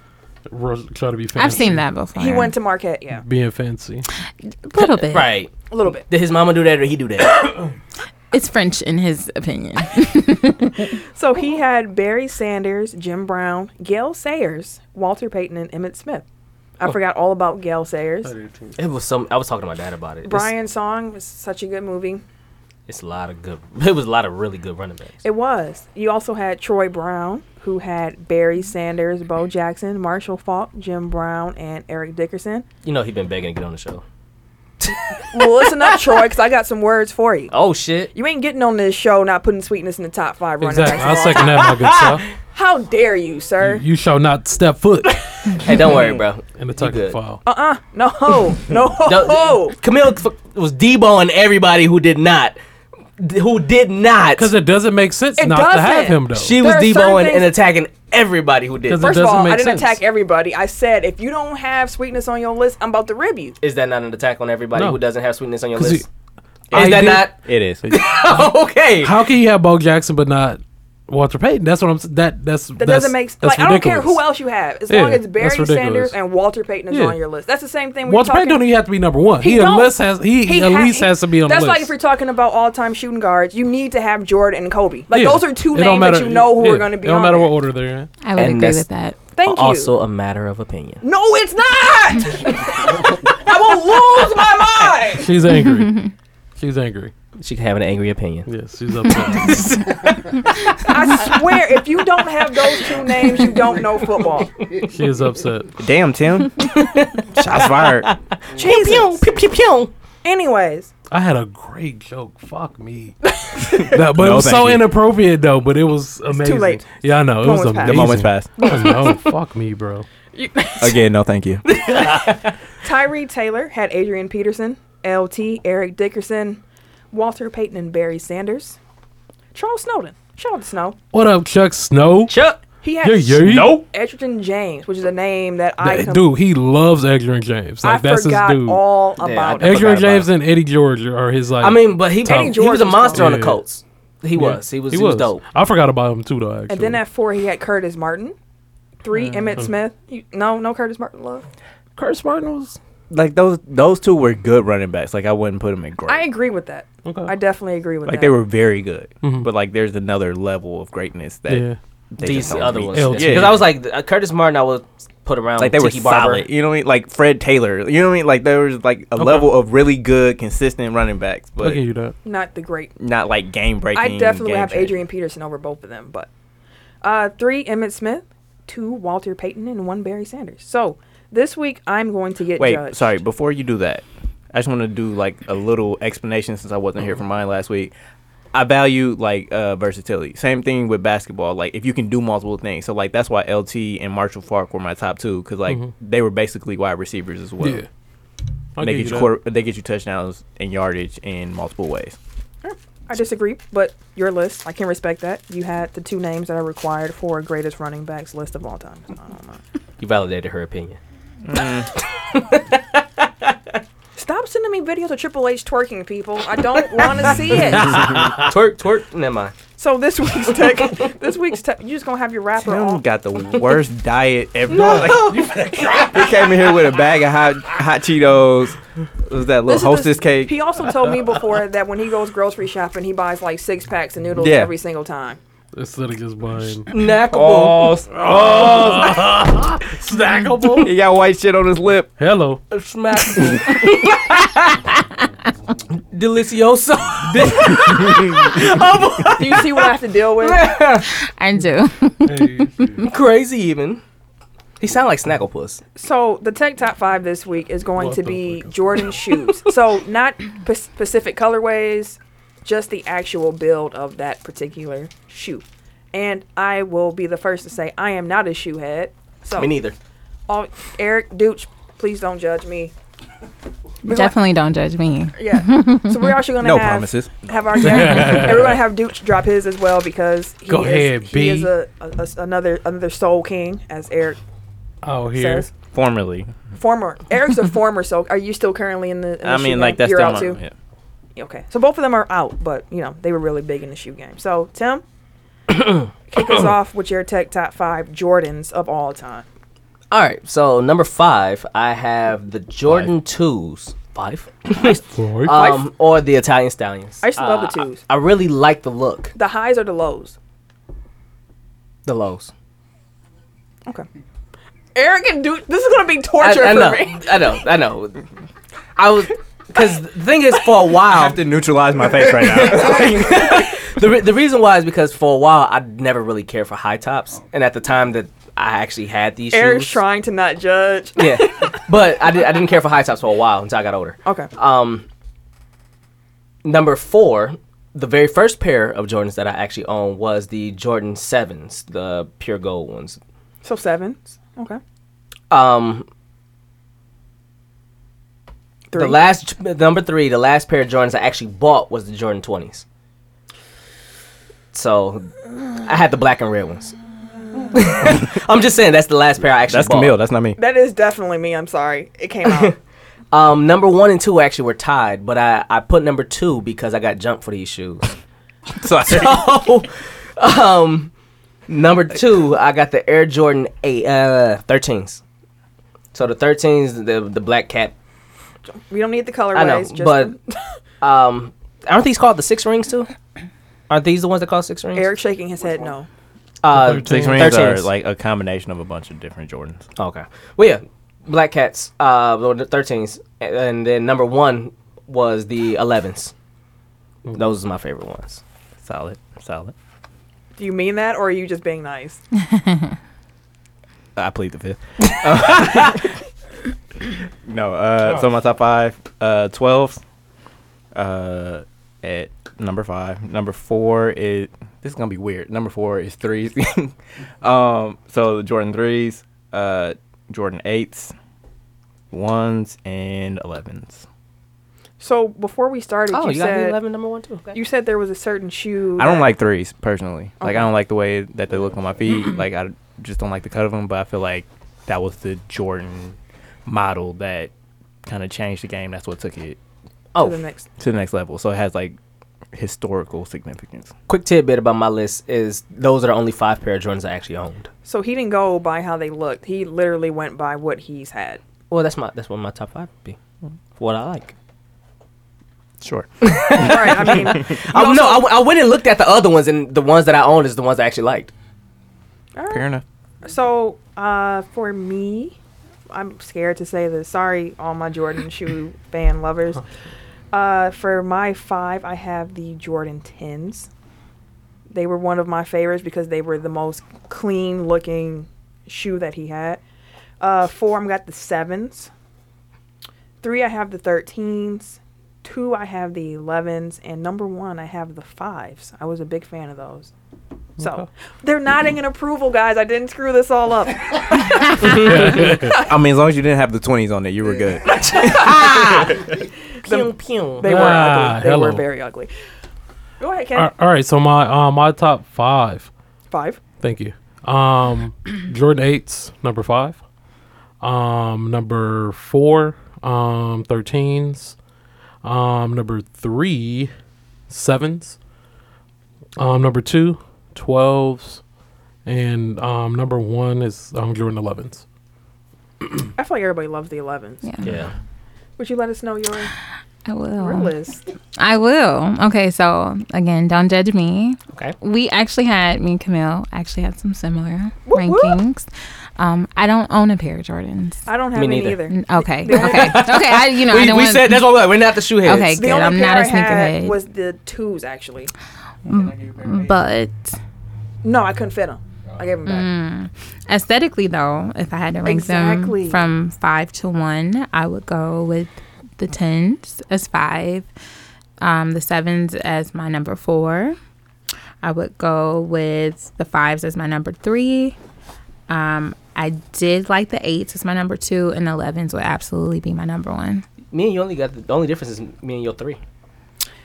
A: Ro- try to be fancy.
H: I've seen that before.
B: He went to Marquette, yeah,
A: being fancy.
H: a little bit.
C: Right.
B: a little bit.
C: Did his mama do that or he do that?
H: It's French in his opinion.
B: So he had Barry Sanders, Jim Brown, Gail Sayers, Walter Payton, and Emmett Smith. I forgot all about Gail Sayers.
C: It was some. I was talking to my dad about it. It's-
B: Brian Song was such a good movie.
C: It's, a lot of good. It was a lot of really good running backs.
B: It was. You also had Troy Brown, who had Barry Sanders, Bo Jackson, Marshall Falk, Jim Brown, and Eric Dickerson.
C: You know he been begging to get on the show.
B: Well, listen up, Troy, because I got some words for you.
C: Oh shit.
B: You ain't getting on this show not putting sweetness in the top five running
A: Exactly.
B: backs.
A: I'll
B: of all
A: second
B: time.
A: that, my
B: How dare you,
A: good
B: sir?
A: sir. You shall not step foot
C: Hey, don't worry, bro.
A: in the
C: You
A: tucking
C: good.
A: file.
B: Uh-uh. No. No.
C: No, Camille f- was deboning everybody who did not, who did not.
A: Because it doesn't make sense
B: It
A: not to have
B: doesn't.
A: him though.
C: She
B: There
C: was
B: are certain
C: deboning
B: things-
C: and attacking everybody who did.
A: Does
C: not
B: First
A: It
B: of
A: doesn't
B: all,
A: make
B: I didn't
A: sense.
B: attack everybody. I said if you don't have sweetness on your list, I'm about to rib you.
C: Is that not an attack on everybody
A: No.
C: who doesn't have sweetness on your
A: 'Cause
C: list?
A: I
C: Is
A: did-
C: that
E: It is.
C: not okay?
A: How can you have Bo Jackson but not Walter Payton? That's what I'm. s- That that's
B: That
A: that's,
B: doesn't make sense.
A: that's
B: Like I don't care
A: ridiculous.
B: who else you have, as
A: Yeah,
B: long as
A: that's
B: Barry
A: ridiculous.
B: Sanders and Walter Payton is
A: Yeah.
B: on your list. That's the same thing. when
A: Walter
B: you're
A: Payton don't
B: talking-
A: even have to be number one. He,
B: He
A: at
B: don't.
A: least has he, at
B: ha-
A: least
B: he-
A: has to be on
B: That's
A: the
B: like
A: list.
B: if you're talking about all-time shooting guards, you need to have Jordan and Kobe. Like
A: Yeah.
B: those are two
A: It don't
B: names that
A: matter-
B: you know who
A: yeah.
B: are going to be.
A: It don't
B: on
A: matter
B: there.
A: what order they're in.
H: I would
C: And
H: agree
C: that's-
H: with that.
B: Thank you.
C: Also, a matter of opinion.
B: no, it's not. I will lose my mind.
A: She's angry. she's angry.
C: She can have an angry opinion.
A: Yes, she's upset.
B: I swear, if you don't have those two names, you don't know football.
A: she is upset.
E: Damn, Tim. Shots fired.
B: Jesus.
C: pew, pew.
B: Anyways,
A: I had a great joke. Fuck me. No, but it
E: No,
A: was
E: thank
A: so
E: you.
A: inappropriate though. But it was amazing.
B: late.
A: Yeah, I know. It was
B: Moment's passed.
E: The
A: amazing.
E: moment's passed.
A: no, fuck me, bro.
E: Again, no, thank you.
B: Tyree Taylor had Adrian Peterson, LT, Eric Dickerson, Walter Payton, and Barry Sanders. Charles Snowden. Shout out to Snow.
A: What up, Chuck Snow?
C: Chuck.
B: He had
A: yeah, yeah. Nope.
B: Edgerton James, which is a name that I com-
A: Dude, he loves Adrian James. Like
B: I
A: that's his
B: forgot
A: dude.
B: all
C: I
B: about
C: forgot
B: it.
A: Adrian
C: about
A: James and Eddie George are his like.
C: I mean, but he,
A: Tom.
C: he was a monster on the
A: Yeah.
C: Colts. He was. He was. He, was. dope.
A: I forgot about him too, though. Actually,
B: And then at four, he had Curtis Martin. Three, Emmett Smith. You, no, no Curtis Martin love.
A: Curtis Martin was
E: Like those those two were good running backs. Like I wouldn't put them in great.
B: I agree with that.
A: okay.
B: I definitely agree with
E: like
B: that.
E: they were very good,
A: Mhm.
E: but like there's another level of greatness that
A: yeah,
E: they
C: These
E: just don't
C: other
E: meet.
C: ones.
A: Hell
C: Because
E: yeah.
C: I was like uh, Curtis Martin. I would put around
E: like they were
C: Tiki Barber.
E: solid. You know what I mean? Like Fred Taylor. You know what I mean? Like there was like a
A: Okay.
E: level of really good, consistent running backs,
A: I'll
E: but
A: give you that.
B: Not the great.
E: not like game breaking.
B: I definitely
E: game
B: have
E: changing.
B: Adrian Peterson over both of them, but uh, three Emmett Smith, two Walter Payton, and one Barry Sanders. So this week I'm going to get
E: Wait,
B: judged.
E: sorry. Before you do that, I just want to do like a little explanation since I wasn't here for mine last week. I value like uh, versatility. Same thing with basketball. Like if you can do multiple things, so like that's why LT and Marshall Falk were my top two because like they were basically wide receivers as well.
A: Mm-hmm. Yeah. I'll give
E: they get
A: you
E: you
A: that.
E: quarter, they get you touchdowns and yardage in multiple ways.
B: I disagree, but your list, I can respect that. You had the two names that are required for greatest running backs list of all time. So I don't know.
C: You validated her opinion.
B: Stop sending me videos of Triple H twerking, people. I don't want to see it.
C: twerk, twerk. Never mind.
B: So this week's tech, this week's tech, you just gonna have your rapper
E: Tim
B: on.
E: got the worst diet ever. he came in here with a bag of hot hot Cheetos. It was that little
B: This is the-
E: hostess cake?
B: He also told me before that when he goes grocery shopping, he buys like six packs of noodles
E: Yeah.
B: every single time.
A: Instead of just buying
C: Snackable.
A: snackable.
E: he got white shit on his lip.
A: Hello.
C: Smackable. Delicioso.
B: Do you see what I have to deal with?
H: I do.
C: Crazy even. He sound like Snagglepuss.
B: So the tech top five this week is going
A: What
B: to
A: the
B: be Jordan shoes. So not pa- specific colorways, just the actual build of that particular shoe. And I will be the first to say I am not a shoe head. So
C: Me neither.
B: all, Eric Dooch, please don't judge me. We're gonna-
H: Definitely don't judge me.
B: Yeah. So we're actually gonna
E: No
B: have,
E: promises.
B: Have our yeah, and we're gonna have Dooch drop his as well because he
A: Go
B: is,
A: ahead,
B: he
A: B.
B: is a, a- a- another another soul king as Eric
A: Out here.
B: says.
E: Formerly,
B: Former Eric's a former soul. Are you still currently in the? In the
E: I
B: shoe
E: mean,
B: game?
E: like that's
B: You're
E: still
B: out
E: my-
B: too.
E: yeah.
B: Okay, so both of them are out, but you know they were really big in the shoe game. So Tim, kick us off with your tech top five Jordans of all time.
C: All right. So number five, I have the Jordan twos. Five.
A: Right.
C: Um, or the Italian Stallions.
B: I used to love the twos.
C: I really like the look.
B: The highs or the lows?
C: The lows.
B: Okay. Eric and Dooch, this is gonna be torture
C: I, I
B: for
C: know.
B: me.
C: I know. I know. I was because the thing is, for a
E: I
C: while,
E: have to neutralize my face right now.
C: the, re- the reason why is because for a while I never really cared for high tops, and at the time that I actually had these
B: Eric's
C: shoes,
B: trying to not judge.
C: yeah, but I, did, I didn't care for high tops for a while until I got older.
B: Okay.
C: Um, number four, the very first pair of Jordans that I actually owned was the Jordan Sevens, the pure gold ones.
B: So sevens. Okay.
C: Um,
B: Three.
C: the last number three, the last pair of Jordans I actually bought was the Jordan twenties. So I had the black and red ones. I'm just saying that's the last pair I actually
E: that's
C: bought.
E: Camille. That's not me.
B: That is definitely me. I'm sorry. It came out.
C: Um, number one and two actually were tied, but I, I put number two because I got jumped for these shoes.
E: Sorry.
C: so, Oh, um, number two, I got the Air Jordan eight uh thirteens. So the thirteens, the the black cap
B: we don't need the colorways.
C: I know,
B: just
C: but
B: the-
C: um, aren't these called the six rings too? Aren't these the ones that call six rings?
B: Eric shaking his head. No.
C: uh,
E: Six
A: Thirteen.
E: rings are
C: 13s.
E: like a combination of a bunch of different Jordans.
C: okay. Well, yeah, black cats. Uh, were the thirteens, and, then number one was the elevens. Those are my favorite ones.
E: Solid, solid.
B: Do you mean that, or are you just being nice?
E: I plead the fifth. no, uh, so my top five, uh, 12, uh, at number five. Number four is, this is going to be weird. Number four is threes. um, so the Jordan threes, uh, Jordan eights, ones, and 11s.
B: So before we started,
C: Oh,
B: you,
C: you, got the
B: said
C: eleven number one too. Okay.
B: you said there was a certain shoe.
E: I don't
B: that-
E: like threes personally. Like,
B: Okay.
E: I don't like the way that they look on my feet. like, I just don't like the cut of them, but I feel like that was the Jordan model that kind of changed the game. That's what took it
B: to
C: oh,
B: the next.
E: to the next level. So it has like historical significance.
C: Quick tidbit about my list is those are the only five pair of Jordans I actually owned.
B: So he didn't go by how they looked. He literally went by what he's had.
C: Well, that's my that's what my top five would be. For what I like.
D: Sure.
B: right. I mean, you
C: I,
B: also-
C: no, I, w- I went and looked at the other ones, and the ones that I owned is the ones I actually liked.
B: All right.
D: Fair enough.
B: So, uh, for me, I'm scared to say this. Sorry, all my Jordan shoe fan lovers. Uh, for my five, I have the Jordan 10s. They were one of my favorites because they were the most clean looking shoe that he had. Uh, four, I got the 7s. Three, I have the 13s. Two, I have the 11s. And number one, I have the 5s. I was a big fan of those. So, they're nodding in approval, guys. I didn't screw this all up.
E: I mean, as long as you didn't have the 20s on there, you were good.
C: Pew pew.
B: They were
A: Ah,
B: ugly. They were
A: hello.
B: very ugly. Go ahead, Ken.
A: All all right, so my uh, my top five.
B: Five.
A: Thank you. Um, Jordan eights, number five. Um, number four, um, thirteens. Um, number three, sevens. Um, number two, twelves, and um, number one is um, Jordan elevens.
B: I feel like everybody loves the 11s.
H: Yeah. Oh.
C: Yeah.
B: Would you let us know your,
H: I will.
B: your list?
H: I will. Okay, so again, don't judge me.
C: Okay.
H: We actually had me and Camille actually had some similar
B: Whoop, whoop.
H: rankings. Um, I don't own a pair of Jordans.
B: I don't have
C: Me
B: any
C: neither.
B: either.
H: N- Okay, okay, okay. I, you know, I
C: We,
H: don't
C: we
H: want.
C: said that's what we're, we're not the shoe heads.
H: Okay.
B: The
H: Good,
B: only
H: I'm
B: pair
H: not a
B: I had
H: sneakerhead.
B: was the twos, actually.
H: but
B: No, I couldn't fit them. I gave them back.
H: Mm, aesthetically, though, if I had to rank
B: Exactly.
H: them from five to one, I would go with the tens as five, um, the sevens as my number four. I would go with the fives as my number three. Um, I did like the eights as my number two, and elevens would absolutely be my number one.
C: Me and you only got the, the only difference is me and your three.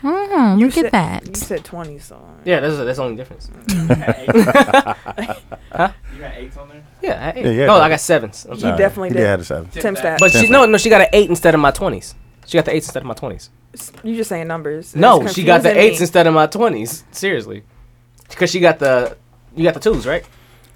H: Mm, look
B: said,
H: at that.
B: You said 20, so.
C: Yeah, that's that's the only difference.
D: You got eights on there?
C: Yeah. I,
I: Yeah, yeah,
C: no,
I: that-
C: I got sevens. I'm
B: He
C: sorry.
I: Nah,
B: definitely
I: he
B: did.
I: have a seven.
B: Tim stat.
C: But she's no, no. She got an eight instead of my twenties. She got the eights instead of my twenties.
B: you just saying numbers. It's
C: No, she got the
B: confusing
C: eights
B: me.
C: instead of my twenties. Seriously, because she got the you got the twos, right?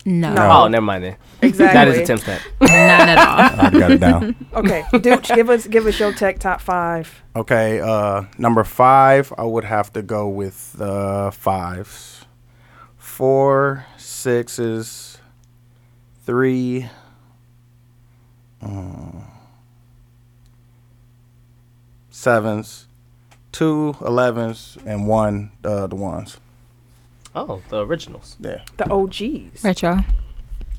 H: No,
B: No.
C: Oh, never mind then.
B: Exactly.
C: That is a temp stat.
H: not at all.
I: I got it down.
B: Okay, Dooch, give us give us your tech top five.
I: Okay, uh, number five, I would have to go with the fives. Four, sixes, three. mm, Sevens, two elevens, and one uh, the ones.
C: Oh, the originals.
I: Yeah.
B: The OGs.
H: retro.
G: I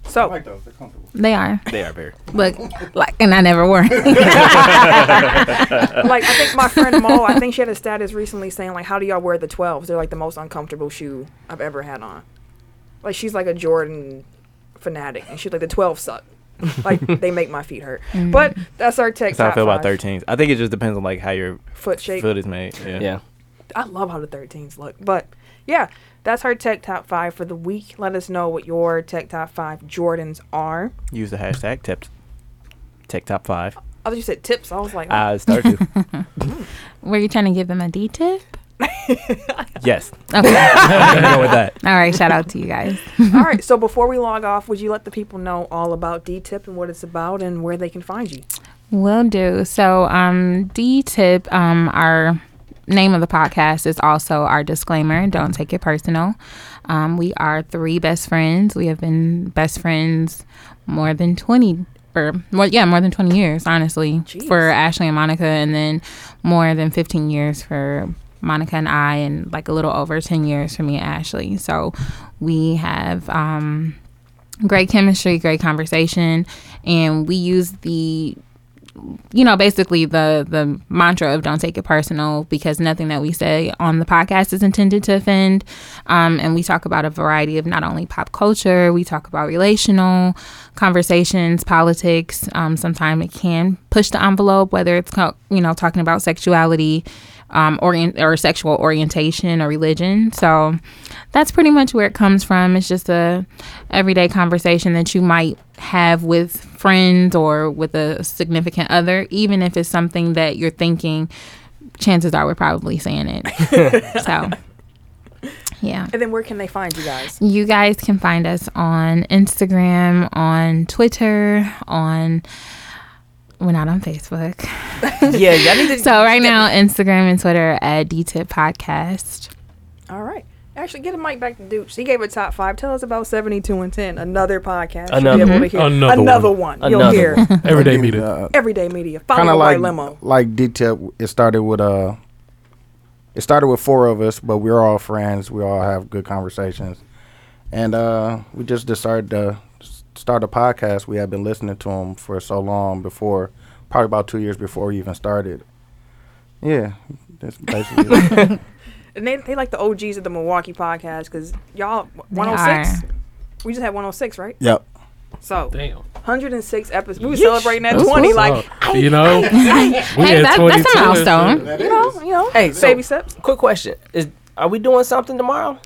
B: So
G: like those. They're comfortable.
H: They are,
C: They are very.
H: but like, and I never wore.
B: like I think my friend Mo, I think she had a status recently saying like, "How do y'all wear the 12s? They're like the most uncomfortable shoe I've ever had on." Like she's like a Jordan fanatic, and she's like, "The 12s suck. Like they make my feet hurt." But that's our tech.
E: That's how I
B: top
E: feel about
B: five.
E: 13s. I think it just depends on like how your
B: Foot shape.
E: foot is made. Yeah.
C: Yeah.
B: I love how the 13s look, but yeah, that's our tech top five for the week. Let us know what your tech top five Jordans are.
D: Use the hashtag tipped. Tech top five.
B: Oh, you said tips. I was like,
E: Ah.
D: I start to.
H: Were you trying to give them a D tip?
D: yes.
H: Okay.
D: I'm going with that.
H: All right. Shout out to you guys.
B: all right. So before we log off, would you let the people know all about D Tip and what it's about and where they can find you?
H: Will do. So, um, D tip, um, our name of the podcast is also our disclaimer. Don't take it personal. Um, we are three best friends. We have been best friends more than 20 or more, yeah, more than 20 years, honestly,
B: Jeez.
H: for Ashley and Monica, and then more than 15 years for Monica and I, and like a little over 10 years for me and Ashley. So, we have, um, great chemistry, great conversation, and we use the you know basically the the mantra of don't take it personal because nothing that we say on the podcast is intended to offend um, and we talk about a variety of not only pop culture we talk about relational conversations politics um, sometimes it can push the envelope whether it's co- you know talking about sexuality um, orient or sexual orientation or religion. So that's pretty much where it comes from. It's just a everyday conversation that you might have with friends or with a significant other, even if it's something that you're thinking chances are we're probably saying it. so, yeah.
B: And then where can they find you guys?
H: You guys can find us on Instagram, on Twitter, on. We're not on Facebook.
C: yeah, y'all need to.
H: So, right now, Instagram and Twitter at DTIP Podcast.
B: All right. Actually, get a mic back to Dooch. He gave a top five. Tell us about 72 and 10, another podcast. You'll be
C: Another
B: able to hear.
A: Another
B: another one. You'll
C: Another
B: hear
A: Everyday meeting.
I: uh,
B: Everyday Media. Follow
I: kind
B: the
I: of
B: White
I: like
B: Limo.
I: like detail. It started with uh, it started with four of us, but we're all friends. We all have good conversations, and uh, we just decided to s- start a podcast. We had been listening to them for so long before, probably about two years before we even started. Yeah, that's basically. it.
B: And they, they like the OGs of the Milwaukee podcast because y'all,
H: They
B: 106? We just had 106, right?
I: Yep.
B: So,
A: Damn.
B: 106 episodes. We were celebrating that
A: That's
B: 20.
A: what's
B: Like,
A: up. you know, we
H: Hey,
A: had
H: that- that's a
A: 22 and
H: milestone.
A: shit.
G: That
B: you
G: is.
B: know, you know,
C: Hey, so-
B: baby steps.
C: Quick question: Is are we doing something tomorrow?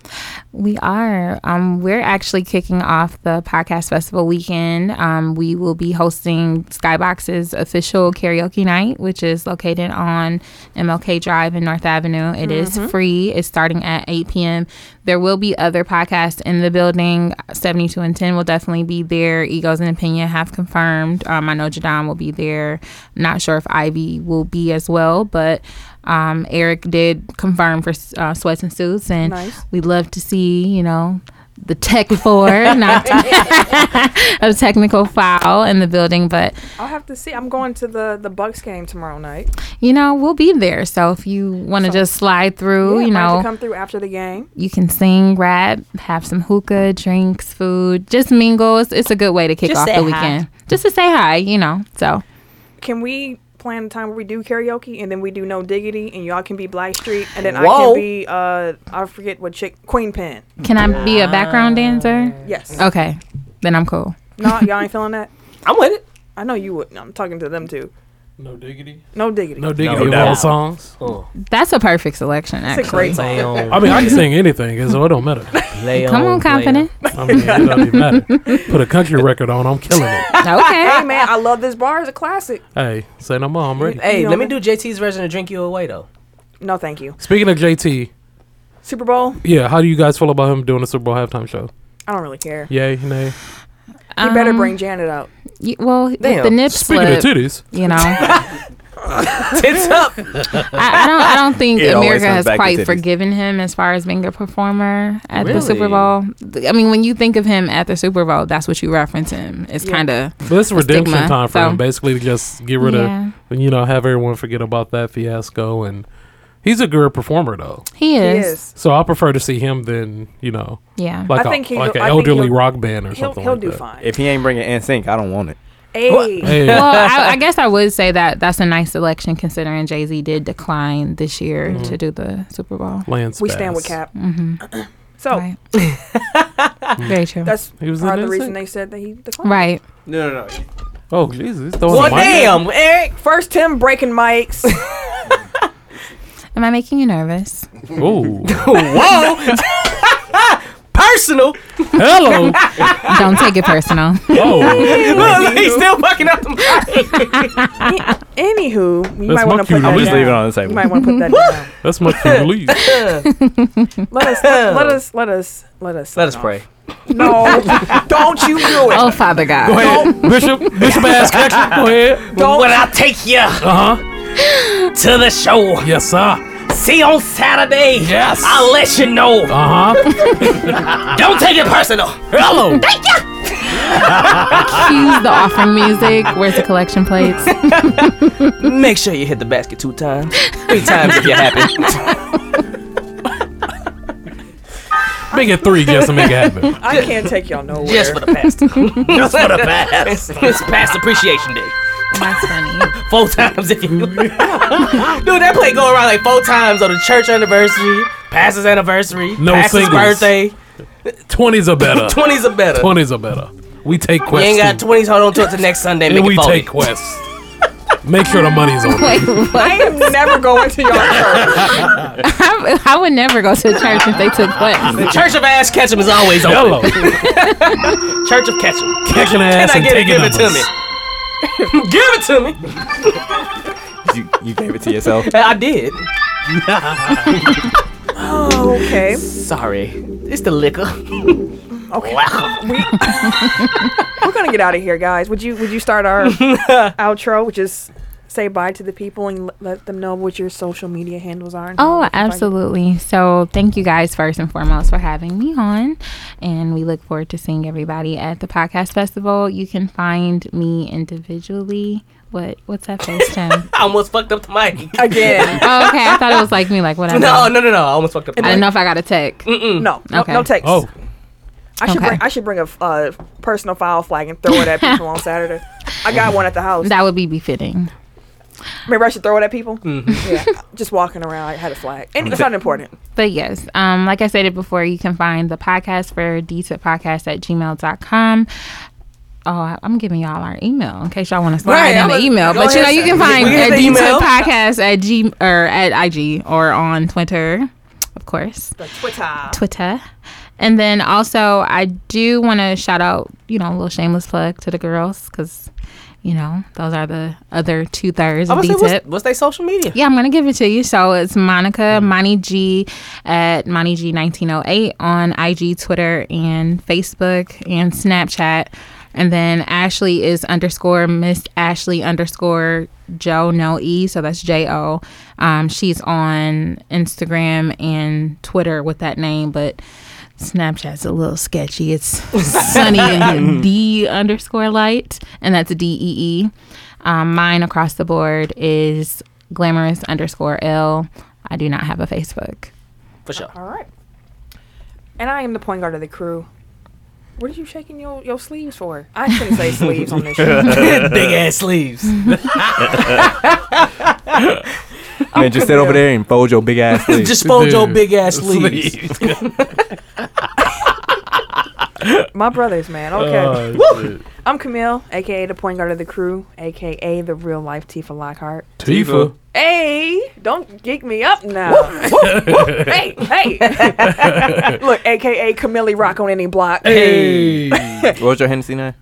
H: We are. Um, we're actually kicking off the podcast festival weekend. Um, we will be hosting Skybox's official karaoke night, which is located on MLK Drive in North Avenue. It is free. It's starting at 8 p.m. There will be other podcasts in the building. 72 and 10 will definitely be there. Egos and Opinion have confirmed. Um, I know Jadon will be there. Not sure if Ivy will be as well, but um, Eric did confirm for uh, Sweats and Suits, and
B: Nice.
H: we'd love to see, you know, the tech four, not a technical foul in the building, but
B: I'll have to see. I'm going to the, the Bucks game tomorrow night.
H: you know, we'll be there. So if you want to
B: So-
H: just slide through,
B: Yeah,
H: you
B: might have to
H: know,
B: come through after the game.
H: you can sing, rap, have some hookah, drinks, food, just mingle. It's, it's a good way to kick
C: Just
H: off
C: say
H: the
C: hi.
H: weekend, just to say hi, you know. So
B: Can we plan a time where we do karaoke and then we do No Diggity and y'all can be Black Street and then I can
C: Whoa.
B: be, uh, I forget what chick, Queen Pen.
H: can I be a background dancer?
B: Yes.
H: Okay, then I'm cool.
B: no, y'all ain't feeling that?
C: I'm with it.
B: I know you would. I'm talking to them too.
A: No diggity.
B: No Diggity.
A: No diggity
E: No
A: of
E: doubt.
A: all songs.
H: That's a perfect selection, actually.
B: It's a great song.
C: Damn.
A: I mean, I can sing anything, so it don't matter.
C: Play
H: Come on,
C: play
H: confident.
A: I mean, it don't even matter. Put a country record on, I'm killing it.
H: okay.
B: Hey man, I love this bar. It's a classic.
A: Hey, say no more, I'm ready.
C: Hey,
B: You know
C: let me
B: what?
C: do JT's version of "Drink You Away" though.
B: No, thank you.
A: Speaking of JT,
B: Super Bowl.
A: yeah, how do you guys feel about him doing the Super Bowl halftime show?
B: I don't really care.
A: Yay, nay.
B: You better
H: Um,
B: bring Janet out.
H: y- well, with
C: Damn.
H: the nip
A: Speaking
H: slip.
A: of titties,
H: you know, I,
C: Tits up.
H: I don't. I don't think
E: It always
H: America
E: comes
H: has
E: back to
H: quite
E: titties.
H: forgiven him as far as being a performer at the Super
C: Really?
H: Bowl. Th- I mean, when you think of him at the Super Bowl, that's what you reference him. It's
B: Yeah.
H: kind of
A: but it's redemption
H: stigma,
A: time for
H: so-
A: him, basically, to just get rid
H: yeah.
A: of, you know, have everyone forget about that fiasco. And he's a good performer, though.
H: He
B: He
H: is.
B: is.
A: So I prefer to see him than, you know,
H: Yeah.
A: like
B: I
A: a
B: think he-
A: like an
B: I think
A: elderly
B: he'll-
A: rock band or
B: He'll
A: something
B: he'll
A: like
B: do
A: that.
B: fine.
E: If he ain't bringing NSYNC, I don't want it.
B: Hey,
A: Hey,
H: well, I, I guess I would say that that's a nice selection considering Jay Z did decline this year
A: Mm-hmm.
H: to do the Super Bowl.
A: Lance
B: we stand with
A: Bass.
B: Cap.
H: Mm-hmm.
B: So
H: Right. Very true.
B: that's
A: He was
B: part
A: in
B: of the
A: NSYNC.
B: reason they said that he declined.
H: right.
E: No, no, no.
A: Oh Jesus! he's throwing
C: Well,
A: a mic.
C: damn, Eric.
B: First, Tim breaking mics.
H: Am I making you nervous?
A: Ooh,
C: Whoa. Personal.
A: hello!
H: Don't take it personal.
A: Oh,
C: Look, he's still fucking up the
B: Anywho, you
A: That's
B: might want to
A: monkey
B: put
A: rule.
E: I'm
B: that
E: just leaving it
B: down.
E: on the
B: You
E: table.
B: might want to put that down.
A: that's much for relief.
B: Let us, let, let us, let us, let us.
C: Let us
B: sign
C: pray.
B: off. No, don't you do it.
H: oh, Father God.
A: Go ahead, Bishop. Bishop ass action. Go ahead.
C: Don't. When I take you
A: Uh huh.
C: to the show,
A: Yes, sir.
C: see on Saturday.
A: Yes.
C: I'll let you know.
A: Uh huh.
C: Don't take it personal.
A: Hello.
H: Cues the offering music. Where's the collection plates?
C: Make sure you hit the basket two times, three times if you're happy.
A: Make it three just to make it happen.
B: I can't take y'all nowhere.
C: Just for the past. Just for the past. it's past appreciation day.
H: That's funny.
C: Four times if you. Dude, that play go around like four times on the church anniversary, pastor's anniversary,
A: No
C: pastor's
A: singles.
C: birthday.
A: Twenties are better.
C: Twenties are better.
A: Twenties are better. We take
C: You
A: quests.
C: ain't got
A: too.
C: twenties. Hold on till it's the next Sunday. Make
A: and
C: it
A: we
C: 40.
A: take quests. Make sure the money's on. it.
H: Wait, what?
B: I am never going to y'all church.
H: I, I would never go to church if they took what?
C: The Church of Ass Ketchum is always open.
A: Hello.
C: Church of Ketchum.
A: Kicking
C: Can
A: ass
C: I
A: and
C: get it?
A: taking
C: Give it to
A: numbers.
C: me. Give it to me.
E: you, you gave it to yourself.
C: I did.
B: Oh, okay.
C: Sorry. It's the liquor.
B: Okay. We're gonna get out of here, guys. Would you Would you start our outro? Which is say bye to the people and l- let them know what your social media handles are. and how
H: Oh,
B: they can find you.
H: absolutely. So, thank you guys first and foremost for having me on. And we look forward to seeing everybody at the podcast festival. You can find me individually. What What's that face, Tim? okay,
C: I almost fucked up the mic.
B: Again,
H: I thought it was like me, like whatever.
C: No, no, no, no. I almost fucked up the
H: I
C: mic.
H: didn't know if I got a tech.
B: no, no,
H: Okay.
B: no text.
A: Oh,
B: I should
H: Okay.
B: bring I should bring a f- uh, personal file flag and throw it at people on Saturday. I got one at the house.
H: That would be befitting.
B: Maybe I should throw it at people. Yeah, just walking around, I had a flag, and it's not important.
H: But yes, um, like I said it before, you can find the podcast for podcast at gmail.com. Oh, I- I'm giving y'all our email in case y'all want to slide
C: Right, I'm
H: in the
C: a-
H: email.
C: go
H: But you know,
C: ahead,
H: you can
C: sir.
H: find
C: We can get the email.
H: DTip podcast at g or at IG or on Twitter, of course.
B: The Twitter.
H: Twitter. And then also, I do want to shout out, you know, a little shameless plug to the girls because, you know, those are the other two thirds
C: I
H: of
C: was
H: D
C: like,
H: Tip.
C: what's, what's their social media?
H: Yeah, I'm gonna give it to you. So it's Monica Monty G at Monty G 1908 on IG, Twitter, and Facebook and Snapchat. And then Ashley is underscore Miss Ashley underscore Joe No E, so that's J O. Um, she's on Instagram and Twitter with that name, but Snapchat's a little sketchy. It's sunny and D underscore light, and that's D E E. Um, mine across the board is glamorous underscore L. I do not have a Facebook.
C: For sure.
B: All right. And I am the point guard of the crew. What are you shaking your, your sleeves for? I shouldn't say sleeves on this show.
C: Big ass sleeves.
E: Man, just sit over there and fold your big ass. sleeve.
C: Just fold your
A: Dude.
C: big ass sleeves.
B: My brothers, man. Okay.
A: Uh, shit.
B: I'm Camille, aka the point guard of the crew, aka the real life Tifa Lockhart.
A: Tifa.
B: Hey, don't geek me up now. hey, hey. Look, aka Camille Rock on any block.
A: Hey.
E: what was your Hennessy name?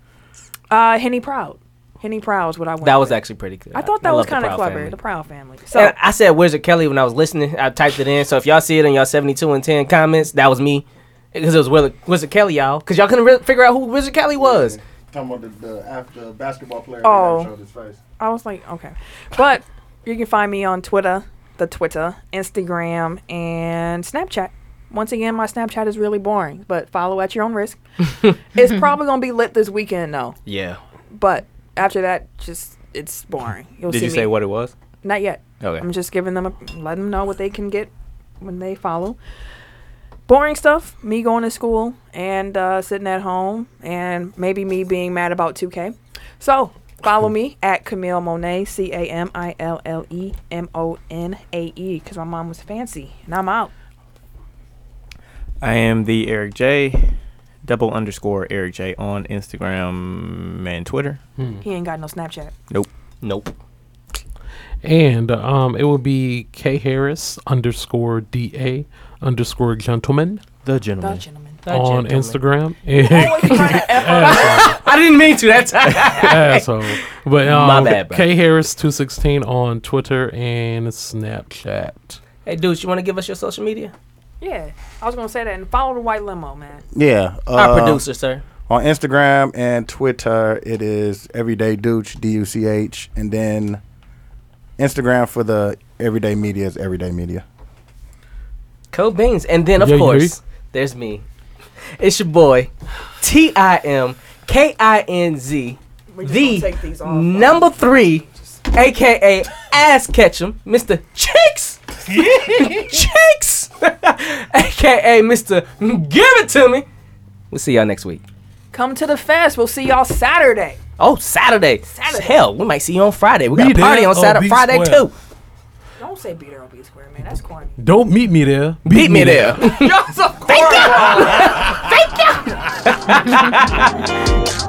B: Uh, Henny Proud. Henny Proud is what I went.
C: That was
B: with.
C: actually pretty good.
B: I thought that
C: love
B: was
C: the
B: kind of
C: Proud
B: clever.
C: Family.
B: The Proud family. So
C: And I said, "Where's it Kelly?" When I was listening, I typed it in. So if y'all see it in y'all seventy-two and ten comments, that was me, because it was Wizard, Wizard Kelly, y'all. Because y'all couldn't really figure out who Wizard Kelly was.
G: Talking about the, the after basketball player
B: Oh.
G: that showed his face.
B: I was like, okay. But you can find me on Twitter, the Twitter, Instagram, and Snapchat. Once again, my Snapchat is really boring, but follow at your own risk. it's probably gonna be lit this weekend though.
C: Yeah.
B: But after that, just it's boring. You'll
E: Did
B: see
E: you
B: me.
E: say what it was?
B: Not yet.
E: Okay.
B: I'm just giving them a letting them know what they can get when they follow. Boring stuff. Me going to school and uh, sitting at home, and maybe me being mad about 2K. So follow me at Camille Monet, C A M I L L E M O N A E, because my mom was fancy, and I'm out. Mm-hmm.
D: I am the Eric J, double underscore Eric J on Instagram and Twitter.
B: He ain't got no Snapchat.
C: Nope.
A: And um, it would be K Harris underscore D A underscore gentleman
D: The
B: The
D: gentleman.
B: gentleman.
A: on
C: gentleman. Oh
A: Instagram. And
C: I didn't mean to. That's
A: asshole. But um,
C: My bad, bro.
A: K Harris two sixteen on Twitter and Snapchat.
C: hey, dude, you want to give us your social media?
B: Yeah, I was gonna say that and follow the white limo, man.
I: Yeah. Uh,
C: Our producer, sir.
I: On Instagram and Twitter, it is Everyday Dooch, D U C H. And then Instagram for the Everyday Media is Everyday Media.
C: Code Beans, and then of
A: Yeah, you
C: course, there's me. It's your boy, T I M K I N Z.
B: We just gonna take
C: the
B: these off.
C: number three, aka Ass Ketchum, Mr. Cheeks, Cheeks, aka Mr. Give It To Me. We'll see y'all next week.
B: Come to the fest. We'll see y'all Saturday.
C: Oh, Saturday.
B: Saturday.
C: Hell, we might see you on Friday. We got
A: Be
C: a party
A: there
C: on
A: or
C: Saturday,
A: be
C: Friday
A: square.
C: too.
B: Don't say be there or be square, man. That's corny.
A: Don't meet me there. Beat,
C: me there.
B: Y'all so corny.